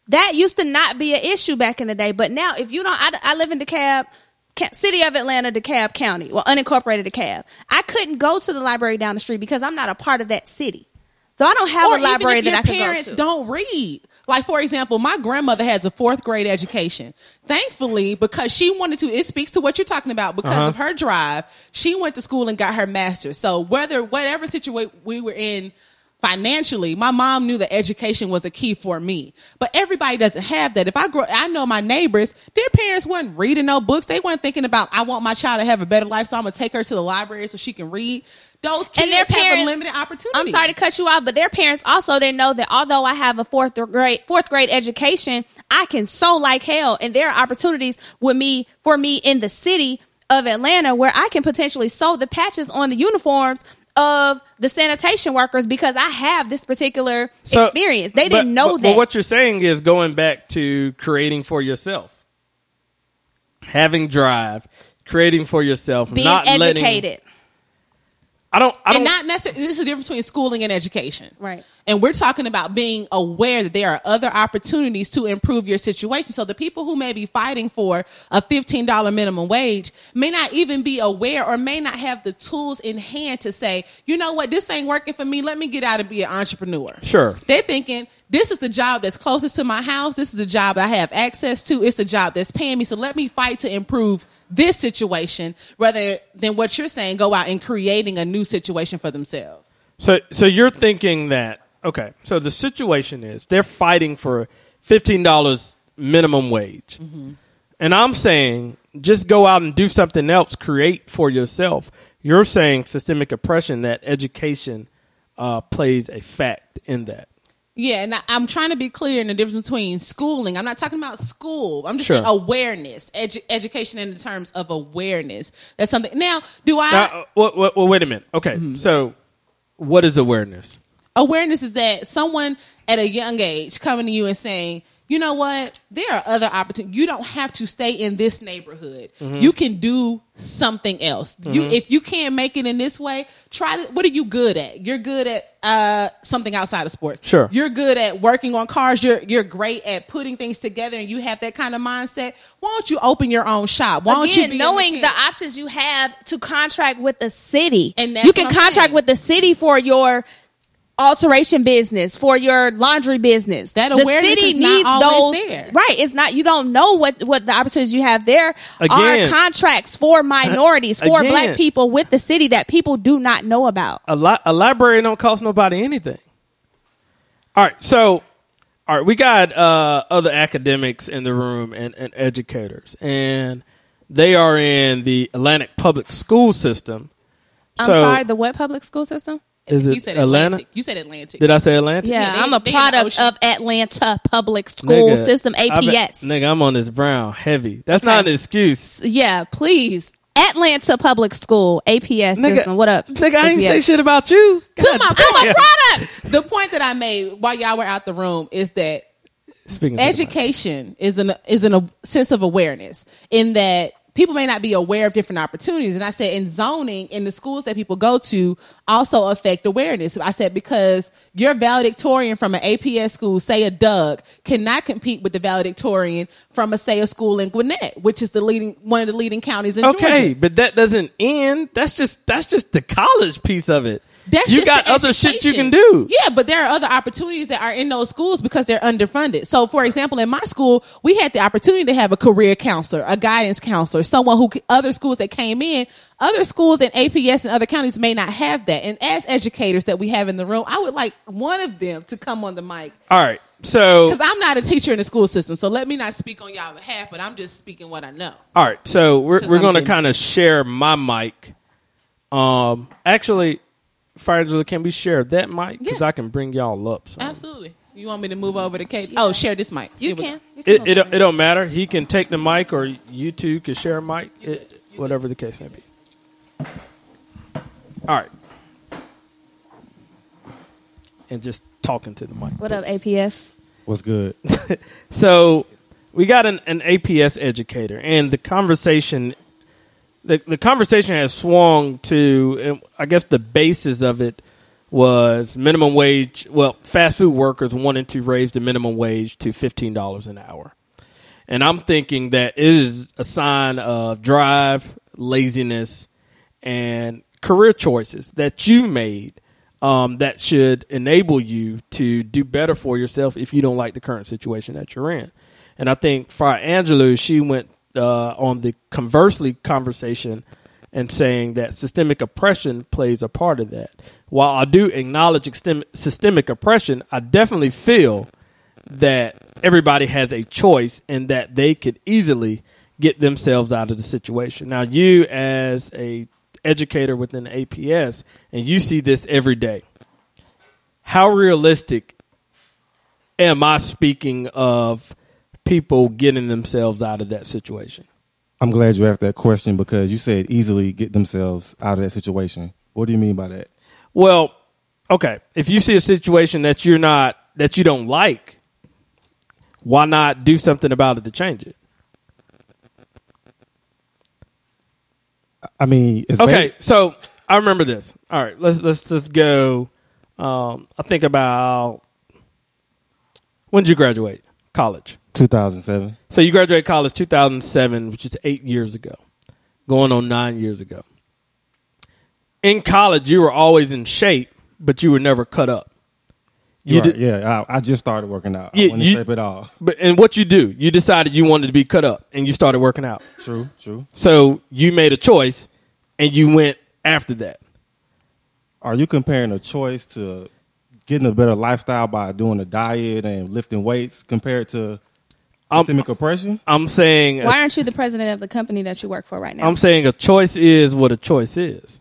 S4: That used to not be an issue back in the day, but now if you don't, I, I live in DeKalb, Ca- city of Atlanta, DeKalb County, well, unincorporated DeKalb. I couldn't go to the library down the street because I'm not a part of that city, so I don't have
S3: or
S4: a library
S3: even
S4: that I
S3: if
S4: can
S3: your parents
S4: go to.
S3: don't read. Like for example, my grandmother has a fourth grade education. Thankfully, because she wanted to, it speaks to what you're talking about. Because of her drive, she went to school and got her master's. So whether whatever situation we were in financially, my mom knew that education was a key for me. But everybody doesn't have that. If I grow, I know my neighbors, their parents weren't reading no books. They weren't thinking about, I want my child to have a better life, so I'm gonna take her to the library so she can read. Those kids
S4: And their
S3: have a
S4: parents-
S3: limited opportunity.
S4: I'm sorry to cut you off, but their parents also didn't know that although I have a fourth grade fourth grade education, I can sew like hell, and there are opportunities with me for me in the city of Atlanta where I can potentially sew the patches on the uniforms of the sanitation workers because I have this particular
S1: So-
S4: experience. They
S1: but-
S4: didn't know
S1: but-
S4: that.
S1: But what you're saying is going back to creating for yourself, having drive, creating for yourself,
S4: being
S1: not letting-
S4: educated.
S1: I don't. I don't.
S3: and not necessarily this is the difference between schooling and education
S4: Right.
S3: and we're talking about being aware that there are other opportunities to improve your situation so the people who may be fighting for a $15 minimum wage may not even be aware or may not have the tools in hand to say you know what this ain't working for me let me get out and be an entrepreneur
S1: Sure.
S3: they're thinking this is the job that's closest to my house this is the job i have access to it's the job that's paying me so let me fight to improve this situation rather than what you're saying go out and creating a new situation for themselves
S1: so, so you're thinking that okay. So the situation is they're fighting for fifteen dollars minimum wage,
S4: Mm-hmm.
S1: and I'm saying just go out and do something else. Create for yourself. You're saying systemic oppression that education uh, plays a fact in that.
S3: Yeah, and I, I'm trying to be clear in the difference between schooling. I'm not talking about school. I'm just
S1: Sure.
S3: saying awareness, edu- education in the terms of awareness. That's something. Now, do I?
S1: Now, uh, wha- wha- wha- wait a minute. Okay, so what is awareness?
S3: awareness is that someone at a young age coming to you and saying, you know what, there are other opportunities. You don't have to stay in this neighborhood. You can do something else. You, if you can't make it in this way, try. th- What are you good at? You're good at uh, something outside of sports.
S1: Sure.
S3: You're good at working on cars. You're you're great at putting things together, and you have that kind of mindset. Why don't you open your own shop? Why don't you
S4: Again,
S3: be a
S4: knowing the
S3: mechanic?
S4: options you have to contract with the city,
S3: And that's
S4: you can
S3: what I'm
S4: contract
S3: saying.
S4: with the city for your alteration business, for your laundry business.
S3: That
S4: the
S3: awareness
S4: city
S3: is not
S4: needs
S3: always
S4: those.
S3: there.
S4: Right? It's not. You don't know what what the opportunities you have there
S1: Again.
S4: are. Contracts for minorities, for
S1: Again.
S4: black people with the city that people do not know about.
S1: A li- a library don't cost nobody anything. All right, so all right, we got uh, other academics in the room and, and educators, and they are in the Atlantic public school system.
S4: I'm
S1: So-
S4: sorry. The what public school system?
S1: Is
S3: You
S1: it
S3: said
S1: Atlanta?
S3: Atlantic. You said Atlantic.
S1: Did I say Atlanta?
S4: Yeah,
S3: they-
S4: I'm a
S3: they in the
S4: product
S3: ocean.
S4: of Atlanta Public School
S1: Nigga,
S4: System
S1: I bet-
S4: APS.
S1: nigga, I'm on this brown heavy. That's not an excuse.
S4: Yeah, please. Atlanta Public School, APS
S1: Nigga,
S4: system. What up?
S1: Nigga, I ain't
S4: Yeah.
S1: say shit about you.
S3: to my, to my product. The point that I made while y'all were out the room is that
S1: Speaking of
S3: education is an is an a sense of awareness in that people may not be aware of different opportunities. And I said, in zoning, in the schools that people go to, also affect awareness. I said because your valedictorian from an APS school, say a Doug, cannot compete with the valedictorian from a say a school in Gwinnett, which is the leading one of the leading counties in
S1: Okay,
S3: Georgia.
S1: but that doesn't end. That's just that's just the college piece of it.
S3: That's
S1: you
S3: just
S1: got
S3: the
S1: other shit you
S3: education.
S1: can do.
S3: Yeah, but there are other opportunities that are in those schools because they're underfunded. So, for example, in my school, we had the opportunity to have a career counselor, a guidance counselor, someone who c- other schools that came in, other schools in APS and other counties may not have that. And as educators that we have in the room, I would like one of them to come on the mic
S1: All right. So
S3: because I'm not a teacher in the school system. So let me not speak on y'all behalf, but I'm just speaking what I know.
S1: all right. So we're
S3: 'Cause
S1: we're
S3: I'm
S1: going to
S3: in-
S1: kind of share my mic. Um actually Fire Angela, can we share that mic? Because
S3: Yeah. Uh,
S1: I can bring y'all up. some.
S3: Absolutely. You want me to move over to Kate? Oh, share this mic.
S4: You
S3: Here we go.
S4: can. You can
S1: It,
S4: come
S1: it
S4: over
S1: it don't matter. He can take the mic, or you two can share a mic, it, whatever the case may be. All right, and just talking to the mic.
S4: What up, APS?
S7: What's good?
S1: So we got an, an APS educator, and the conversation, the, the conversation has swung to, and I guess the basis of it was minimum wage. Well, fast food workers wanting to raise the minimum wage to fifteen dollars an hour, and I'm thinking that it is a sign of drive, laziness, and career choices that you made um, that should enable you to do better for yourself if you don't like the current situation that you're in. And I think Fry Angelou, she went uh, on the conversely conversation and saying that systemic oppression plays a part of that. While I do acknowledge extem- systemic oppression, I definitely feel that everybody has a choice and that they could easily get themselves out of the situation. Now, you as a educator within the APS, and you see this every day. How realistic am I speaking of people getting themselves out of that situation?
S7: I'm glad you asked that question because you said easily get themselves out of that situation. What do you mean by that?
S1: Well, okay. If you see a situation that you're not that you don't like, why not do something about it to change it?
S7: I mean, it's
S1: Okay,
S7: ba-
S1: so I remember this. All right, let's let's just go. Um, I think about when did you graduate college?
S7: 2007.
S1: So you graduated college 2007, which is eight years ago, going on nine years ago. In college, you were always in shape, but you were never cut up. You
S7: Right,
S1: did,
S7: yeah, I, I just started working out. I
S1: Yeah,
S7: wasn't
S1: you-
S7: in shape at all.
S1: but and what you do, you decided you wanted to be cut up, and you started working out.
S7: True, true.
S1: So you made a choice, and you went after that.
S7: Are you comparing a choice to getting a better lifestyle by doing a diet and lifting weights compared to
S1: I'm-
S7: systemic oppression?
S1: Um, I'm saying a
S4: Why aren't you the president of the company that you work for right now?
S1: I'm saying a choice is what a choice is.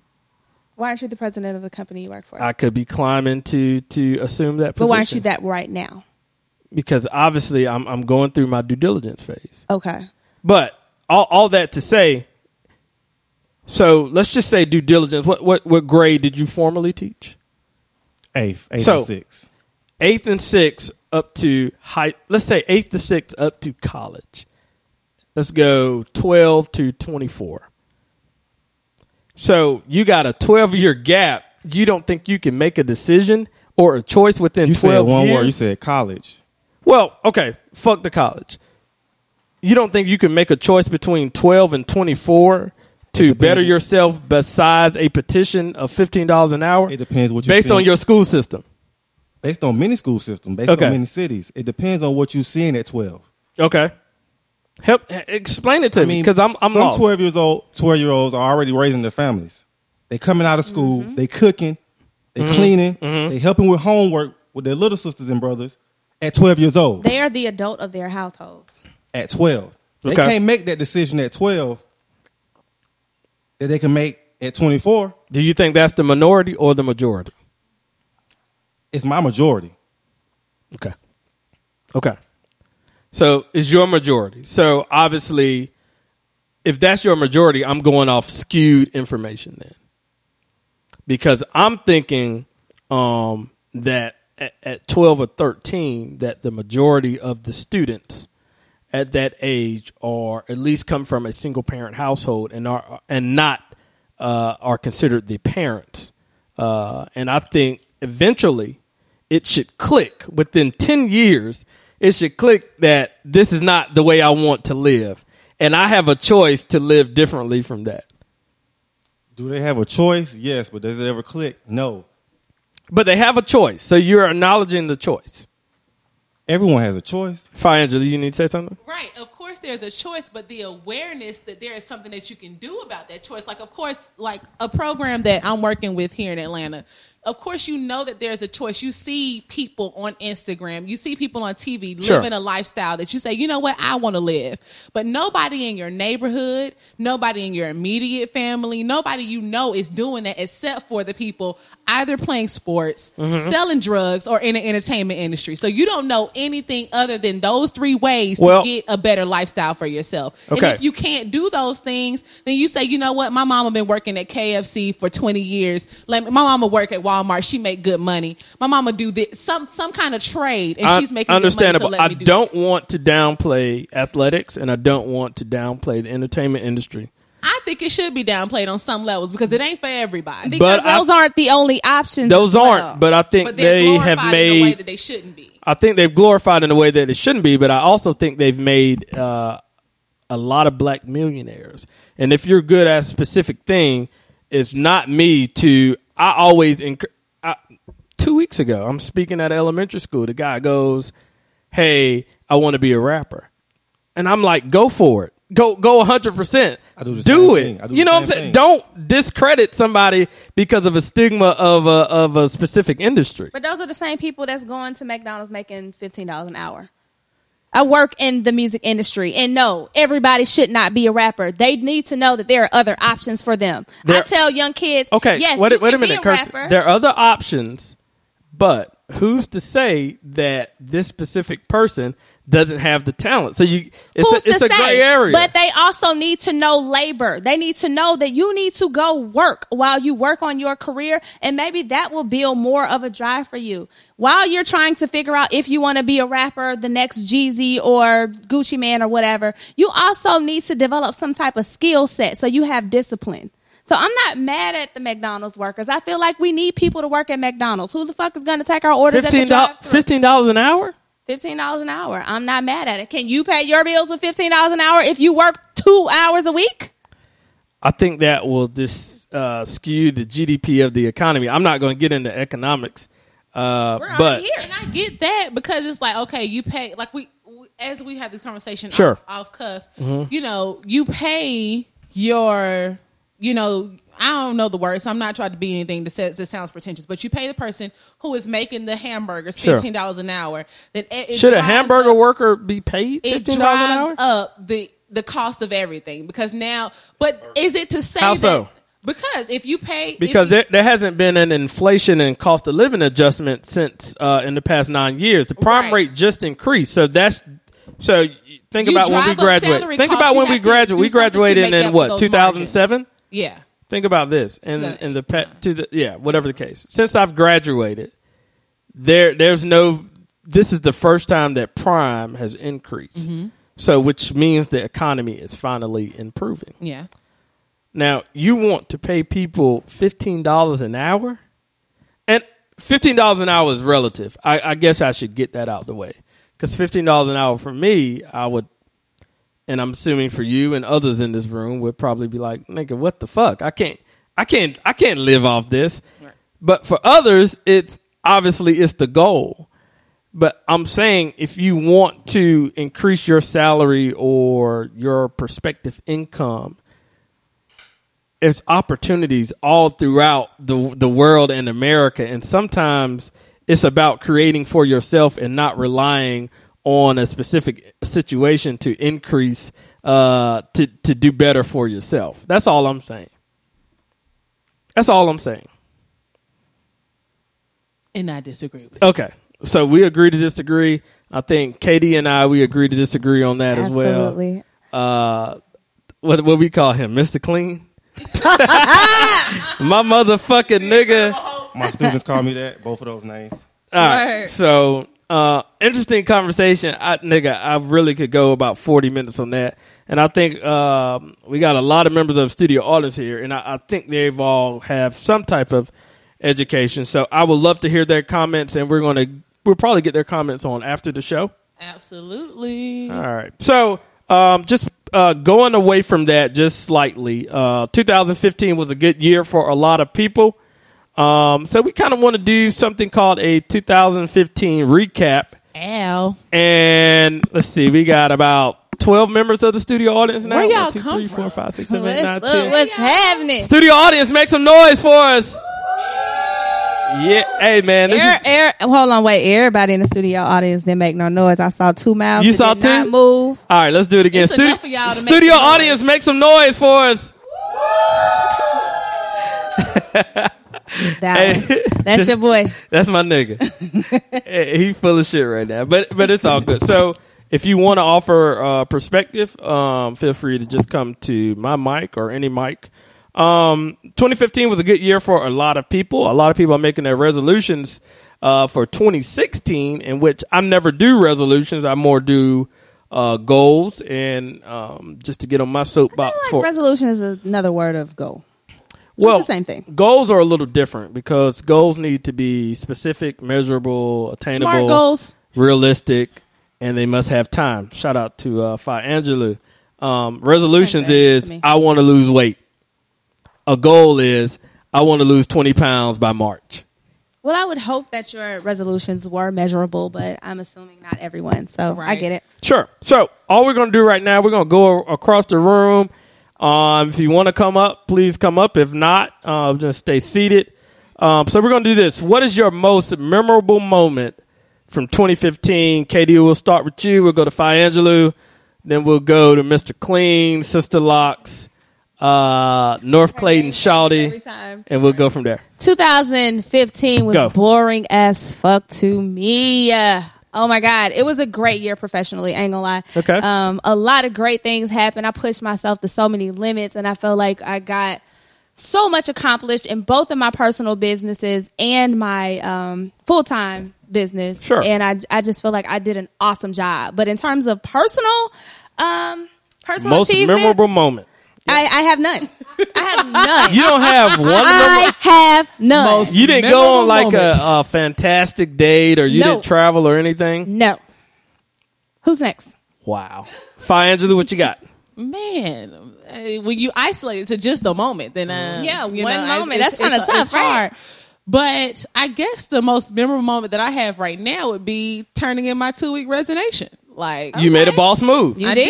S4: why aren't you the president of the company you work for?
S1: I could be climbing to to assume that position.
S4: but why aren't you that right now?
S1: Because obviously, I'm I'm going through my due diligence phase.
S4: Okay.
S1: But all all that to say, so let's just say due diligence. What what what grade did you formally teach?
S7: Eighth, eight
S1: So-
S7: and six.
S1: Eighth and sixth up to high. Let's say eighth to sixth up to college. Let's go twelve to twenty four. So you got a twelve year gap. You don't think you can make a decision or a choice within
S7: You said
S1: twelve
S7: one
S1: years?
S7: word. You said college.
S1: Well, okay, fuck the college. You don't think you can make a choice between 12 and 24 to better yourself besides a petition of $15 an hour?
S7: It depends what you
S1: Based
S7: see.
S1: on your school system.
S7: Based on many school systems, based
S1: Okay.
S7: on many cities, it depends on what you're seeing at twelve.
S1: Okay. Help h- explain it to
S7: I
S1: me
S7: mean,
S1: because I'm I'm
S7: some
S1: lost.
S7: twelve years old, twelve year olds are already raising their families. They coming out of school, they cooking, they
S1: Mm-hmm.
S7: cleaning, they helping with homework with their little sisters and brothers at twelve years old.
S4: They are the adult of their households.
S7: at twelve, they
S1: Okay.
S7: can't make that decision at twelve that they can make at twenty four.
S1: Do you think that's the minority or the majority?
S7: It's my majority.
S1: Okay. Okay. So it's your majority. So obviously, if that's your majority, I'm going off skewed information then. Because I'm thinking um, that at, at 12 or 13, that the majority of the students at that age are at least come from a single parent household and are and not uh, are considered the parents. Uh, and I think eventually it should click within 10 years. It should click that this is not the way I want to live. And I have a choice to live differently from that.
S7: Do they have a choice? Yes, but does it ever click? No.
S1: But they have a choice. So you're acknowledging the choice.
S7: Everyone has a choice.
S1: Fine, Angela, you need to say something?
S3: Right. Of course, there's a choice, but the awareness that there is something that you can do about that choice. Like, of course, like a program that I'm working with here in Atlanta. Of course, you know that there's a choice. You see people on Instagram, you see people on TV
S1: Sure.
S3: living a lifestyle that you say, you know what, I want to live. But nobody in your neighborhood, nobody in your immediate family, nobody you know is doing that except for the people either playing sports, selling drugs, or in the entertainment industry. So you don't know anything other than those three ways
S1: Well-
S3: to get a better lifestyle for yourself.
S1: Okay.
S3: And if you can't do those things, then you say, you know what? My mama been working at KFC for 20 years. Let me, my mama work at Walmart. She make good money. My mama do this some some kind of trade, and she's making
S1: understandable.
S3: Good money, so let me
S1: I
S3: do
S1: don't want to downplay athletics and I don't want to downplay the entertainment industry.
S3: I think it should be downplayed on some levels because it ain't for everybody.
S4: Because
S1: But I-
S4: those aren't the only options.
S1: Those
S4: as well.
S1: aren't, but I think
S3: But they're
S1: they
S3: glorified
S1: have
S3: in a way
S1: made
S3: that they shouldn't be.
S1: I think they've glorified in a way that it shouldn't be, but I also think they've made uh, a lot of black millionaires. And if you're good at a specific thing, it's not me to. I always. Enc- I, two weeks ago, I'm speaking at an elementary school. The guy goes, "Hey, I want to be a rapper," and I'm like, "Go for it." Go go hundred percent.
S7: I do the
S1: do
S7: same
S1: it.
S7: thing. I do the
S1: you know what I'm
S7: same
S1: saying?
S7: thing.
S1: Don't discredit somebody because of a stigma of a of a specific industry.
S4: But those are the same people that's going to McDonald's making fifteen dollars an hour. I work in the music industry, and no, everybody should not be a rapper. They need to know that there are other options for them. I
S1: There-
S4: tell young kids,
S1: Okay,
S4: yes,
S1: wait,
S4: you
S1: wait a
S4: can be
S1: minute,
S4: a
S1: Kirsten.
S4: rapper.
S1: There are other options, but who's to say that this specific person doesn't have the talent? So you, it's
S4: Who's
S1: a, it's
S4: to
S1: a
S4: say?
S1: gray area.
S4: But they also need to know labor. They need to know that you need to go work while you work on your career, and maybe that will build more of a drive for you. While you're trying to figure out if you want to be a rapper, the next Jeezy or Gucci Man or whatever, you also need to develop some type of skill set so you have discipline. So I'm not mad at the McDonald's workers. I feel like we need people to work at McDonald's. Who the fuck is going to take our orders at the
S1: fifteen dollars,
S4: drive-thru?
S1: fifteen dollars an hour.
S4: Fifteen dollars an hour. I'm not mad at it. Can you pay your bills with fifteen dollars an hour if you work two hours a week?
S1: I think that will just uh, skew the GDP of the economy. I'm not going to get into economics, uh,
S4: We're
S1: but
S4: already here.
S3: And I get that because it's like, okay, you pay like we we- as we have this conversation
S1: Sure. Mm-hmm.
S3: off, off cuff, you know, you pay your, you know, I don't know the words. I'm not trying to be anything that says that sounds pretentious, but you pay the person who is making the hamburgers
S1: Sure.
S3: fifteen dollars an hour. That it, it
S1: should a
S3: drives
S1: hamburger
S3: up-
S1: worker be paid
S3: It
S1: fifteen dollars an
S3: drives
S1: hour?
S3: up the the cost of everything because now. But is it to say
S1: How
S3: that?
S1: so?
S3: Because if you pay, if
S1: because
S3: you-
S1: there, there hasn't been an inflation and cost of living adjustment since uh, in the past nine years. The prime
S3: Right.
S1: rate just increased, so that's so. y- Think
S3: you
S1: about when we
S3: drive up salary
S1: graduated. Think
S3: costs,
S1: about
S3: you
S1: when
S3: have
S1: we
S3: to do
S1: graduated. We
S3: something to
S1: graduated
S3: make up
S1: in
S3: for
S1: what
S3: those
S1: two thousand seven.
S3: margins. yeah,
S1: Think about this, and
S3: that-
S1: in the pa- to the yeah, whatever the case. Since I've graduated, there there's no. This is the first time that prime has increased,
S3: Mm-hmm.
S1: Mm-hmm. so which means the economy is finally improving.
S3: yeah.
S1: Now you want to pay people fifteen dollars an hour, and fifteen dollars an hour is relative. I, I guess I should get that out the way because fifteen dollars an hour for me, I would, and I'm assuming for you and others in this room would probably be like, "Nigga, what the fuck? I can't, I can't, I can't live off this." But for others, it's obviously it's the goal. But I'm saying if you want to increase your salary or your prospective income, there's opportunities all throughout the the world and America, and sometimes it's about creating for yourself and not relying on a specific situation to increase uh, to to do better for yourself. That's all I'm saying. That's all I'm saying.
S3: And I disagree with.
S1: Okay, so we agree to disagree. I think Katie and I we agree to disagree on that as well. Uh,
S4: Absolutely.
S1: What what we call him, Mister Clean? My motherfucking nigga.
S7: My students call me that. Both of those names.
S1: All right.
S3: Word.
S1: So, uh, interesting conversation. I, nigga, I really could go about 40 minutes on that. And I think um, we got a lot of members of the studio audience here, and I, I think they've all have some type of education. So I would love to hear their comments, and we're going to we'll probably get their comments on after the show.
S3: Absolutely.
S1: All right. So, um, just uh, going away from that just slightly, uh, 2015 was a good year for a lot of people. Um, so, we kind of want to do something called a 2015 recap.
S3: Al,
S1: And let's see, we got about 12 members of the studio audience now.
S3: Where y'all
S1: One, two,
S3: come
S1: three,
S3: from?
S1: four, five, six, seven, eight, nine,
S4: Let's look
S1: 10.
S4: what's happening.
S1: Studio audience, make some noise for us. Yeah. Hey, man. This is,
S4: Air, air, hold on, wait. Everybody in the studio audience didn't make no noise. I saw two mouths.
S1: You
S4: that
S1: saw
S4: did
S1: two?
S4: Not move.
S1: all right, let's do it again.
S3: It's
S1: Studio,
S3: enough for y'all to make
S1: studio
S3: some noise.
S1: audience, make some noise for us.
S4: That
S1: Hey.
S4: one. That's your boy.
S1: That's my nigga. Eh, he full of shit right now, but but it's all good. So if you want to offer uh, perspective, um, feel free to just come to my mic or any mic. Um, 2015 was a good year for a lot of people. A lot of people are making their resolutions uh, for 2016, in which I never do resolutions. I more do uh, goals and um, just to get on my soapbox for
S4: resolution is another word of go.
S1: well,
S4: It's the same thing.
S1: Goals are a little different because goals need to be specific, measurable, attainable,
S3: smart goals.
S1: realistic, and they must have time. Shout out to uh, Fi Angelou. Um,
S4: Same
S1: resolutions
S4: thing
S1: is
S4: to me.
S1: I want to lose weight. A goal is I want to lose twenty pounds by March.
S4: Well, I would hope that your resolutions were measurable, but I'm assuming not everyone. So I
S3: Right.
S4: get it.
S1: Sure. So all we're gonna do right now, we're gonna go a- across the room. Um, if you want to come up, please come up. If not, uh, just stay seated. Um, so we're gonna do this. What is your most memorable moment from 2015? Katie, we'll start with you. We'll go to Fi Angelou, then we'll go to Mr. Clean, Sister Locks, uh, North Clayton Shawty,
S4: time.
S1: and we'll go from there.
S4: 2015 was
S1: Go.
S4: boring as fuck to me. Uh, Oh my God. It was a great year professionally. I ain't gonna lie.
S1: Okay.
S4: Um, a lot of great things happened. I pushed myself to so many limits and I felt like I got so much accomplished in both of my personal businesses and my um, full time business.
S1: Sure.
S4: And I, I just feel like I did an awesome job. But in terms of personal, um, personal
S1: Most
S4: achievements,
S1: memorable moment.
S4: I, I have none. I have none.
S1: You don't have one. memorable-
S4: I have none.
S3: Most
S1: You didn't go on
S3: memorable
S1: like a,
S3: moment.
S1: a fantastic date or you
S4: No.
S1: didn't travel or anything?
S4: No. Who's next?
S1: Wow. Fi Angela, what you got?
S3: man uh, when you isolate it to just a moment then uh,
S4: Mm-hmm. Yeah,
S3: you
S4: one
S3: it's-
S4: moment.
S3: it's-
S4: That's kinda
S3: it's- it's
S4: tough, right?
S3: hard. but i guess the most memorable moment that i have right now would be turning in my two-week resignation like
S1: You made a boss move.
S4: Oh, You
S3: I
S4: did.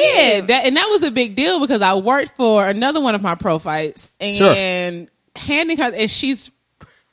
S3: did. that, and that was a big deal because I worked for another one of my pro fights,
S1: Sure.
S3: and handing her, and she's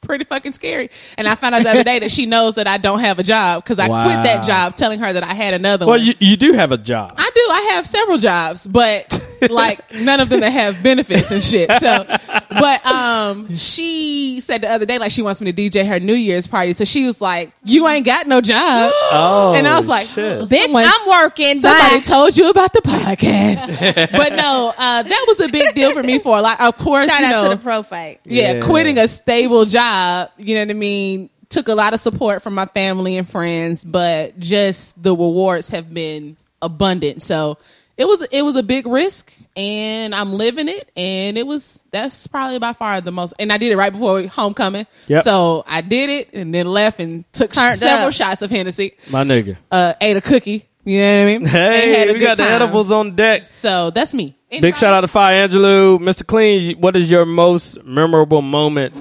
S3: pretty fucking scary. And I found out the other day that she knows that I don't have a job because I
S1: Wow.
S3: quit that job, telling her that I had another
S1: well,
S3: one.
S1: you, you do have a job.
S3: I do. do. I have several jobs, but like none of them that have benefits and shit. So, but um, she said the other day like she wants me to DJ her New Year's party. So she was like, "You ain't got no job,"
S1: Oh,
S3: and I was like,
S1: shit.
S3: "Bitch,
S4: Bitch, I'm working.
S3: Somebody
S4: Bye.
S3: told you about the podcast. but no, uh, that was a big deal for me for like, of course,
S4: Shout
S3: you
S4: out
S3: know,
S4: to the pro fight.
S3: yeah,
S1: Yeah.
S3: quitting a stable job, you know what I mean, took a lot of support from my family and friends, but just the rewards have been abundant. So it was it was a big risk and I'm living it and it was that's probably by far the most and I did it right before homecoming.
S1: Yep.
S3: So I did it and then left and took
S4: Turned
S3: several
S4: up.
S3: shots of Hennessy,
S1: my nigga.
S3: uh, ate a cookie. You know what I mean? And had
S1: Hey,
S3: a
S1: we
S3: good
S1: got the
S3: time.
S1: edibles on deck.
S3: So that's me. Anybody?
S1: Big shout out to Fire Angelou, Mr. Clean. What is your most memorable moment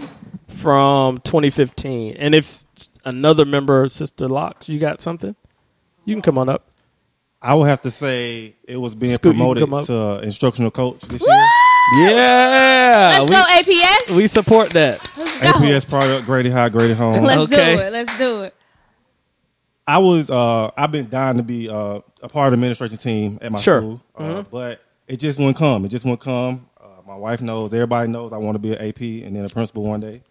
S1: from 2015? And if another member, Sister Locke, you got something, you can come on up.
S7: I would have to say it was being
S1: Scoot, you can
S7: promoted
S1: come up.
S7: to uh, instructional coach this year.
S1: Yeah,
S4: Let's go, APS.
S1: we, we support that.
S4: Let's go.
S7: APS product, graded high, graded home.
S4: Let's do
S1: Okay.
S4: it. Let's do it.
S7: I was uh I've been dying to be uh, a part of the administration team at my
S1: Sure. Mm-hmm.
S7: school, uh, but it just wouldn't come. It just wouldn't come. Uh, my wife knows. Everybody knows. I want to be an AP and then a principal one day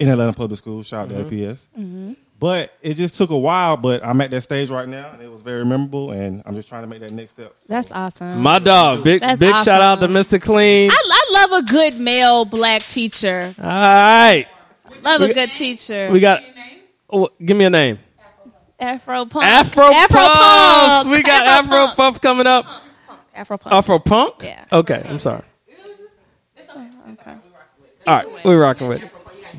S7: in Atlanta Public School. Shout out
S1: Mm-hmm.
S7: to APS.
S4: Mm-hmm.
S7: But it just took a while. But I'm at that stage right now, and it was very memorable. And I'm just trying to make that next step.
S4: That's awesome.
S1: My dog, big
S4: That's
S1: big shout out to
S4: awesome.
S1: Mr. Clean.
S4: I, I love a good male black teacher.
S1: All right,
S4: Love
S1: We-
S4: a good teacher.
S1: we got. Oh, give me a name.
S4: Afro Punk.
S1: Afro Puffs. We got
S4: Afro
S1: Afro Puff coming up.
S4: Afro Punk.
S1: Afro Punk.
S4: Yeah.
S1: Okay, I'm sorry. All right, we're rocking with. it.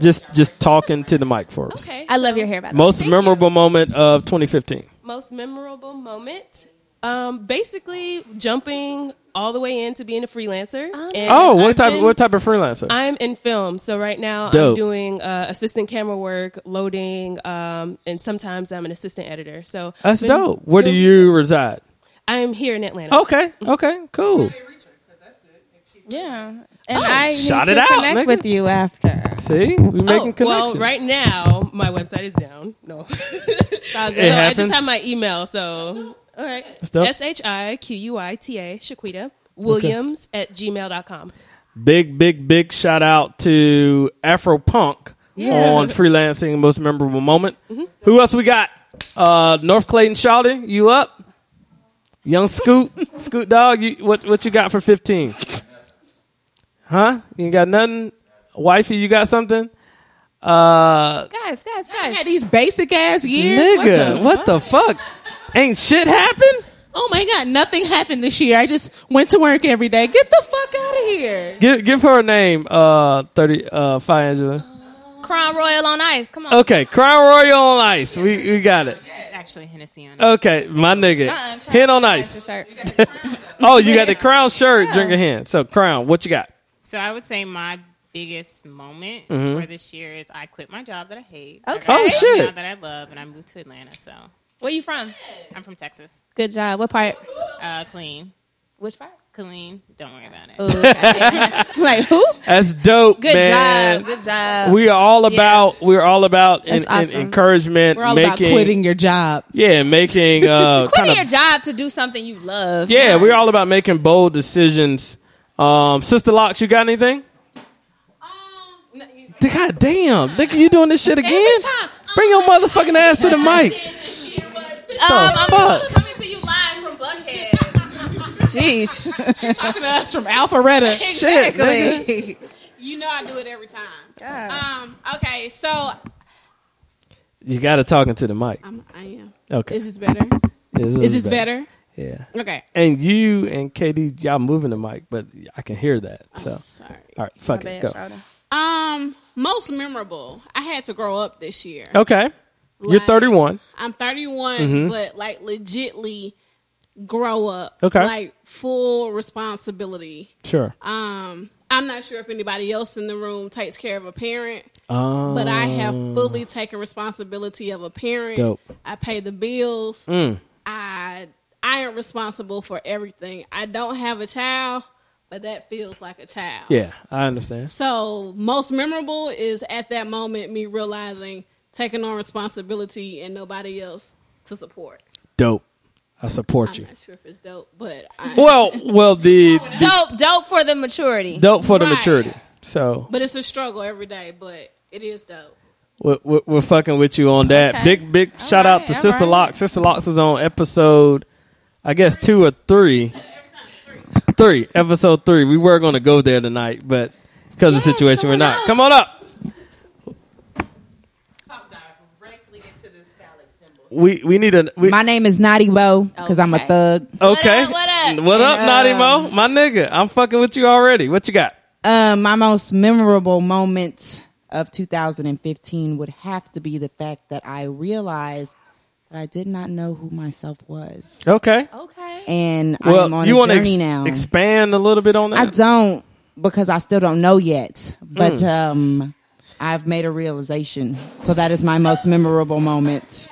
S1: Just just talking to the mic for us.
S8: Okay.
S4: I love your hair, by the way.
S1: Most memorable moment of 2015.
S8: Most memorable moment. Um, basically jumping all the way into being a freelancer. And
S1: Oh, what
S8: I've
S1: type
S8: been-
S1: what type of freelancer?
S8: I'm in film, so right now
S1: Dope.
S8: I'm doing uh, assistant camera work, loading, um, and sometimes I'm an assistant editor. So
S1: That's
S8: been
S1: dope. Oh. Where do
S8: doing-
S1: you reside?
S8: I am here in Atlanta.
S1: Okay, okay, cool.
S4: Yeah. And I need
S1: Oh, shout
S4: to
S1: it out,
S4: connect
S1: nigga.
S4: with you after.
S1: See, we making
S8: oh, well,
S1: connections.
S8: right now my website is down. No, Uh,
S1: It
S8: No, I
S1: happens.
S8: just have my email. So all right,
S1: dope.
S8: S H I Q U I T A Shaquita Williams at gmail.com.
S1: Big, big, big shout out to Afro Punk on freelancing most memorable moment. Who else we got? Uh, North Clayton Shouting, you up? Young Scoot, Scoot Dog, you, what what you got for fifteen? Huh? You ain't got nothing, wifey. You got something, uh,
S4: Guys, guys,
S3: I
S4: guys.
S3: had these basic ass years.
S1: nigga?
S3: What the
S1: What the fuck? Ain't shit happen?
S3: Oh my God, nothing happened this year. I just went to work every day. Get the fuck out of here.
S1: Give give her a name. Uh, thirty. Uh, five Angela.
S4: Crown Royal on Ice. Come on.
S1: Okay, Crown Royal on Ice. We we got it.
S9: It's actually Hennessy on.
S1: Okay, my nigga.
S4: Uh-uh, Crown
S1: Hen on
S4: Royal
S1: ice.
S4: is a shirt.
S1: Oh, you got the crown shirt, drink a hand. So crown, what you got?
S9: So I would say my biggest moment for this year is I quit my job that I hate. I
S4: Okay.
S9: got
S1: Mm-hmm. Oh,
S9: a
S1: shit.
S9: job that I love, and I moved to Atlanta. So
S4: Where you from?
S9: I'm from Texas.
S4: Good job. What part?
S9: Uh, clean,
S4: Which part?
S9: clean. Don't worry about it.
S4: like who?
S1: That's dope,
S4: Good
S1: man.
S4: job. Good job.
S1: We are all about we're all about in,
S4: That's
S1: in
S4: awesome.
S1: encouragement,
S3: We're all
S1: making
S3: about quitting your job.
S1: yeah, making uh,
S4: Quit
S1: kind of
S4: your job to do something you love.
S1: yeah. We're all about making bold decisions. Um, Sister Locks, you got anything?
S4: Um,
S1: God damn, nigga, you doing this shit again? Bring your motherfucking ass to the mic.
S4: Um, I'm
S1: fuck?
S4: coming to you live from Buckhead. Jeez.
S3: Talking to us from Alpharetta.
S1: Shit, nigga.
S9: You know I do it every time. Um. Okay. So
S1: You got to talk into the mic.
S9: I'm, I am.
S1: Okay,
S9: Is this better?
S1: is,
S9: Is this better?
S1: Yeah.
S9: Okay.
S1: And you and KD, y'all moving the mic, but I can hear that. So,
S9: Sorry.
S1: all right, fuck it, go.
S9: Um. Most memorable. I had to grow up this year.
S1: Okay, you're Mm-hmm.
S9: Like-
S1: 31.
S9: I'm 31, but like legitly grow up.
S1: Okay.
S9: Like full responsibility.
S1: Sure.
S9: Um, I'm not sure if anybody else in the room takes care of a parent,
S1: Um,
S9: but I have fully taken responsibility of a parent.
S1: Dope.
S9: I pay the bills.
S1: Mm.
S9: I I am responsible for everything. I don't have a child, but that feels like a child.
S1: Yeah, I understand.
S9: So most memorable is at that moment me realizing taking on responsibility and nobody else to support.
S1: Dope. I I support
S9: I'm
S1: you.
S9: not sure if it's dope, but I,
S1: Well, well, the
S4: Dope, dope for the maturity.
S1: dope for the
S9: Right.
S1: maturity. So
S9: but it's a struggle every day. But it is dope.
S1: we're, we're, we're fucking with you on that.
S4: Okay.
S1: Big big shout out
S4: right,
S1: to
S4: all
S1: Sister
S4: right.
S1: Locks. Sister Locks was on episode, I guess two or three, three episode three. We were going to go there tonight, but because of the situation, we're not. Come on up.
S3: Talk directly into this phallic symbol.
S1: We we need a we,
S5: My name is Naughty Bo because I'm a
S4: Okay.
S5: thug.
S1: okay.
S4: What up, what up?
S1: What up,
S5: And,
S1: Naughty Mo?
S5: um,
S1: My nigga, I'm fucking with you already. What you got?
S5: Uh, my most memorable moment of 2015 would have to be the fact that I realized that I did not know who myself was,
S1: Okay.
S9: Okay.
S5: and I'm
S1: Well,
S5: on
S1: you
S5: a
S1: want to
S5: journey now.
S1: expand a little bit on
S5: I
S1: that?
S5: don't because I still don't know yet, but um, I've made a realization. So that is my most memorable moment.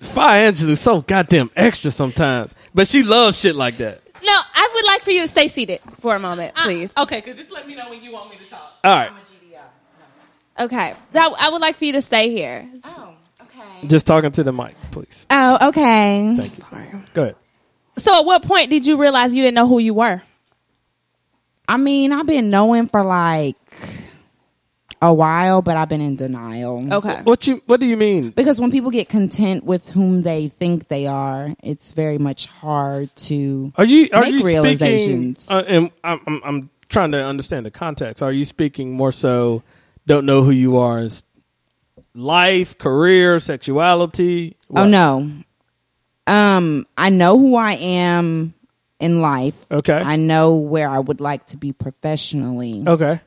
S1: Fire Angelou's so goddamn extra sometimes, but she loves shit like that.
S4: No, I would like for you to stay seated for a moment, please.
S3: Ah, Okay, because just let me know when you want me to talk.
S1: All right,
S4: Okay. That, I would like for you to stay here.
S3: Oh.
S1: just talking to the mic, please.
S5: Oh, okay.
S1: Thank you. Go ahead.
S4: So at what point did you realize you didn't know who you were?
S5: I mean, I've been knowing for like a while, but I've been in denial.
S4: Okay.
S1: What you? What do you mean?
S5: Because when people get content with whom they think they are, it's very much hard to.
S1: Are you are
S5: Make
S1: you speaking?
S5: realizations.
S1: Uh, and I'm, I'm I'm trying to understand the context. Are you speaking more so? Don't know who you are. Is life, career, sexuality?
S5: Oh
S1: What?
S5: no. Um, I know who I am in life.
S1: Okay.
S5: I know where I would like to be professionally.
S1: okay.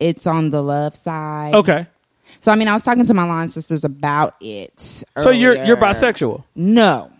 S5: It's on the love side.
S1: Okay.
S5: So I mean, I was talking to my line sisters about it.
S1: So you're you're
S5: earlier.
S1: bisexual.
S5: No,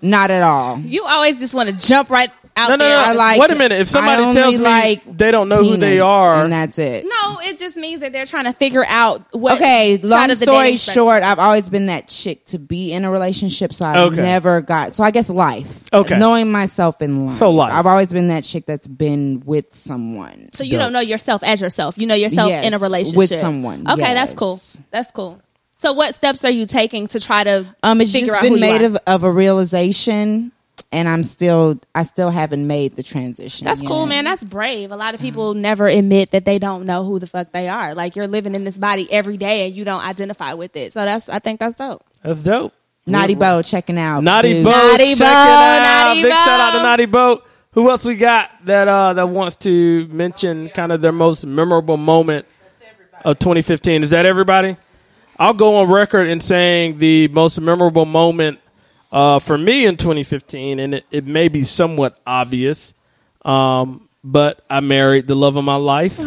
S5: not at all.
S4: You always just want to jump right out
S1: No, no,
S4: there.
S1: no.
S5: I like-
S1: Wait a minute. If somebody
S5: I only
S1: tells me
S5: like
S1: they don't know who they
S5: Penis,
S1: are,
S5: and that's it.
S4: No, it just means that they're trying to figure out what.
S5: Okay,
S4: side
S5: long
S4: of the
S5: story
S4: dating spectrum.
S5: short, I've always been that chick to be in a relationship, so I have
S1: Okay.
S5: never got. So I guess life.
S1: Okay.
S5: knowing myself in life.
S1: So life.
S5: I've always been that chick that's been with someone.
S4: So you don't know yourself as yourself. You know yourself
S5: Yes,
S4: in a
S5: with
S4: relationship
S5: someone,
S4: Okay, that's
S5: yes.
S4: cool. That's cool. So what steps are you taking to try to
S5: Um, it's
S4: figure
S5: just
S4: out
S5: been
S4: who
S5: made
S4: you are?
S5: of of a realization, and I'm still I still haven't made the transition.
S4: That's
S5: yet.
S4: cool, man. That's brave. A lot of people never admit that they don't know who the fuck they are. Like you're living in this body every day and you don't identify with it. So that's I think that's dope.
S1: that's dope.
S5: Naughty Bo checking out.
S1: Naughty
S5: dude.
S1: Bo,
S4: Naughty
S1: check
S4: Bo,
S1: it out.
S4: Naughty
S1: Big
S4: Bo.
S1: shout out to Naughty Bo. Who else we got that uh, that wants to mention kind of their most memorable moment of 2015? Is that everybody? I'll go on record in saying the most memorable moment uh, for me in 2015, and it, it may be somewhat obvious, um, but I married the love of my life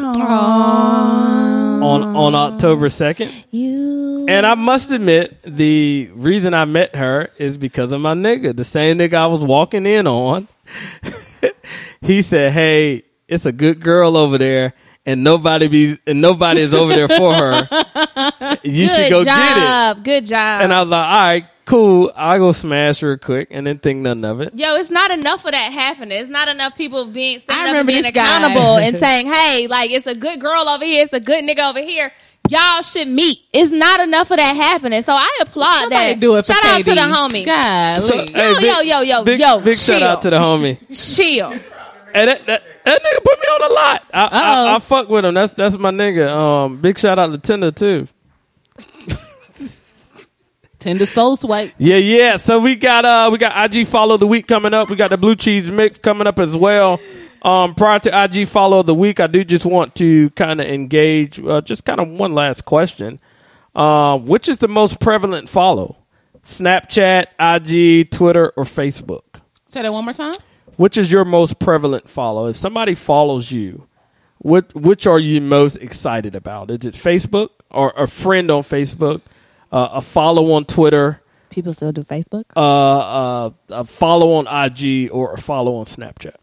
S1: on on October 2nd. And I must admit, the reason I met her is because of my nigga, the same nigga I was walking in on. he said, "Hey, it's a good girl over there, and nobody be and nobody is over there for her. You
S4: Good
S1: should go get it."
S4: job. Good job.
S1: And I was like, "All right, cool. I'll go smash real quick," and then think nothing of it.
S4: Yo, it's not enough of that happening. It's not enough people being
S3: I
S4: standing up and
S3: remember
S4: being
S3: this guy.
S4: accountable and saying, "Hey, like it's a good girl over here, it's a good nigga over here." Y'all should meet. It's not enough of that happening. So I applaud
S3: Somebody
S4: that.
S3: do it for
S4: Shout out to
S3: KD.
S4: the homie.
S3: Golly.
S1: Hey,
S4: Yo,
S1: big-
S4: yo, yo, yo,
S1: big,
S4: yo,
S1: Big shout out to
S4: chill.
S1: the homie.
S4: Chill.
S1: And that, that, that nigga put me on a lot. I, I, I fuck with him. That's that's my nigga. Um, big shout out to Tinder too.
S3: Tender soul swipe.
S1: Yeah, yeah. So we got uh we got IG follow of the week coming up. We got the blue cheese mix coming up as well. Um, prior to IG follow of the week, I do just want to kind of engage. Uh, just kind of one last question. Uh, which is the most prevalent follow? Snapchat, IG, Twitter, or Facebook?
S3: Say that one more time.
S1: Which is your most prevalent follow? If somebody follows you, what which are you most excited about? Is it Facebook or a friend on Facebook, uh, a follow on Twitter?
S4: People still do Facebook.
S1: uh, uh, a follow on IG or a follow on Snapchat.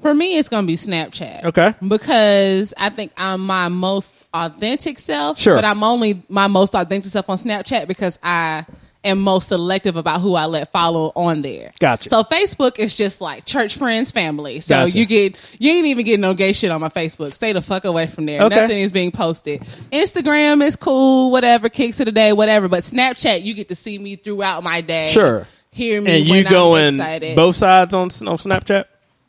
S3: For me, it's gonna be Snapchat.
S1: Okay.
S3: Because I think I'm my most authentic self.
S1: Sure.
S3: But I'm only my most authentic self on Snapchat because I am most selective about who I let follow on there.
S1: Gotcha.
S3: So Facebook is just like church friends, family. So
S1: Gotcha.
S3: you get you ain't even getting no gay shit on my Facebook. Stay the fuck away from there.
S1: Okay.
S3: Nothing is being posted. Instagram is cool, whatever, kicks of the day, whatever. But Snapchat, you get to see me throughout my day.
S1: Sure.
S3: hear me
S1: and
S3: when
S1: you
S3: I'm
S1: going
S3: excited.
S1: both sides on on Snapchat.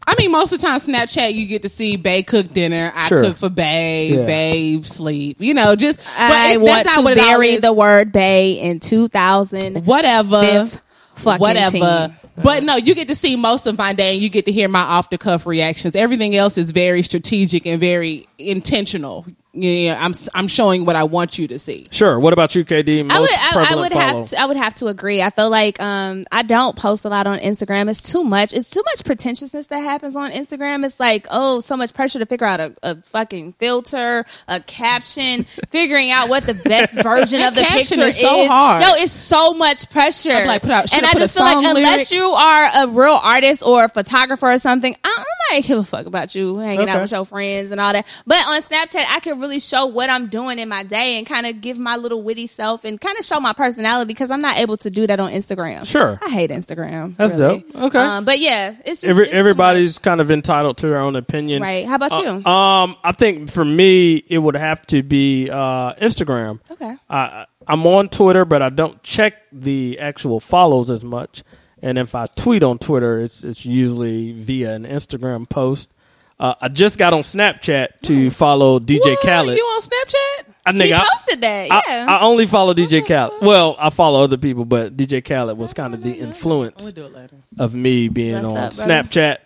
S3: I mean, most of the time, Snapchat, you get to see Bay cook dinner. I
S1: Sure.
S3: cook for Bay.
S1: Yeah.
S3: Babe sleep. You know, just but
S4: I
S3: it's-
S4: want
S3: that's
S4: to
S3: not what it all
S4: bury
S3: is.
S4: the word "bay" in 2000.
S3: whatever,
S4: Fifth fucking
S3: whatever.
S4: team.
S3: But no, you get to see most of my day, and you get to hear my off the cuff reactions. Everything else is very strategic and very intentional. You know, I'm I'm showing what I want you to see.
S1: Sure. What about you, KD?
S4: I
S1: Most
S4: would, I, I
S1: prevalent
S4: would
S1: follow.
S4: have, to, I would have to agree. I feel like um, I don't post a lot on Instagram. It's too much. It's too much pretentiousness that happens on Instagram. It's like, oh, so much pressure to figure out a, a fucking filter, a caption, figuring out what the best version of the
S3: That caption
S4: picture
S3: is so hard.
S4: No, it's so much pressure.
S3: be like, put out- should
S4: and
S3: I
S4: I
S3: put a
S4: just feel like
S3: song lyric?
S4: unless you are a real artist or a photographer or something, I don't I might give a fuck about you hanging
S1: Okay.
S4: out with your friends and all that. But on Snapchat, I can really show what I'm doing in my day and kind of give my little witty self and kind of show my personality because I'm not able to do that on Instagram.
S1: Sure.
S4: I hate Instagram.
S1: That's
S4: really.
S1: dope. Okay.
S4: Um, but yeah, it's just,
S1: Every,
S4: it's too
S1: everybody's kind of entitled to their own opinion.
S4: much. right. How about you?
S1: Uh, um, I think for me, it would have to be uh, Instagram.
S4: okay.
S1: I, I'm on Twitter, but I don't check the actual follows as much. And if I tweet on Twitter, it's it's usually via an Instagram post. Uh, I just got on Snapchat to follow DJ
S3: What?
S1: Khaled.
S3: You on Snapchat?
S1: I
S4: He
S1: nigga, I-
S4: posted that.
S1: I,
S4: Yeah.
S1: I only follow DJ Khaled. Well, I follow other people, but DJ Khaled was kind of the influence
S3: do it later.
S1: of me being
S4: What's
S1: on
S4: up, bro?
S1: Snapchat.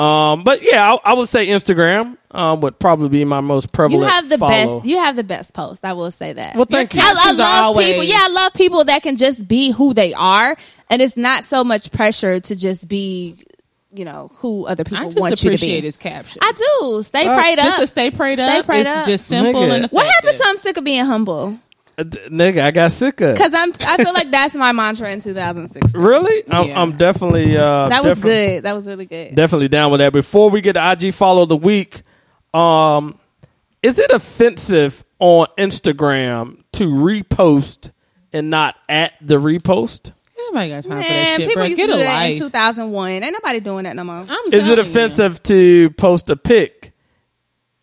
S1: Um, but yeah, I, I would say Instagram um, would probably be my most
S4: you
S1: prevalent.
S4: have the
S1: follow.
S4: best. You have the best post. I will say that.
S1: Well, thank you.
S4: I, I
S3: captions are
S4: love
S3: always-
S4: people. Yeah, I love people that can just be who they are, and it's not so much pressure to just be, you know, who other people
S3: I
S4: want
S3: just
S4: you to
S3: appreciate
S4: be.
S3: his caption.
S4: I do. Stay
S1: Uh,
S4: prayed
S3: Uh, just
S4: up.
S3: to stay prayed
S4: Stay
S3: up.
S4: prayed
S3: it's
S4: up.
S3: just simple
S1: Nigga.
S3: and
S4: what happened to
S3: effective.
S4: I'm sick of being humble?
S1: Uh, d- nigga, I got sick of. it.
S4: Because I'm. I feel like that's my mantra in 2006.
S1: Really? I'm,
S3: Yeah.
S1: I'm definitely. Uh,
S4: That was
S1: defi-
S4: good. That was really good.
S1: Definitely down with that. Before we get to IG follow of the week, um, is it offensive on Instagram to repost and not at the repost?
S3: Nobody got time for that
S4: Man,
S3: shit,
S4: people
S3: bro.
S4: used
S3: Get
S4: to
S3: a
S4: do that in
S3: life.
S4: 2001. Ain't nobody doing that no more.
S3: I'm
S1: Is
S3: telling
S1: it
S3: you.
S1: offensive to post a pic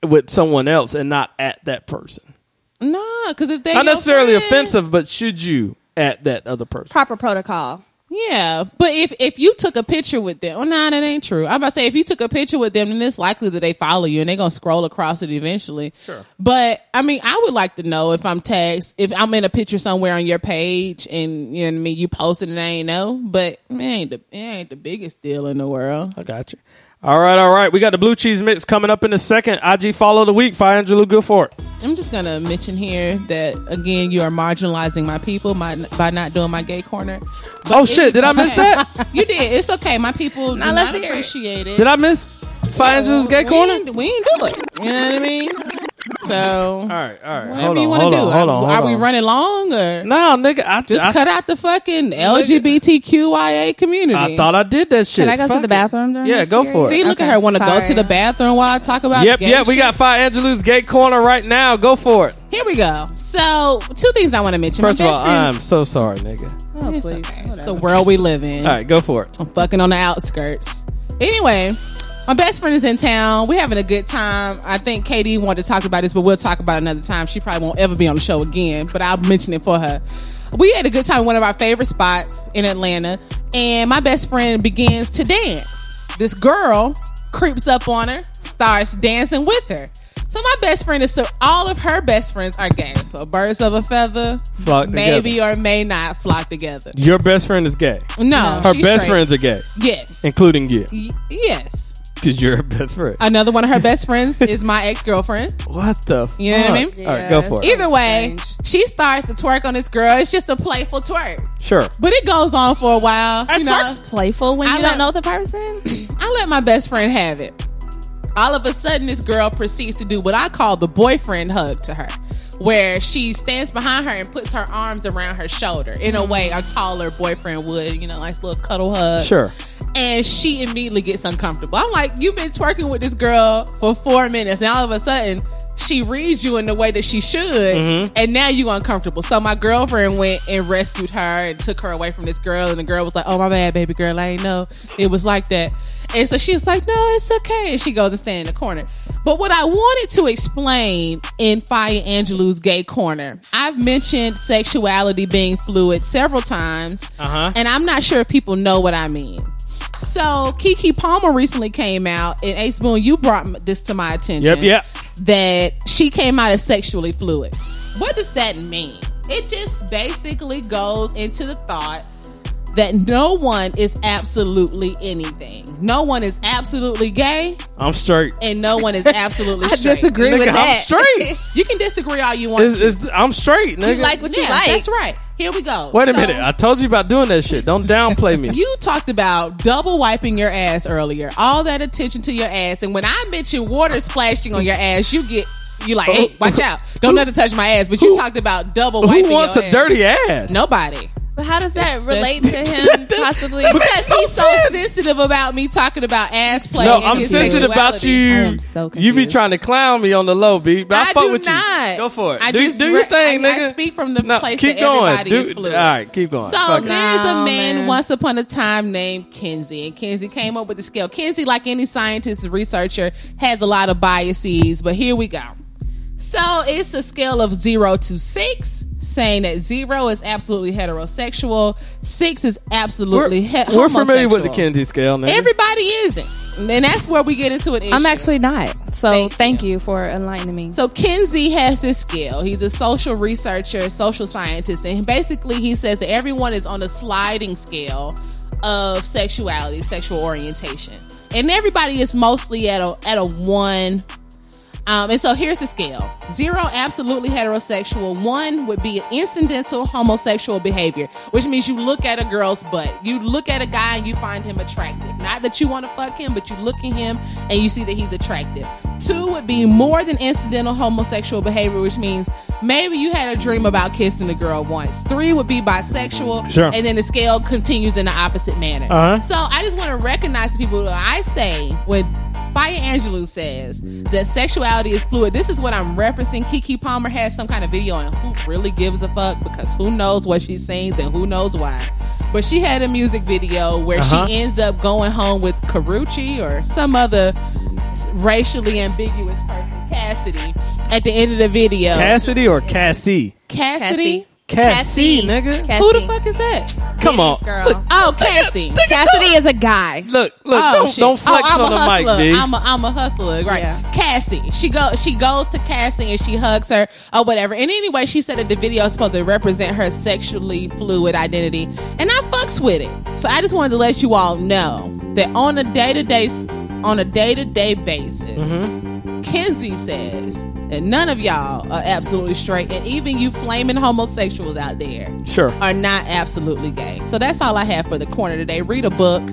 S1: with someone else and not at that person?
S3: Nah, because if they
S1: Not
S3: your
S1: necessarily
S3: friend-
S1: offensive, but should you at that other person?
S4: Proper protocol.
S3: Yeah, but if if you took a picture with them, oh nah, that ain't true. I'm about to say if you took a picture with them, then it's likely that they follow you and they're gonna scroll across it eventually. Sure. But I mean, I would like to know if I'm tagged, if I'm in a picture somewhere on your page, and you know what I mean, you posted and I ain't know. But it ain't the it ain't the biggest deal in the world.
S1: I got you. All right, all right. We got the blue cheese mix coming up in a second. IG follow of the week. Fire Angelo Goodfort.
S3: I'm just gonna mention here that again, you are marginalizing my people my, by not doing my gay corner. But
S1: Oh
S3: it
S1: shit!
S3: is
S1: Did I miss
S3: okay.
S1: that?
S3: You did. It's okay. My people do
S4: Now let's
S3: not
S4: hear it.
S3: appreciate it.
S1: Did I miss Fire Angelo's gay
S3: we
S1: corner?
S3: Ain't, we ain't do it. You know what I mean? So
S1: All right, all right.
S3: whatever
S1: Hold
S3: you
S1: on,
S3: want
S1: hold
S3: to do.
S1: on, hold on,
S3: are
S1: hold
S3: we
S1: on.
S3: running long or
S1: No, nigga, I
S3: just
S1: I,
S3: cut out the fucking LGBTQIA community?
S1: I thought I did that shit.
S4: Can I go
S1: Fuck
S4: to the
S1: it.
S4: bathroom? During
S1: Yeah,
S4: this
S1: go
S4: period?
S1: for it.
S3: See, look
S4: Okay.
S3: at her want to go
S4: Sorry.
S3: to the bathroom while I talk about.
S1: Yep,
S3: gay
S1: yep. We
S3: shit.
S1: got Fire Angelou's gay corner right now. Go for it.
S3: Here we go. So two things I want to mention. My
S1: First of all,
S3: best friend-
S1: I'm so sorry, nigga.
S3: It's okay. It's the world we live in.
S1: All right, go for it.
S3: I'm fucking on the outskirts. Anyway, my best friend is in town. We're having a good time. I think Katie wanted to talk about this, but we'll talk about it another time. She probably won't ever be on the show again, but I'll mention it for her. We had a good time in one of our favorite spots in Atlanta, and my best friend begins to dance. This girl creeps up on her, starts dancing with her. So my best friend is so all of her best friends are gay. So birds of a feather
S1: Flock
S3: maybe
S1: together.
S3: or may not flock together.
S1: Your best friend is gay.
S3: No,
S1: Her
S3: she's
S1: best
S3: straight.
S1: friends are gay,
S3: Yes.
S1: including you,
S3: Y- yes.
S1: because you're her best friend.
S3: Another one of her best friends is my ex girlfriend.
S1: what the?
S3: You know what I
S1: fuck?
S3: mean?
S1: All right, go for it.
S3: Either way, she starts to twerk on this girl. It's just a playful twerk,
S1: Sure.
S3: but it goes on for a while.
S4: Are
S3: you know?
S4: twerks playful when
S3: I
S4: you
S3: love-
S4: don't know the person?
S3: I let my best friend have it. All of a sudden, this girl proceeds to do what I call the boyfriend hug to her, where she stands behind her and puts her arms around her shoulder in
S1: Mm.
S3: a way a taller boyfriend would, you know, like a little cuddle hug.
S1: Sure.
S3: And she immediately gets uncomfortable. I'm like, you've been twerking with this girl for four minutes. Now all of a sudden, she reads you in the way that she should, and now you uncomfortable. So my girlfriend went and rescued her and took her away from this girl. And the girl was like, "Oh my bad, baby girl. I ain't know it was like that." And so she was like, "No, it's okay." And she goes and stand in the corner. But what I wanted to explain in Fire Angelou's Gay Corner, I've mentioned sexuality being fluid several times,
S1: Uh-huh.
S3: and I'm not sure if people know what I mean. So Kiki Palmer recently came out, and Ace Boone, you brought this to my attention.
S1: Yep, yep.
S3: That she came out as sexually fluid. What does that mean? It just basically goes into the thought that no one is absolutely anything. No one is absolutely gay,
S1: I'm straight.
S3: and no one is absolutely
S4: I
S3: straight.
S4: disagree with
S1: Nigga, I'm
S4: that.
S1: straight.
S3: You can disagree all you want.
S1: It's,
S3: to.
S1: it's, I'm straight, nigga.
S4: you like what you
S3: Yeah,
S4: like.
S3: That's right. Here we go.
S1: Wait a
S3: So,
S1: minute. I told you about doing that shit. Don't downplay me.
S3: you talked about double wiping your ass earlier. All that attention to your ass, and when I mention water splashing on your ass, you get you like, hey, watch out! Don't nothing touch my ass. But you
S1: who-
S3: talked about double wiping.
S1: Who wants
S3: your
S1: a
S3: ass.
S1: dirty ass?
S3: Nobody.
S4: But how does that
S3: It's-
S4: relate to him possibly?
S3: Because he's so sensitive about me talking about ass play.
S1: No,
S3: and
S1: I'm
S3: his
S1: sensitive about
S3: sexuality.
S1: you.
S4: I am so
S1: you be
S4: confused.
S1: trying to clown me on the low, B. But I,
S3: I
S1: fuck
S3: do
S1: with
S3: not.
S1: you. Go for it.
S3: I
S1: do,
S3: just
S1: do
S3: re-
S1: your thing,
S3: I- I
S1: nigga.
S3: speak from the
S1: no,
S3: place
S1: keep
S3: that
S1: going.
S3: everybody
S1: do,
S3: is fluid.
S1: All right, keep going.
S3: So
S1: Fuck it.
S3: there's a
S4: No,
S3: man,
S4: man.
S3: once upon a time named Kinsey, and Kinsey came up with the scale. Kinsey, like any scientist researcher, has a lot of biases, but here we go. So it's a scale of zero to six, saying that zero is absolutely heterosexual, six is
S1: we're,
S3: absolutely he-
S1: we're familiar with the
S3: homosexual.
S1: Kinsey scale, nigga.
S3: Everybody isn't, and that's where we get into an issue.
S4: I'm actually not. So
S3: Thank
S4: thank, you. for enlightening me.
S3: So Kinsey has this skill. He's a social researcher, social scientist, and basically he says that everyone is on a sliding scale of sexuality, sexual orientation, and everybody is mostly at a at a one. Um, and so here's the scale: zero, absolutely heterosexual. One would be incidental homosexual behavior, which means you look at a girl's butt, you look at a guy, and you find him attractive. Not that you want to fuck him, but you look at him and you see that he's attractive. Two would be more than incidental homosexual behavior, which means maybe you had a dream about kissing a girl once. Three would be bisexual,
S1: Sure.
S3: and then the scale continues in the opposite manner.
S1: Uh-huh.
S3: So I just want to recognize the people. I say when Fire Angelou says that sexuality is fluid. This is what I'm referencing. Kiki Palmer has some kind of video on who really gives a fuck because who knows what she sings and who knows why. But she had a music video where
S1: Uh-huh.
S3: she ends up going home with Karuchi or some other racially ambiguous person, Cassidy, at the end of the video.
S1: Cassidy or Cassie?
S3: Cassidy?
S1: Cassie, nigga.
S4: Cassie.
S3: Who the fuck is that?
S1: Come on.
S4: Girl.
S1: Look,
S3: Oh, Cassie.
S4: Cassidy is a guy.
S1: look, look.
S3: Oh,
S1: don't,
S3: shit.
S1: don't flex
S3: Oh, I'm
S1: on
S3: a
S1: the
S3: hustler.
S1: mic, B.
S3: I'm a, I'm a hustler, right?
S4: Yeah.
S3: Cassie. She go she goes to Cassie and she hugs her or whatever. And anyway, she said that the video is supposed to represent her sexually fluid identity, and I fucks with it. So I just wanted to let you all know that on a day to day on a day to day basis,
S1: Mm-hmm.
S3: Kenzie says that none of y'all are absolutely straight, and even you flaming homosexuals out there
S1: Sure.
S3: are not absolutely gay. So that's all I have for the corner today. Read a book,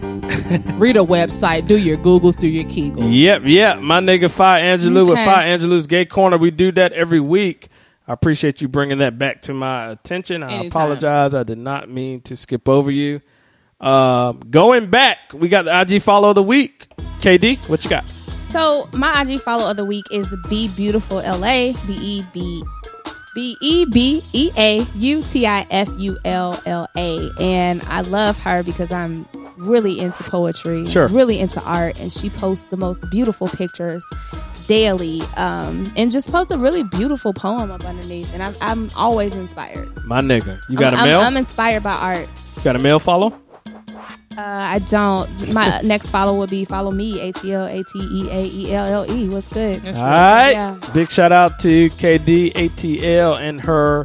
S3: read a website, do your Googles, do your Kegels.
S1: Yep, yep. My nigga Fire Angelou with
S4: Okay.
S1: Fire Angelou's Gay Corner. We do that every week. I appreciate you bringing that back to my attention. I
S3: Anytime.
S1: apologize. I did not mean to skip over you. Uh, going back, we got the IG follow of the week. KD, what you got?
S4: So my IG follow of the week is Be Beautiful LA. B E B B E B E A U T I F U L L A. And I love her because I'm really into poetry,
S1: Sure.
S4: really into art, and she posts the most beautiful pictures daily um, and just posts a really beautiful poem up underneath. And I'm, I'm always inspired.
S1: My nigga, you got
S4: I'm,
S1: a
S4: I'm-
S1: mail?
S4: I'm inspired by art.
S1: You got a mail follow?
S4: Uh, I don't. My next follow will be follow me, A T L A T E A E L L E. What's good?
S1: All right.
S4: Yeah.
S1: Big shout out to KD ATL and her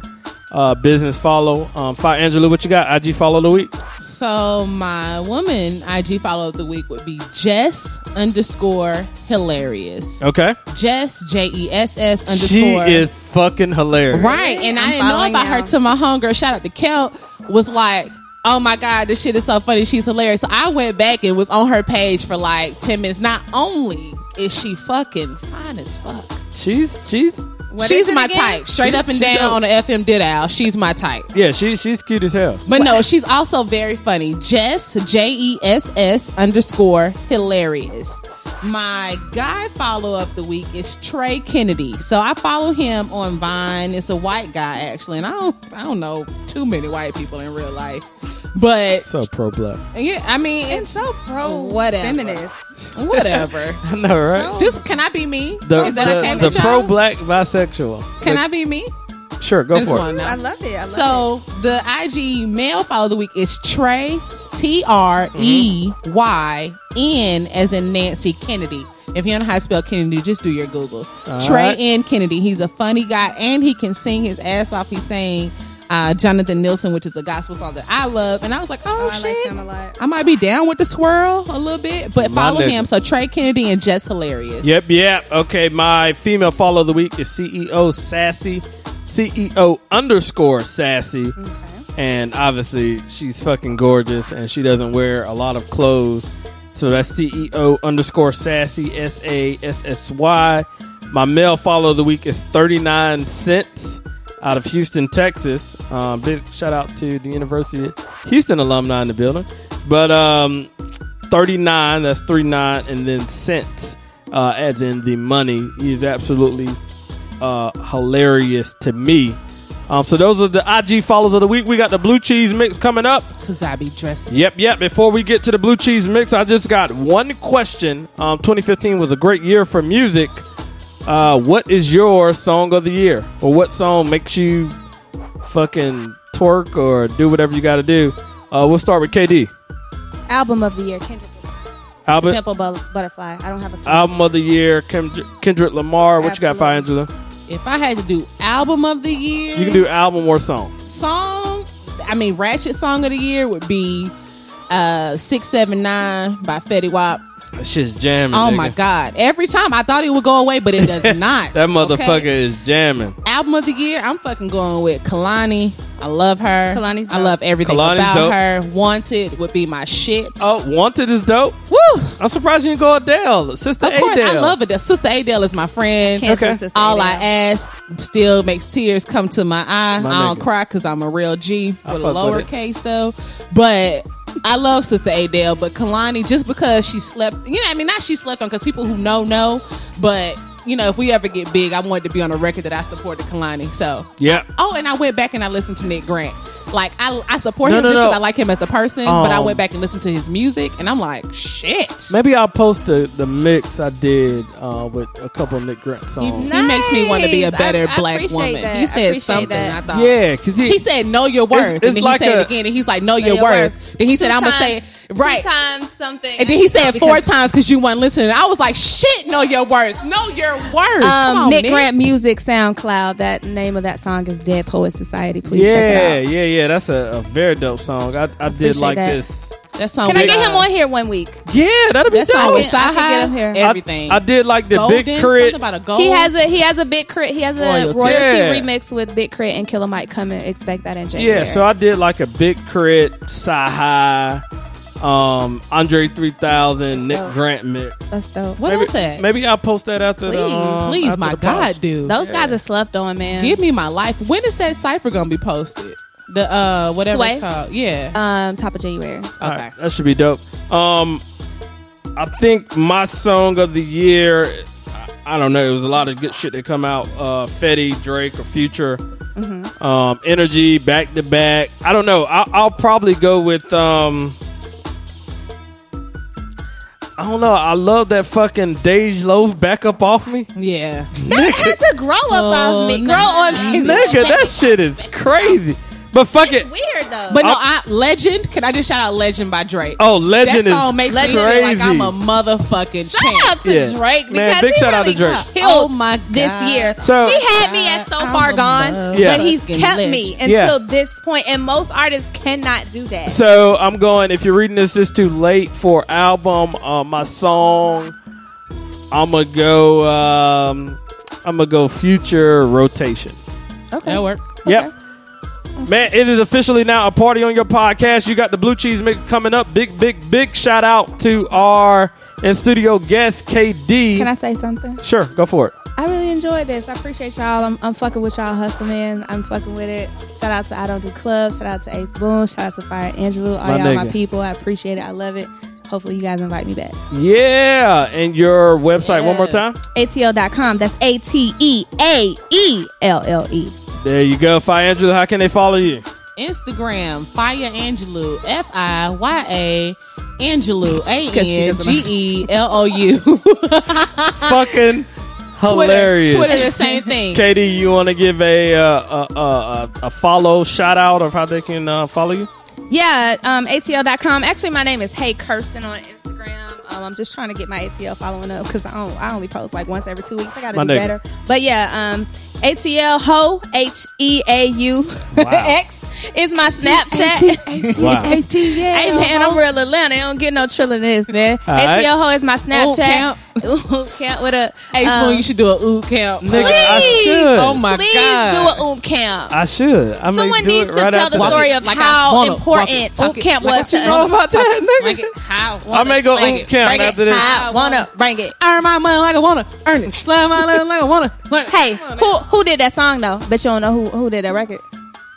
S1: uh, business follow. Um, Fire Angelou, what you got? IG follow of the week.
S3: So my woman IG follow of the week would be Jess underscore hilarious.
S1: Okay.
S3: Jess J E S S
S1: She
S3: underscore.
S1: is fucking hilarious.
S3: Right. And I
S4: I'm
S3: didn't know
S4: following
S3: about
S4: now.
S3: her till my homegirl, shout out to Kel, was like, oh my God, this shit is so funny. She's hilarious. So I went back and was on her page for like 10 minutes. Not only is she fucking fine as fuck,
S1: She's she's
S3: she's
S4: it
S3: my
S4: again?
S3: type. Straight
S1: She-
S3: up and
S1: she
S3: down
S1: dope.
S3: on the FM Did Al. She's my type.
S1: yeah, she she's cute as hell.
S3: But no, she's also very funny. Jess, J E S S underscore hilarious. My guy follow up the week is Trey Kennedy. So I follow him on Vine. It's a white guy actually, and I don't I don't know too many white people in real life. But
S1: So pro black.
S3: yeah, I mean,
S4: It's
S3: it's
S4: so pro
S3: Whatever.
S4: feminist.
S3: whatever.
S1: I know, right?
S3: Just can I be me?
S1: the
S3: Is that
S1: the,
S3: okay
S1: the
S3: with y'all?
S1: pro black bisexual.
S3: Can
S1: Like,
S3: I be me?
S1: Sure, go
S3: This
S1: for
S3: one
S1: it.
S3: now.
S4: I love it. I love
S3: So the IG male follow of the week is Trey T R E Y N as in Nancy Kennedy. If you don't know how to spell Kennedy, just do your Googles.
S1: All
S3: Trey
S1: right.
S3: N. Kennedy. He's a funny guy and he can sing his ass off. He's saying uh, Jonathan Nielsen, which is a gospel song that I love. And I was like, oh,
S4: I
S3: shit.
S4: like him a lot.
S3: I might be down with the swirl a little bit, but
S1: My
S3: follow
S1: nigga.
S3: him. So Trey Kennedy and Jess Hilarious.
S1: Yep, yep. Okay, my female follow of the week is CEO Sassy, CEO underscore Sassy, and obviously she's fucking gorgeous, and she doesn't wear a lot of clothes. So that's CEO underscore Sassy S A S S Y. My male follow of the week is thirty nine cents out of Houston, Texas. Uh, big shout out to the University of Houston alumni in the building, but um, 39 that's 39 and then cents uh, as in the money He is absolutely uh, hilarious to me um, so those are the ig follows of the week we got the blue cheese mix coming up
S3: Because I be dressed.
S1: Yep, yep. Before we get to the blue cheese mix, I just got one question. Um, 2015 was a great year for music. Uh, what is your song of the year, or what song makes you fucking twerk or do whatever you got to do? Uh, we'll start with KD.
S4: it. Album of the year, Kendrick.
S1: Albert,
S4: Pimple Bu- Butterfly. I don't have a.
S1: album of the year, Kendri- Kendrick Lamar. What you got for
S4: Absolutely.
S1: Angela?
S3: If I had to do album of the year,
S1: You can do album or song.
S3: song i mean ratchet song of the year would be uh 679 by fetty wap
S1: That shit's jamming.
S3: oh
S1: nigga.
S3: my god every time i thought it would go away but it does not
S1: That motherfucker
S3: okay?
S1: is jamming.
S3: album of the year i'm fucking going with kalani i love her
S4: Kalani's
S3: i love everything
S1: Kalani's
S3: about
S1: dope.
S3: her wanted would be my shit
S1: Oh, Wanted is dope.
S3: Woo!
S1: I'm surprised you didn't go Adele, Sister
S3: of course i
S1: Adele.
S3: love it sister adele is my friend
S4: Kansas
S1: Okay.
S4: Sister
S3: all I
S4: Adele.
S3: ask still makes tears come to my eye.
S1: My
S3: I don't
S1: nigga.
S3: cry because I'm a real G
S1: I
S3: with a
S1: fuck with it.
S3: lowercase though. But I love Sister Adele, but Kalani just because she slept, you know, I mean, not she slept on because people who know know, but you know, if we ever get big, I wanted to be on a record that I supported Kalani. So,
S1: Yep.
S3: oh, and I went back and I listened to Nick Grant. Like I, I support
S1: No,
S3: him
S1: no,
S3: just
S1: no.
S3: because I like him as a person, but I
S1: Um,
S3: went back and listened to his music, and I'm like, shit.
S1: Maybe I'll post the, the mix I did uh, with a couple of Nick Grant songs.
S3: He makes me want to be a
S4: Nice.
S3: better
S4: I- I
S3: black
S4: appreciate
S3: woman.
S4: that.
S3: He
S4: I
S3: said
S4: appreciate
S3: something.
S4: that.
S3: I thought,
S1: Yeah, because he,
S3: He said, "Know your worth,"
S1: It's- it's
S3: and then
S1: like
S3: he said
S1: a-
S3: it again, and he's like, "Know, your,
S4: your
S3: worth.
S4: worth.
S3: Then he said, "I'm gonna say
S4: times-
S3: it right."
S4: Two times something.
S3: And then he said
S4: Because-
S3: four times because you weren't listening. I was like, "Shit, know your worth. Know your worth." Come
S4: Um,
S3: on,
S4: Nick, Grant Music SoundCloud. That name of that song is Dead Poet Society. Please
S1: yeah,
S4: check it out.
S1: yeah, yeah. That's a, a very dope song. I, I did
S4: Appreciate
S1: like
S4: that.
S1: this.
S3: That song.
S4: Can I
S3: with,
S4: get him
S3: uh,
S4: on here one week?
S1: Yeah, that'll be
S3: That song
S1: dope.
S3: with
S4: I can get
S3: Sahai,
S4: him here.
S1: I-
S3: Everything.
S1: I, did like the
S3: golden,
S1: Big Crit.
S3: Something about a gold.
S4: He has a he has a big crit. He has a
S3: Royalty.
S4: royalty,
S1: Yeah.
S4: remix with Big Crit and Killer Mike coming. Expect that in January.
S1: yeah, so I did like a Big Crit, Sahai, um, Andre 3000, Nick
S4: dope.
S1: Grant mix.
S4: that's dope.
S3: Uh, What
S1: Maybe,
S3: is that?
S1: maybe I'll post that after the.
S4: Please,
S1: um,
S3: Please,
S1: after
S3: my
S1: the
S3: God,
S1: podcast.
S3: dude,
S4: Those guys are slept on, man.
S3: give me my life. When is that cipher gonna be posted? The uh, whatever
S4: Sway?
S3: it's called. Yeah.
S4: um, top of January.
S1: All
S3: okay.
S1: right, that should be dope. Um, I think my song of the year. I, I don't know. It was a lot of good shit that come out. Uh, Fetty, Drake, or Future.
S3: Mm-hmm.
S1: Um, Energy, back to back. I don't know. I, I'll probably go with. Um, I don't know. I love that fucking Dej Loaf back up off me.
S3: Yeah.
S4: That had to grow up
S3: Oh,
S4: on me.
S3: no.
S4: Grow on me.
S1: Nigga, that shit is crazy. But fuck it.
S4: Weird though.
S3: But no, I Legend. Can I just shout out Legend by Drake?
S1: Oh, legend
S3: that song
S1: is
S3: makes
S1: crazy.
S3: me feel like I'm a motherfucking champ.
S4: shout out to
S1: Yeah.
S4: Drake
S1: Man,
S4: because
S1: big
S4: he
S1: shout out to
S4: really
S1: Drake.
S4: killed
S3: Oh my God.
S4: this year.
S1: So-
S4: he had me as so
S3: I'm
S4: far
S3: a
S4: gone,
S1: Yeah.
S4: but he's
S3: motherfucking
S4: kept me
S3: legend.
S4: until
S1: Yeah.
S4: this point, And most artists cannot do that.
S1: So I'm going. If you're reading this, it's too late for album. Uh, my song. I'm gonna go. Um, I'm gonna go. Future rotation.
S3: That worked.
S1: Yep. Man, it is officially now a party on your podcast. You got the blue cheese mix coming up. Big, big, big shout out to our in studio guest KD.
S4: Can I say something?
S1: Sure, go for it.
S4: I really enjoyed this. I appreciate y'all. I'm, I'm fucking with y'all, hustle man. I'm fucking with it. Shout out to I Don't Do Club. Shout out to Ace Boone. Shout out to Fire Angelou. All
S1: My
S4: y'all, my
S1: nigga.
S4: people. I appreciate it. I love it. Hopefully, you guys invite me back.
S1: Yeah, and your website one more
S3: Yes.
S1: time.
S4: ATL.com. That's A T E A E L L E.
S1: There you go, Fi Angela. How can they follow you?
S3: Instagram, Faya Angelou, F I Y A Angelou,
S10: she
S3: A N
S10: doesn't know.
S3: G E L O U.
S4: Uh,
S1: Fucking
S3: Twitter,
S1: hilarious.
S3: Twitter, the same thing.
S1: Katie, you want to give a, uh, a, a, a a follow shout out of how they can uh, follow you?
S4: Yeah, um, ATL.com. Actually, my name is Hey Kirsten on Instagram. Um, I'm just trying to get my ATL following up because I, don't- I only post like once every two weeks. I got
S1: My
S4: to do better.
S1: nigga.
S4: But yeah, um, ATL Ho, H E A U X is my Snapchat.
S1: Wow.
S4: Hey man, I'm real Atlanta. I don't get no triller this, man.
S1: All right.
S4: ATL Ho is my
S3: Ooh,
S4: Snapchat.
S3: count.
S4: Ooh, count with a.
S3: Hey, Spoon,
S4: um,
S3: you should do a ooh count.
S1: Nigga, I should.
S3: Oh my
S4: please
S3: god.
S4: do a oom count.
S1: I should. I may
S4: Someone
S1: do
S4: needs
S1: it
S4: to
S1: right
S4: tell
S1: after
S4: the
S1: this.
S4: story of
S3: Like I
S4: how
S3: wanna, walk it,
S4: important
S3: talk
S4: oom
S3: it,
S4: camp
S3: like I
S4: was to
S3: you
S1: Know
S4: us.
S1: about that, nigga?
S3: Like it, how
S1: I may go
S3: slang
S1: oom count
S4: Bring
S1: after
S4: it.
S1: this.
S4: I wanna bring it.
S3: Earn my money like I wanna earn it. Slide my money like I wanna learn it.
S4: Hey, who who did that song though? Bet you don't know who who did that record.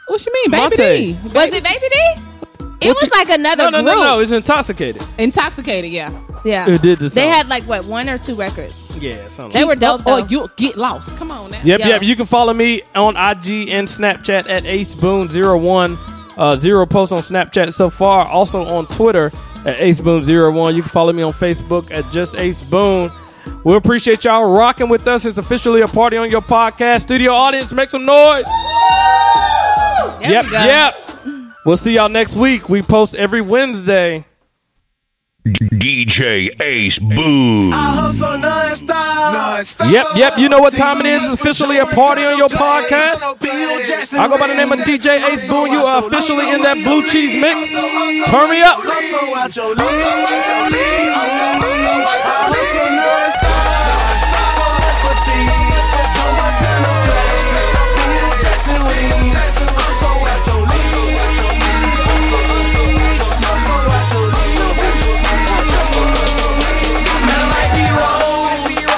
S3: What you mean,
S1: Monte.
S3: baby D?
S4: Was it Baby D? It was like another
S1: No, no,
S4: group.
S1: no, no. It's intoxicated.
S3: Intoxicated, yeah.
S4: Yeah,
S1: Who did the
S4: They
S1: song?
S4: had like what one or two records.
S1: Yeah, something.
S4: They were dope
S3: Or
S4: though.
S3: you'll get lost. Come on now.
S1: Yep,
S4: Yeah.
S1: yep. You can follow me on IG and Snapchat at Ace Boone zero one uh, zero posts on Snapchat so far. Also on Twitter at Ace Boone zero one. You can follow me on Facebook at Just Ace Boone. We appreciate y'all rocking with us. It's officially a party on your podcast studio audience. Make some noise.
S4: there
S1: yep,
S4: we go.
S1: yep. We'll see y'all next week. We post every Wednesday.
S2: DJ Ace Boone.
S1: Yep, yep. You know what time it is? It's officially a party on your podcast. I go by the name of DJ Ace Boone. You are officially in that blue cheese mix. Turn me up.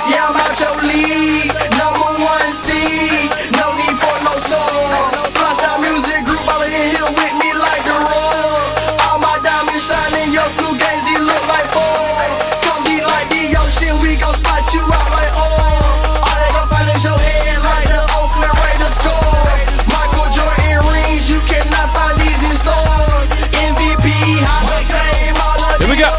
S11: Yeah, I'm out your league. Number one seed. No need for no song. Flystar Music Group, all in here with me like the road. All my diamonds shining, your fugazi look like gold. Come deep like the ocean, we gon' spot you out like oil. All they gon' find is your head like the Oakland Raiders score. Michael Jordan rings, you cannot find these in stores. MVP, Hall of Fame, all of
S1: Here we go.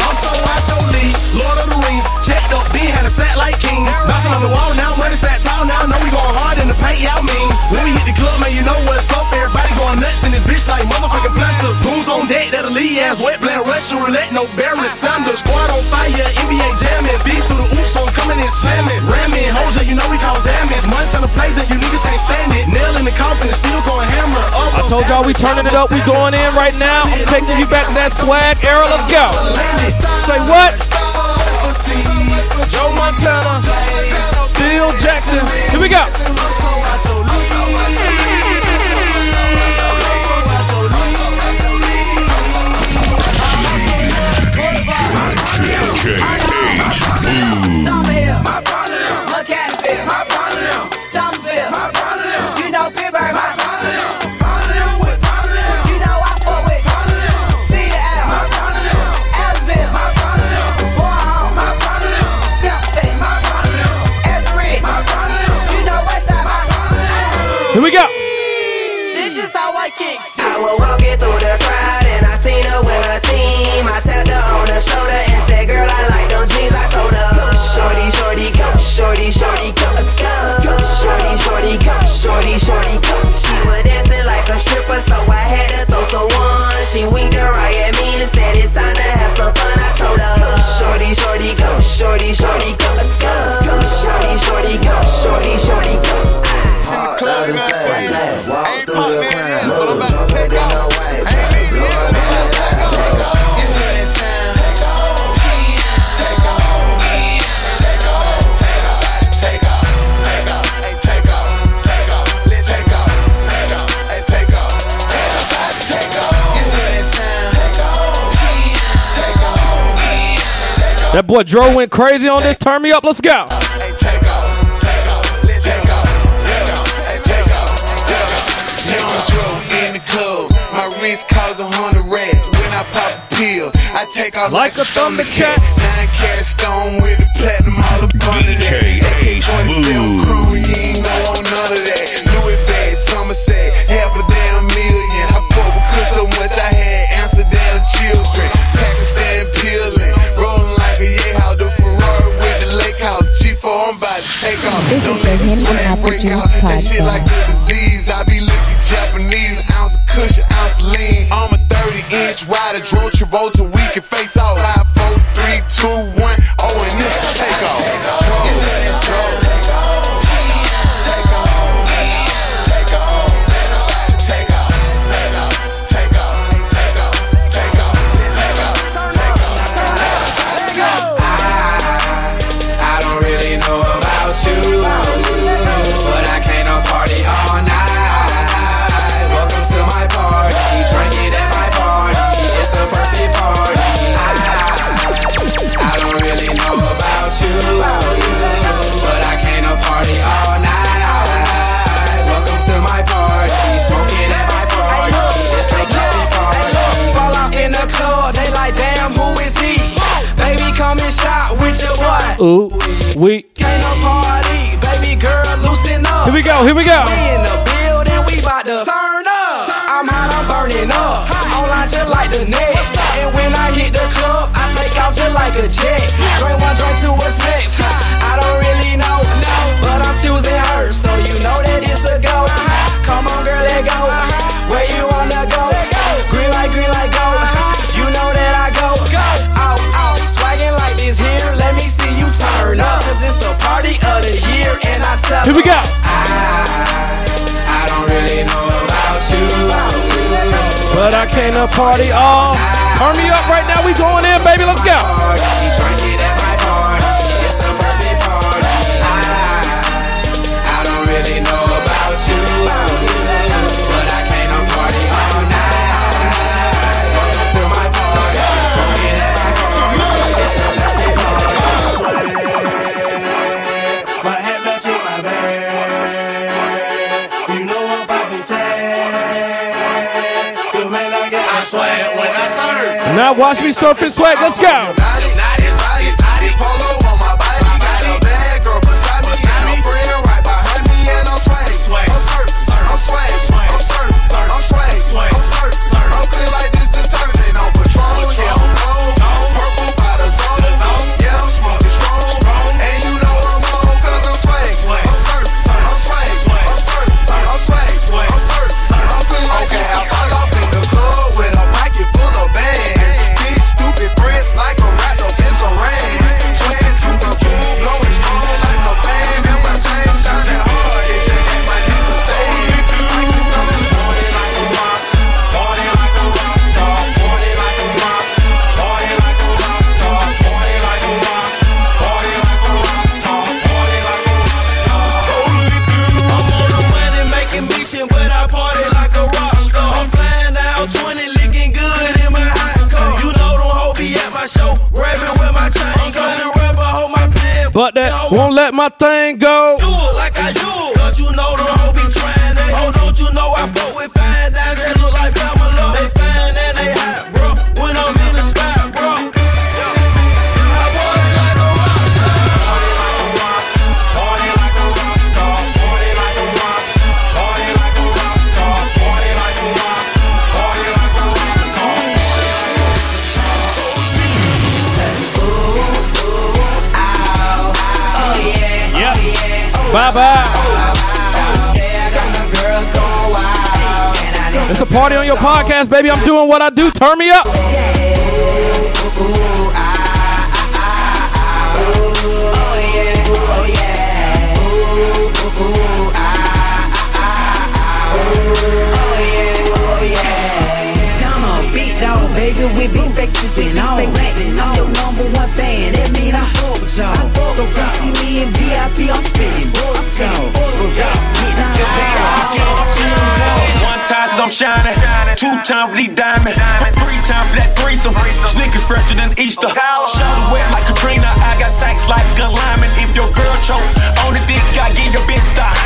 S11: I'm so out your league. Lord of the Rings. Checked up, then had a set like kings. Bouncing on the wall now, money stat tall now. Know we going hard in the paint, y'all mean. When we hit the club, man, you know what's up. Everybody going nuts in this bitch like motherfucking planters. Goons on deck, that'll lead ass wet, playing Russian roulette, no Barry Sanders. Squad on fire, NBA jamming. Beat through the oops, so I'm coming in slamming. Ramming, Hoja, you know we cause damage. Money on the plays that you niggas can't stand it. Nail in the coffin, and still going hammer.
S1: I
S11: Up, up,
S1: told y'all we
S11: down,
S1: turning it up. We going in right now. I'm taking you back to that swag era. Let's go. Say what? Joe Montana, Bill Jackson. Here we go. Here we go.
S11: This is how I kick. I was walking through the crowd and I seen her with her team. I tapped her on the shoulder and said, Girl, I like them jeans. I told her, Go shorty, shorty, go shorty, shorty, go, go, go shorty, shorty, go shorty, shorty, go. She was dancing like a stripper, so I had to throw some one. She winked her eye at me and said, It's time to have some fun. I told her, Go shorty, shorty, go shorty, shorty, go, go, go shorty, shorty, go shorty, shorty, go. Club, Walk through the crowd, but I'm about to take off.
S1: That boy Dro went crazy on this. Turn me up. Let's go.
S11: Young Joe in the club, my wrist calls a hundred rats. When I pop a pill, I take off
S1: Like
S11: like,
S1: a Thundercat.
S11: Nine carat stone with the platinum all up under that.
S2: DJ Ace
S11: AK-47
S2: Boo.
S11: crew, you ain't know none of that. Louis Bag, Somerset, half a damn million.
S12: rider, drove Travolta, we can face out. Five, four, three, two, one. Oh, and this take off.
S2: I don't really know about you, but I came to party all night. Welcome to my party, drink it at my party. It's a perfect party. I, I don't really know about you, but I came to party all night. Welcome to my party, smoke it at my party. It's a perfect party.
S11: Fall off in the club, they like, damn, who is he? Baby, come and shop with your what?
S1: Ooh, we.
S11: Ain't no party, baby girl, loosen up.
S1: Here we go, here we go.
S11: We in the building, we bout to turn up. I'm hot, I'm burning up. Online just like the net. And when I hit the club, I take out just like a jet. Drink one, drink two, what's next? I don't really know, but I'm choosing her, so you know that it's a go. Come on, girl, let go. Where you wanna go? Green light, green light, go. You know that I go. Out, out, swagging like this here. Let me see you turn up, cause it's the party of the year, and I tell
S1: Here we go.
S2: I don't really know about you,
S1: But I came to party all. Turn me up right now. We going in, baby. Let's go.
S2: drink it at my party. It's a perfect party. I, I don't really know about you, but I came to party all night. Welcome to my party. Drink it at my party. It's a perfect party.
S12: My head back to my bed. You know I'm popping tag. You may not get I sweat when I serve.
S1: Now watch me surf and sweat. Let's go.
S12: Okay, I fall off in the club with a pocket full of bags. Big stupid friends like a rat up in some rain. Sweat super cool, blowing strong like a fan. And my chain shining hard, it just ain't my entertainment. Like it's on the morning like a rock, morning like a rock star, morning like a rock, morning like a rock star, morning like a rock, morning like a rock star, morning like a rock star. Totally
S11: I'm on the money making mission, but I party like a rock star. I'm flying out 20, looking good in my hot car. You know them hoe be at my show, rapping with my chain. I'm gonna rapper, hold my pen.
S1: But that won't let my thing go.
S11: Do it like I do, it, cause you know them hoe be trying that. Oh, don't you know I fuck with fine dimes that look like Pamela. They fine and they hot, bro. When I'm in the spot, bro. I party like a rock star.
S1: Bye bye. It's a party on your podcast, baby. I'm doing what I do. Turn me up.
S11: Down on beat dog, baby, we be faces and all faces. I'm your number one fan, that mean I hope y'all. So come see me in VIP, I'm spinning bullets, y'all. So just get down
S13: One time cause I'm shining, two time bleed diamond, three time for that threesome. Sneakers fresher than Easter. Shoulder wet like Katrina, I got sacks like a lineman. If your girl choke on the dick, I get your bitch stop.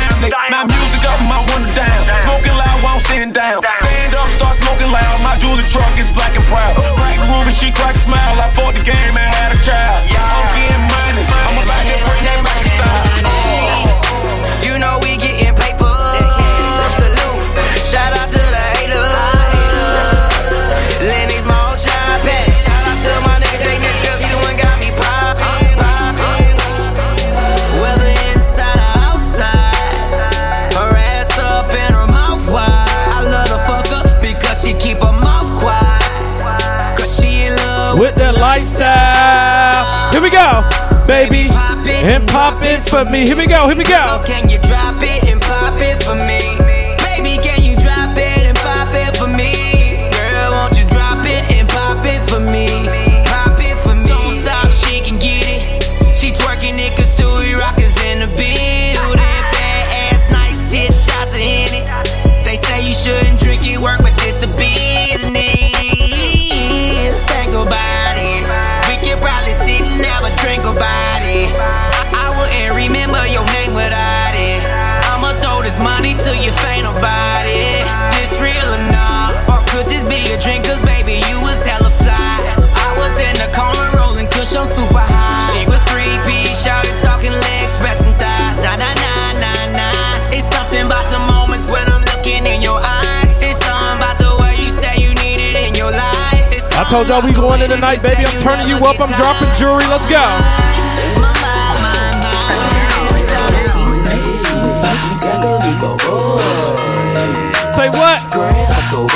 S13: My music up, my window down. Smoking loud, won't sitting down. Stand up, start smoking loud. My jewelry truck is black and proud. Crack Ruby, she crack a smile. I fought the game and had a child. I'm getting money, I'm about to bring that back in style.
S11: You know we getting paper. Salute. Shout out to the haters. Lenny's mall shopping. Shout out to my nigga Jay Nix, cause he the one got me popping. Whether inside or outside, her ass up and her mouth wide.
S1: now, baby, and pop it for me. Here we go, here we go.
S13: Can you drop it and pop it for me? Baby, can you drop it and pop it for me? Girl, won't you drop it and pop it for me? Pop it for me. Don't stop, she can get it. She twerking it, cause Stewie Rock is in the building. Fat ass, nice hit shots are in it. They say you shouldn't drink it, work, but this the business. Think about it. We could probably sit and have a drink about it. I, I wouldn't remember your name without it. I'ma throw this money till you faint about it. This real or not? Or could this be a drink? Cause baby, you was hella fly. I was in the corner rolling cush, I'm super high. She was 3P, shouting, talking legs, resting thighs. Nah, nah, nah, nah, nah. It's something about the moments when I'm looking in your eyes. It's something about the way you say you need it in your life. It's
S1: I told y'all we going in tonight, baby. I'm turning you up. I'm dropping jewelry. Let's go. Say what?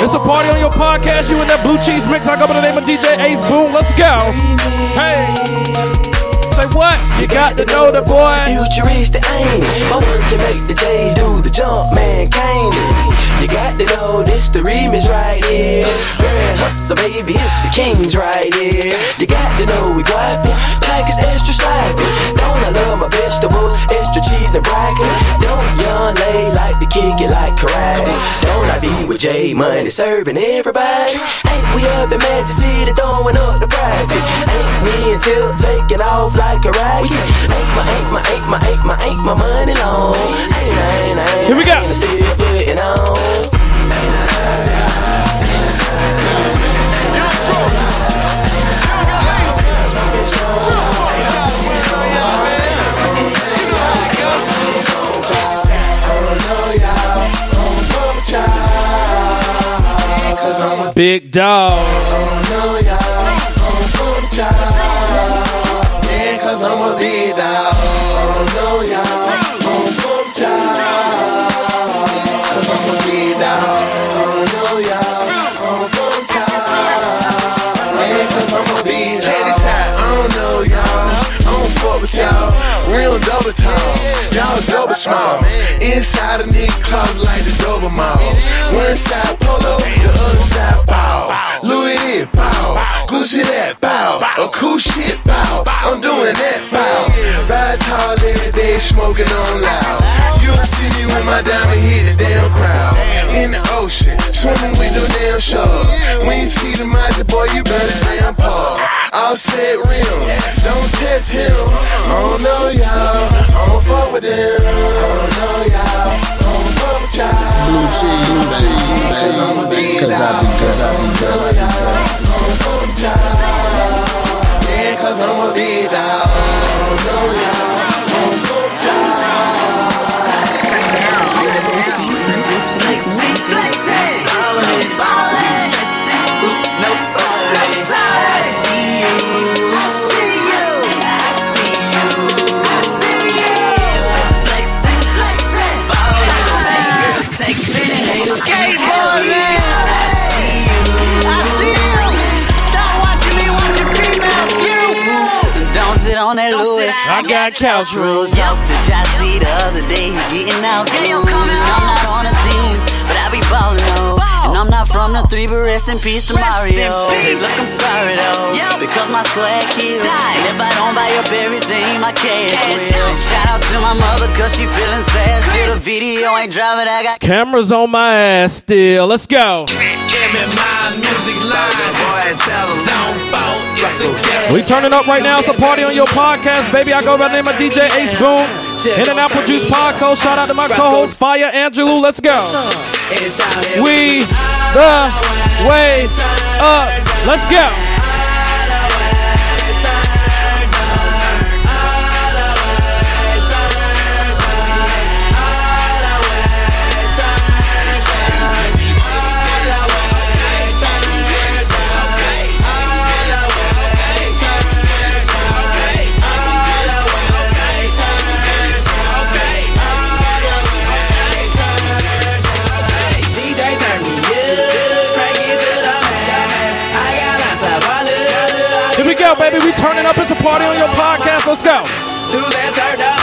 S1: It's a party on your podcast. You and that blue cheese mix. I go by the name of DJ Ace Boom. Let's go. Hey. Say what? You got to know the boy.
S11: Futurist the aim. My work can make the J do the jump, man. Kane. You got to know this, the remix right here. Grand hustle, baby, it's the kings right here. You got to know we guapin', pack is extra slapping. Don't I love my vegetables, extra cheese and broccoli? Don't young lay like to kick it like karate? Don't I be with J Money serving everybody? Ain't we up in Magic City throwing up the private? Ain't me until taking off like a rocket? Ain't my, ain't my, ain't my, ain't my, ain't my money long? Ain't I, ain't I, ain't Here we go. Still putting on.
S1: Big dog.
S2: Teddy's hot, I don't know y'all. I don't fuck with y'all. Real double tall, y'all double small. Inside a nigga closet like the double mall. One side polo, the other side bow. Louis it, bow. Gucci that, bow. A cool shit, bow. I'm doing that, bow. Ride tall every day, smoking on loud. You'll see me with my diamond hit the damn crowd. In the ocean, swimming with them damn sharks. When you see the miser, boy, you better damn paw. I'll set real, don't test him. I don't know y'all, I don't fuck with them. I don't know y'all, I don't fuck with y'all. Blue cheese, blue cheese, cause I'm a big Cause I be, cause I be, cause I be, I don't fuck with y'all. Yeah, cause I'm a big dog.
S14: Don't sit on that Louis.
S1: I got couch rules.
S14: Yo, did y'all see the other day? He getting out too. I'm not on a team, but I be ballin' though. And I'm not from the three, but rest in peace to Mario. Look, I'm sorry though, because my swag kills. And if I don't buy up everything, my cash will. Shout out to my mother, cause she feeling sad. Still the video ain't driving, I got
S1: Cameras on my ass still. Let's go.
S2: Give me my music line. Zone four, it's a dance.
S1: We turning up right now. It's a party on your podcast, baby. I go by the name of DJ Ace Boom. In and Apple Juice Podcast. Shout out to my co-host Fire Angelou. Let's go. We the way up. Let's go.
S2: DJ turn me up, crank it to the max. I got lots of
S1: go, baby. We turning up. It's a party on your podcast. Let's go.
S15: Do that turned up.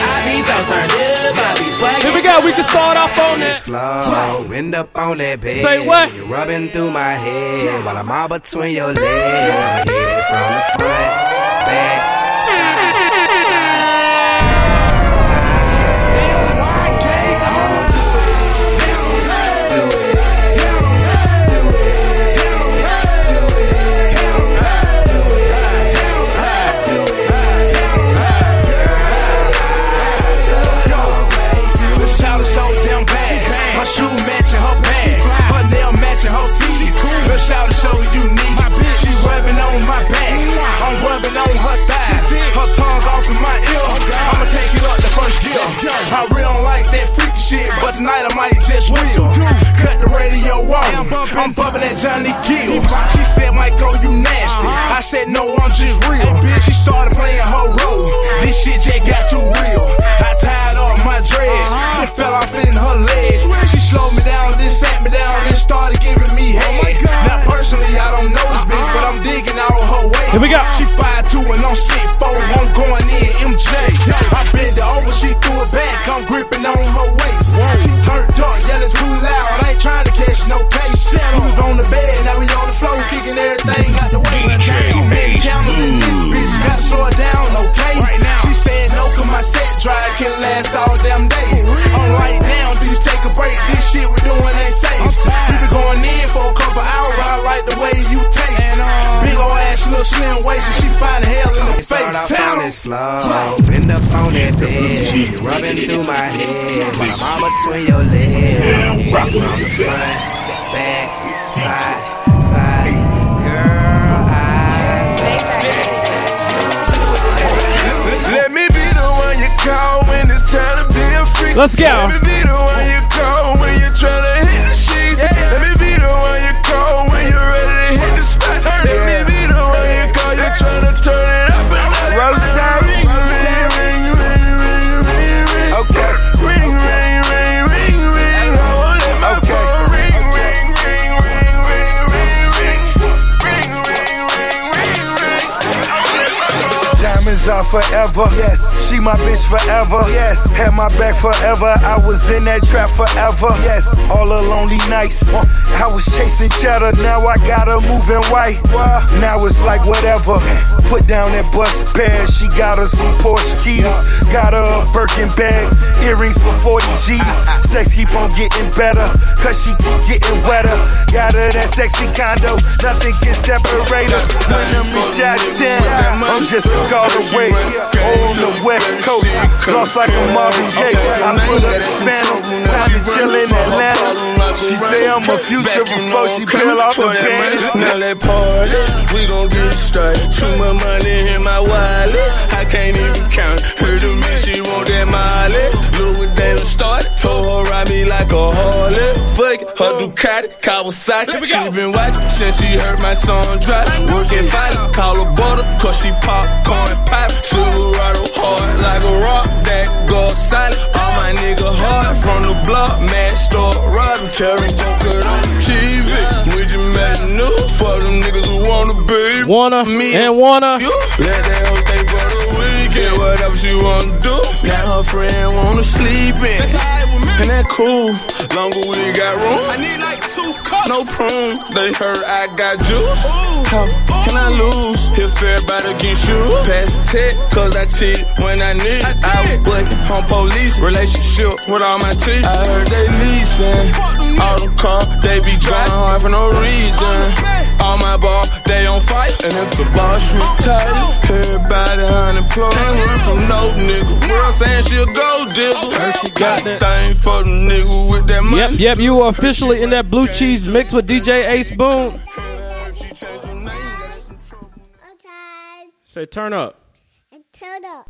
S15: I be so turned up. I be swagging.
S1: Here we go. We can start off on that.
S15: Slow, end up on that bed.
S1: Say what?
S15: You're rubbing through my head while I'm all between your legs. Hit it from the front, back.
S12: The shower so damn bad. Her shoe matching her bag. Her nail matching her feet. The shower so unique. My bitch, she rubbing on my back. I'm rubbing on her thighs. Her tongue's off in my ear. I'ma take it up the first gear. I really don't like that freaky shit, but tonight I might just will. Cut the radio off. I'm bumping that Johnny Gill. She said, Michael, you nasty. I said, no, I'm just real. She started playing her role. This shit just got too real. I tied up my dreads. It fell off in her legs. She slowed me down, then sat me down, and started giving me head. Now, personally, I don't know this bitch, but I'm digging out her way.
S1: Here we go.
S12: She 5'2 and I'm 6'4. I'm going in MJ. I bend her over, she threw it back. I'm gripping on her waist. She turned up, yelling too loud. I ain't trying to catch no case. We was on the bed, now we on the floor, kicking everything out the way. Too many counters in this bitch, gotta slow her down, okay? She said no, cause my set drive can last all damn day. I'm right down, do you take a break? This shit we doing ain't safe. We been going in for a couple hours, I like the way you taste. Big ol' ass, she little slim waist, and she find hell in the
S15: Start
S12: face.
S15: off
S12: Tell
S15: on
S12: 'em.
S15: this floor, end up on that bed, rubbing through my head, while I'm all between your legs. Rock on the front, back, side, side, girl, I.
S12: Let me be the one you call when it's time to be a freak.
S1: Let's go.
S12: Let me be the one you call when you're trying to hit the sheet. Let me be the one you call when you're ready to hit the spot. Let me be the one you call you're trying to turn it up and up. Rose out. Ring, ring, ring, ring, ring, ring, ring. Okay. Ring, ring, ring, ring, ring. I won't let my phone ring, ring, ring, ring, ring, ring, ring. Ring, ring, ring, ring, ring. I won't let my phone
S16: Diamonds are forever. Yes. She my bitch forever. Yes. Had my back forever. I was in that trap forever. Yes. All the lonely nights. Uh, I was chasing cheddar. Now I got her moving white. Why? Now it's like whatever. Put down that bus bag. She got her some Porsche keys. Got her a Birkin bag. Earrings for 40 G's. Sex keep on getting better. Cause she keep getting wetter. Got her that sexy condo. Nothing can separate us. When I'm in shot 10, I'm just a call away. On the west coast, lost like a Marvin Gaye. I put up the phantom, time to chill in Atlanta. She say I'm a future before she peel off the
S15: Now
S16: band.
S15: that party, we gon' get started. Too much money in my wallet, I can't even count it. Heard the me, she want that molly. Look what they done started. Told her ride me like a Harley. Fuck it, her Ducati, Kawasaki. She been watching since she heard my song drop. Working violent, call her butter, cause she popcorn pop. Silverado hard like a rock that go solid. All my nigga hard from the block, mad store robbing. Cherry Joker on TV. We just made new for them niggas who wanna be
S1: Wanna
S15: me
S1: and wanna.
S15: You. Let that hoe stay for the weekend, whatever she wanna do. Now her friend wanna sleep in, and that cool. Longer we got room. I need like two cups. No prune, they heard I got juice. How can I lose if everybody against you? Pass the tech, cause I cheat when I need. I, was bucking on police, relationship with all my teeth. I heard they leasing, all them car, they be driving hard for no reason. All my ball, they on fight. And if the ball shoot tight, everybody unemployed. Can't run from no nigga. Girl saying she a gold digger. Heard she got that thing for the nigga with that money.
S1: Yep, yep. You are officially in that blue cheese mix with DJ Ace Boone. Say turn up.
S17: Turn up.